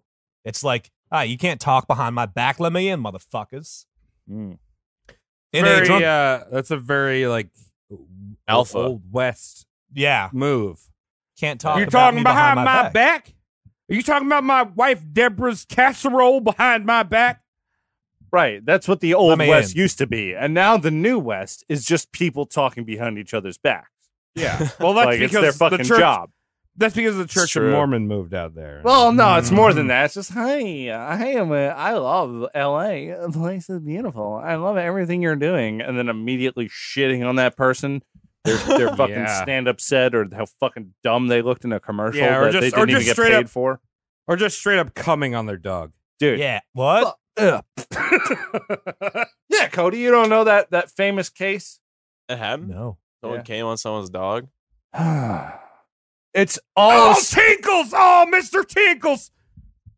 It's like, ah, you can't talk behind my back. Let me in, motherfuckers.
Mm.
In a
very,
drunk-
uh, that's a very like
Alpha.
old west
yeah,
move.
can't talk.
You're
about
talking
me
behind, my,
back.
back. Are you talking about my wife Deborah's casserole behind my back?
Right. That's what the old
Let me
West
in.
used to be. And now the new West is just people talking behind each other's backs.
Yeah. (laughs) Well, that's
like it's
because
their fucking
the church,
job.
That's because the Church of
true.
Mormon moved out there.
Well, no, it's more than that. It's just, hey, I am. A, I love L.A. The place is beautiful. I love everything you're doing, and then immediately shitting on that person. Their, their fucking
Yeah.
stand-up set, or how fucking dumb they looked in a commercial
Yeah, or
that they
just- or
didn't even
just
get
straight
paid
up-
for.
or just straight up coming on their dog.
Dude,
Yeah. What? (laughs)
yeah. yeah, Cody, you don't know that that famous case? (sighs)
It happened?
No.
Someone
Yeah.
came on someone's dog?
it's
Oh,
all
Tinkles! Oh, Mister Tinkles!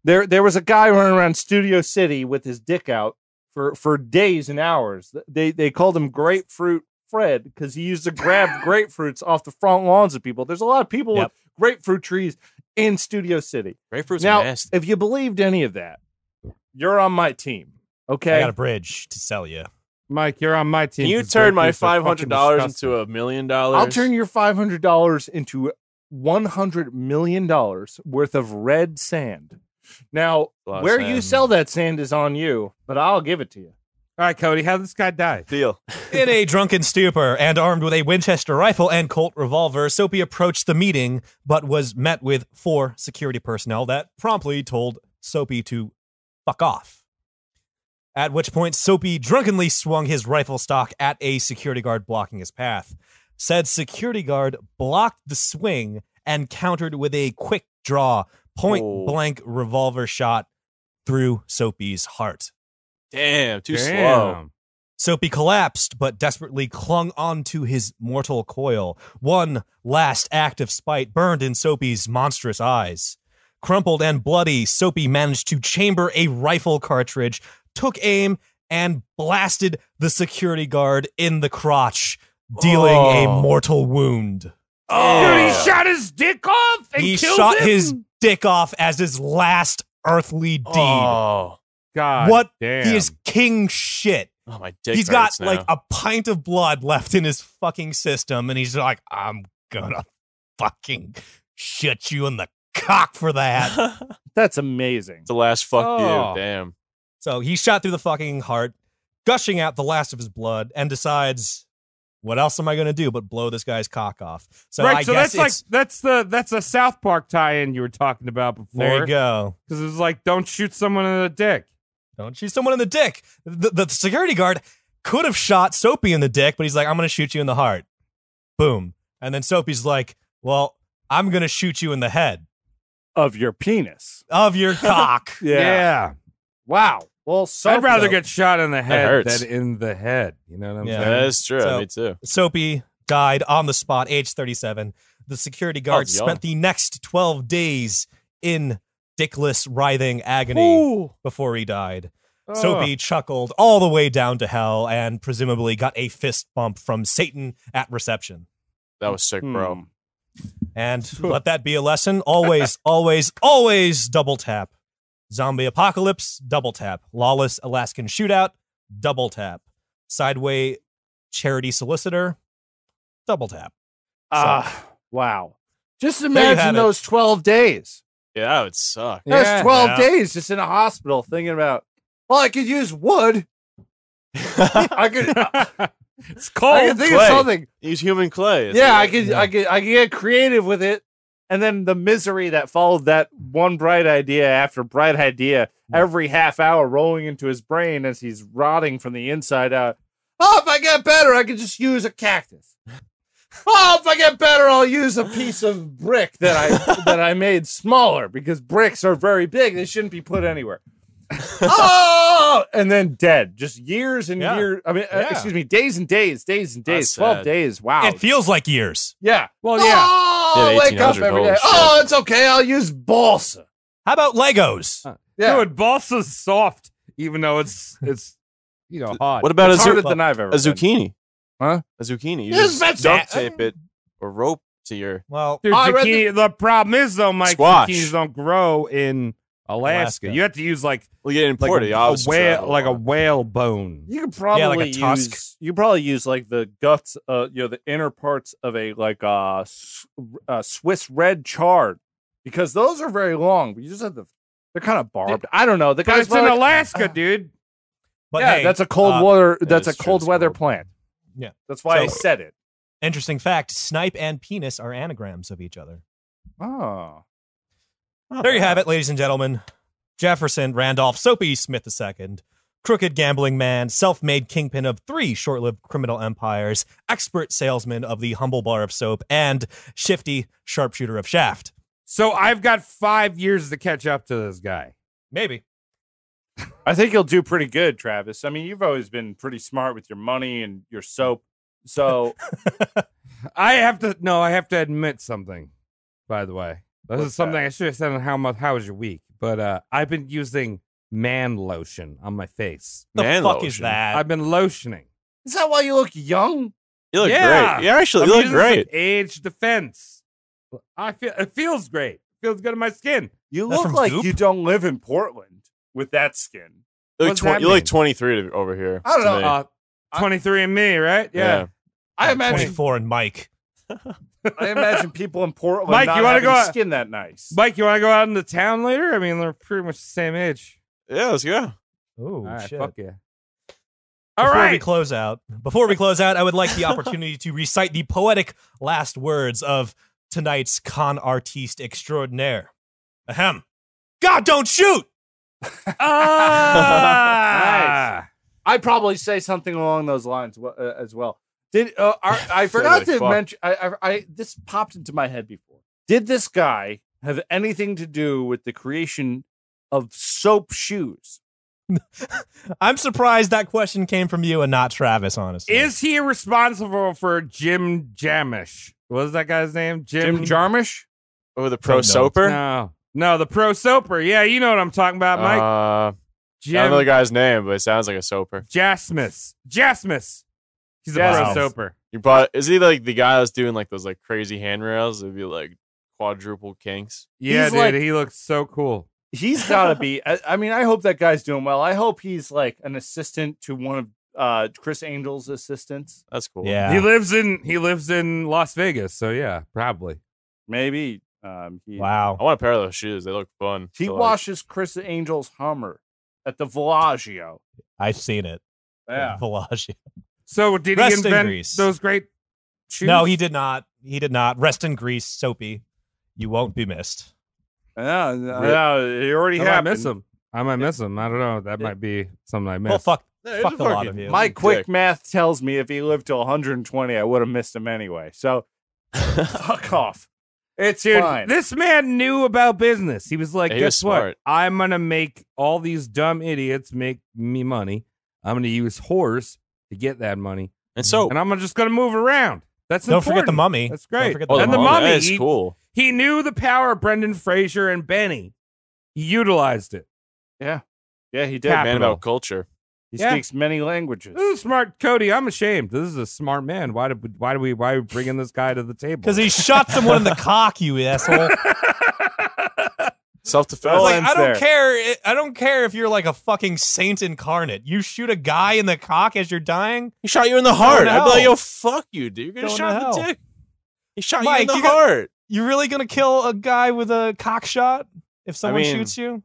There, there was a guy running around Studio City with his dick out for for days and hours. They they called him Grapefruit Fred because he used to
(laughs)
grab grapefruits off the front lawns of people. There's a lot of people
Yep.
with grapefruit trees in Studio City.
Grapefruit's
now,
nasty.
if you believed any of that, you're on my team.
I
Okay,
got a bridge to sell you.
Mike, you're on my team.
Can you
'cause
turn my
grapefruits are fucking
$500
disgusting.
into a million dollars?
I'll turn your five hundred dollars into one hundred million dollars worth of red sand. Now,
A lot of
where you
sand.
sell that sand is on you, but I'll give it to you.
All right, Cody, how this guy die?
Deal.
In a drunken stupor and armed with a Winchester rifle and Colt revolver, Soapy approached the meeting but was met with four security personnel that promptly told Soapy to fuck off. At which point, Soapy drunkenly swung his rifle stock at a security guard blocking his path. Said security guard blocked the swing and countered with a quick draw, point
Oh.
blank revolver shot through Soapy's heart.
Damn, too slow.
Damn.
Soapy collapsed, but desperately clung onto his mortal coil. One last act of spite burned in Soapy's monstrous eyes. Crumpled and bloody, Soapy managed to chamber a rifle cartridge, took aim, and blasted the security guard in the crotch, dealing
Oh.
a mortal wound.
Dude,
Damn.
he shot his dick off and
Oh. He
killed
shot
him?
his dick off as his last earthly deed.
Oh,
God.
What?
Damn.
He is king shit.
oh my dick.
he's got
hurts
like
now.
a pint of blood left in his fucking system, and he's like, I'm gonna fucking shit you in the cock for that.
(laughs)
That's amazing.
the last fuck
Oh.
you. Damn.
so he shot through the fucking heart, gushing out the last of his blood, and decides, what else am I gonna do but blow this guy's cock off? So
right,
I
so
guess
that's like
it's-
that's the that's a South Park tie-in you were talking about
there
before.
you go.
Because it was like, don't shoot someone in the dick.
Don't shoot someone in the dick. The, the security guard could have shot Soapy in the dick, but he's like, I'm going to shoot you in the heart. Boom. And then Soapy's like, Well, I'm going to shoot you in the head
Of your (laughs) penis.
of your cock.
Wow. Well, so
I'd rather get shot in the head
hurts.
than in the head. You know what I'm
Yeah.
saying?
That's true.
So-
Me too.
Soapy died on the spot, age 37. The security
Oh, young.
guard spent the next 12 days in dickless, writhing agony before he died. Soapy chuckled all the way down to hell and presumably got a fist bump from Satan at reception.
That was sick, bro.
Hmm. (laughs)
And let that be a lesson. Always, always, always double tap. Zombie apocalypse, double tap. Lawless Alaskan shootout, double tap. Sideway charity solicitor, double tap.
Ah, wow. Just
had
imagine
it.
those 12 days.
Yeah, that would suck.
That's 12
Yeah.
days just in a hospital thinking about, well, I could use wood. I could,
uh,
It's
I
cold.
could think of
clay.
something.
Use human clay.
yeah, I could,
yeah.
I could, I could get creative with it.
And then the misery that followed that one bright idea after bright idea, every half hour rolling into his brain as he's rotting from the inside out.
Oh, if I get better, I could just use a cactus. Oh, if I get better, I'll use a piece of brick that I that I made smaller because bricks are very big. They shouldn't be put anywhere.
oh, and then dead. Just years and
Yeah.
years. I mean, uh,
Yeah.
excuse me, days and days, days and days.
That's
Twelve
sad.
days. Wow.
It feels like years.
yeah.
Well,
yeah.
Oh,
Yeah,
I wake up
1800,
every
holy
day.
shit.
Oh, it's okay. I'll use balsa.
How about Legos?
Yeah.
Dude, balsa's soft, even though it's it's you know hot.
What about a,
It's harder
zu-
than I've ever.
a zucchini?
Huh?
A zucchini. You
Yes,
just
that's
duct
that.
tape it or rope to your.
Well,
Oh,
Dude,
I read
zucchini, the problem is though, Mike,
Squash.
zucchinis don't grow in Alaska.
Alaska.
You have to use like
Well, you get
like
imported.
a, a whale, like a whale bone.
You could probably
like a tusk.
use. You could probably use like the guts. Uh, you know, the inner parts of a like uh, s- uh Swiss red chard, because those are very long. But you just have the. They're kind of barbed. I don't know. The
But
guys.
it's in
probably-
Alaska, dude.
but
yeah,
hey,
that's a cold
uh,
water. That's
is
a
true,
cold
it's
weather
cold.
plant.
Yeah.
That's why I
So-
said it.
interesting fact. Snipe and penis are anagrams of each other.
Oh.
There you have it, ladies and gentlemen. Jefferson Randolph Soapy Smith II, crooked gambling man, self made kingpin of three short lived criminal empires, expert salesman of the humble bar of soap, and shifty sharpshooter of shaft.
So I've got five years to catch up to this guy.
Maybe.
I think you'll do pretty good, Travis. I mean, you've always been pretty smart with your money and your soap. So
I have to no, I have to admit something, by the way. This is something I should have said on how much how was your week. But uh I've been using man lotion on my face.
The
Man
fuck is
lotion.
that?
I've been lotioning.
(laughs) Is that why you look young?
You look
Yeah.
great. Yeah, actually,
I'm
you look
using this
great.
in Age defense. I feel it feels great. Feels good in my skin.
you
That's
look
from
like
Goop?
you don't live in Portland with that skin.
You
What
look,
does that
twen- you look
mean?
23 to- over here.
I don't
to
know.
me.
Uh, twenty three and me, right? Yeah.
I imagine.
24 and Mike.
I imagine people in Portland
Mike,
not
you wanna
having
go out-
skin that nice.
Mike, you want to go out into town later? I mean, they're pretty much the same age.
Yeah, let's go.
Oh,
All right,
shit.
fuck yeah. All
Before we
right.
close out, before we close out, I would like the opportunity to recite the poetic last words of tonight's con artiste extraordinaire. Ahem. God, don't shoot! (laughs)
Ah!
I probably say something along those lines wa- uh, as well. Did uh, I, I forgot
Totally
to
fucked.
mention? I, I, I this popped into my head before. Did this guy have anything to do with the creation of soap shoes?
I'm surprised that question came from you and not Travis, honestly.
Is he responsible for Jim Jamish? What was that guy's name? Jim,
Jim Jarmusch.
Over the pro
know.
soaper?
No, no, the pro soaper. Yeah, you know what I'm talking about, Mike.
Uh, I
Jim
don't know the guy's name, but it sounds like a soaper.
Jasmus. Jasmus. He's a
Jasmus.
pro soaper.
You bought? Is he like the guy that's doing like those like crazy handrails? It'd be like quadruple kinks.
Yeah,
He's
dude,
like-
he looks so cool.
He's got to be. I, I mean, I hope that guy's doing well. I hope he's like an assistant to one of uh, Chris Angel's assistants.
That's cool.
Yeah.
He lives in he lives in Las Vegas, so yeah, probably.
Maybe um, he
I
wow.
want a pair of those shoes. They look fun.
he
So, like,
washes Chris Angel's Hummer at the Villaggio.
I've seen it. (laughs)
Yeah,
Bellagio.
So did
Rest
he
in
invent
Greece.
those great shoes?
No, he did not. He did not. Rest in Greece, Soapy. You won't be missed.
yeah, uh, yeah. It already
I might
happened.
miss him. I might miss him. I don't know. That might be something I missed.
Well, fuck,
there's
fuck a
a
lot
fucking-
of you.
My
Dick.
quick math tells me if he lived till 120, I would have missed him anyway. So fuck off. It's
Dude,
fine.
this man knew about business. He was like,
He was
guess what?
smart.
I'm going to make all these dumb idiots make me money. I'm going to use whores to get that money.
And so,
And I'm just going to move around. That's
Oh. Don't forget the
important.
mummy.
That's
Don't
great.
forget
oh,
and the
mummy,
mummy,
that is
he,
cool.
he knew the power of Brendan Fraser and Benny. utilized it.
Yeah, he did.
Cap-
Man
Capital.
about culture.
He
Yeah.
speaks many languages.
This is smart, Cody. I'm ashamed. This is a smart man. Why did we, why do we why are we bringing this guy to the
(laughs)
table?
Because he shot someone in the cock, you asshole.
Self defense.
Oh,
like,
ends
I don't
there.
care. I don't care if you're like a fucking saint incarnate. You shoot a guy in the cock as you're dying.
he shot you in the heart.
to
I'd be
hell.
like, yo, fuck you, dude. You're gonna
Going
shot
to
in the
hell.
dick. He shot
Mike,
you in
you
the
got-
heart.
You really gonna kill a guy with a cock shot if someone
mean-
shoots you?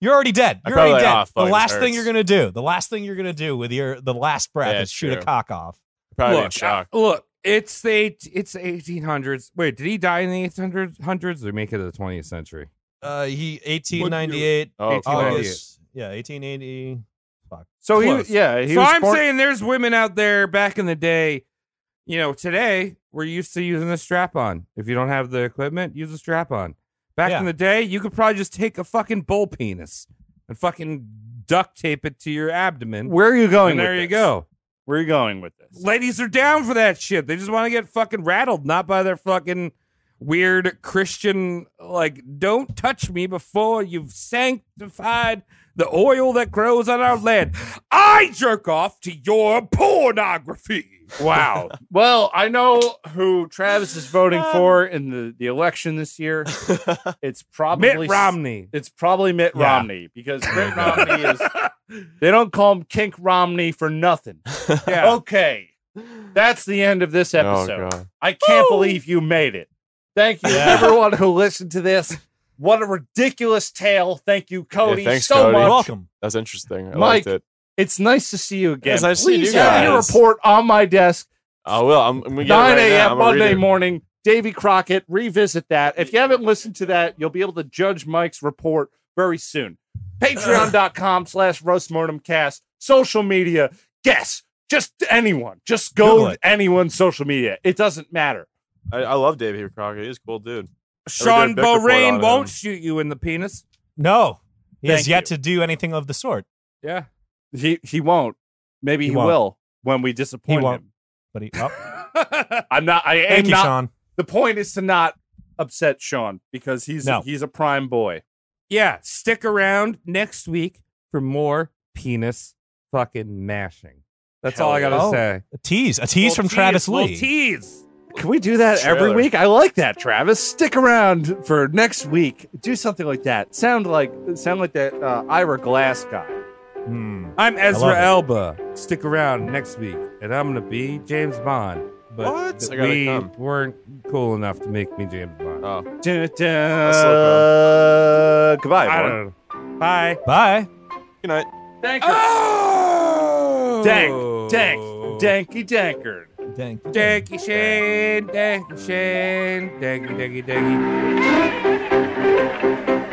You're already dead.
I'd
You're already
probably,
dead.
"Ah,
the
fuck, it
last thing
hurts."
you're gonna do, the last thing you're gonna do with your the last breath
Yeah,
is shoot a
true.
cock off.
Probably in
look,
shock.
I- look, it's the eight- it's the 1800s. Wait, did he die in the 1800s or make it to the 20th century?
Uh, he
1898
Oh, (laughs)
August-
Yeah, 1880.
so
Close.
he, yeah, he
so
was
I'm
born-
saying there's women out there back in the day. You know, today we're used to using a strap on. If you don't have the equipment, use a strap on. Back
Yeah.
in the day, you could probably just take a fucking bull penis and fucking duct tape it to your abdomen.
where are you going?
and
with
there you
this?
go.
Where are you going with this?
Ladies are down for that shit. They just want to get fucking rattled, not by their fucking weird Christian, like, don't touch me before you've sanctified the oil that grows on our land. I jerk off to your pornography.
Wow. well, I know who Travis is voting
Uh,
for in the, the election
(laughs)
this year. It's probably
Mitt Romney.
It's probably Mitt
Yeah.
Romney because
(laughs)
Mitt Romney is. They don't call him Kink Romney for nothing.
(laughs) Yeah.
Okay, that's the end of this episode.
Oh, God.
I can't believe you made it. Thank you, everyone who listened to this. What a ridiculous tale. Thank you, Cody,
thanks,
so
Cody.
much.
You're welcome.
That's interesting. I
Mike,
liked it.
It's nice to see you again.
It's nice to see
Please
you
have your
guys.
report on my desk,
I will. I'm, I'm gonna get it
9
right now.
a.m.
I'm gonna read
Monday
it.
morning. Davy Crockett, revisit that. If you haven't listened to that, you'll be able to judge Mike's report very
(sighs)
soon. Patreon.com slash roastmortemcast. Social media. Guess. Just anyone. Just
Google
go
it.
to anyone's social media. It doesn't matter.
I, I love David Crockett. He's a cool dude.
Sean
Every day a big report on
Borain
him.
won't shoot you in the penis.
No, he has
Thank
yet
you.
to do anything of the sort.
Yeah.
He he won't. Maybe
He
he,
won't.
will when we disappoint
He won't.
him.
But he,
(laughs)
oh,
I'm not I am
thank you,
not
Sean.
the point is to not upset Sean because he's
No.
he's a prime boy.
yeah. Stick around next week for more penis fucking mashing. That's all I got to
yeah. Oh.
say.
A tease, a tease from Travis Lee.
tease.
Can we do that every
Trailer.
week? I like that, Travis. Stick around for next week. Do something like that. Sound like sound like that uh, Ira Glass guy.
Hmm.
I'm
love
Ezra
it.
Elba. Stick around next week, and I'm gonna be James Bond. But
What?
th-
I gotta
we
come.
weren't cool enough to make me James Bond.
Oh.
Dun,
slow
dun. Goodbye.
I
everyone.
don't know. Bye.
Bye.
Good night.
Ah!
Danker.
Oh,
Dank. Dank. Danky dankered.
Dang.
Danky Shane. Danky Shane. Danky, danky, danky.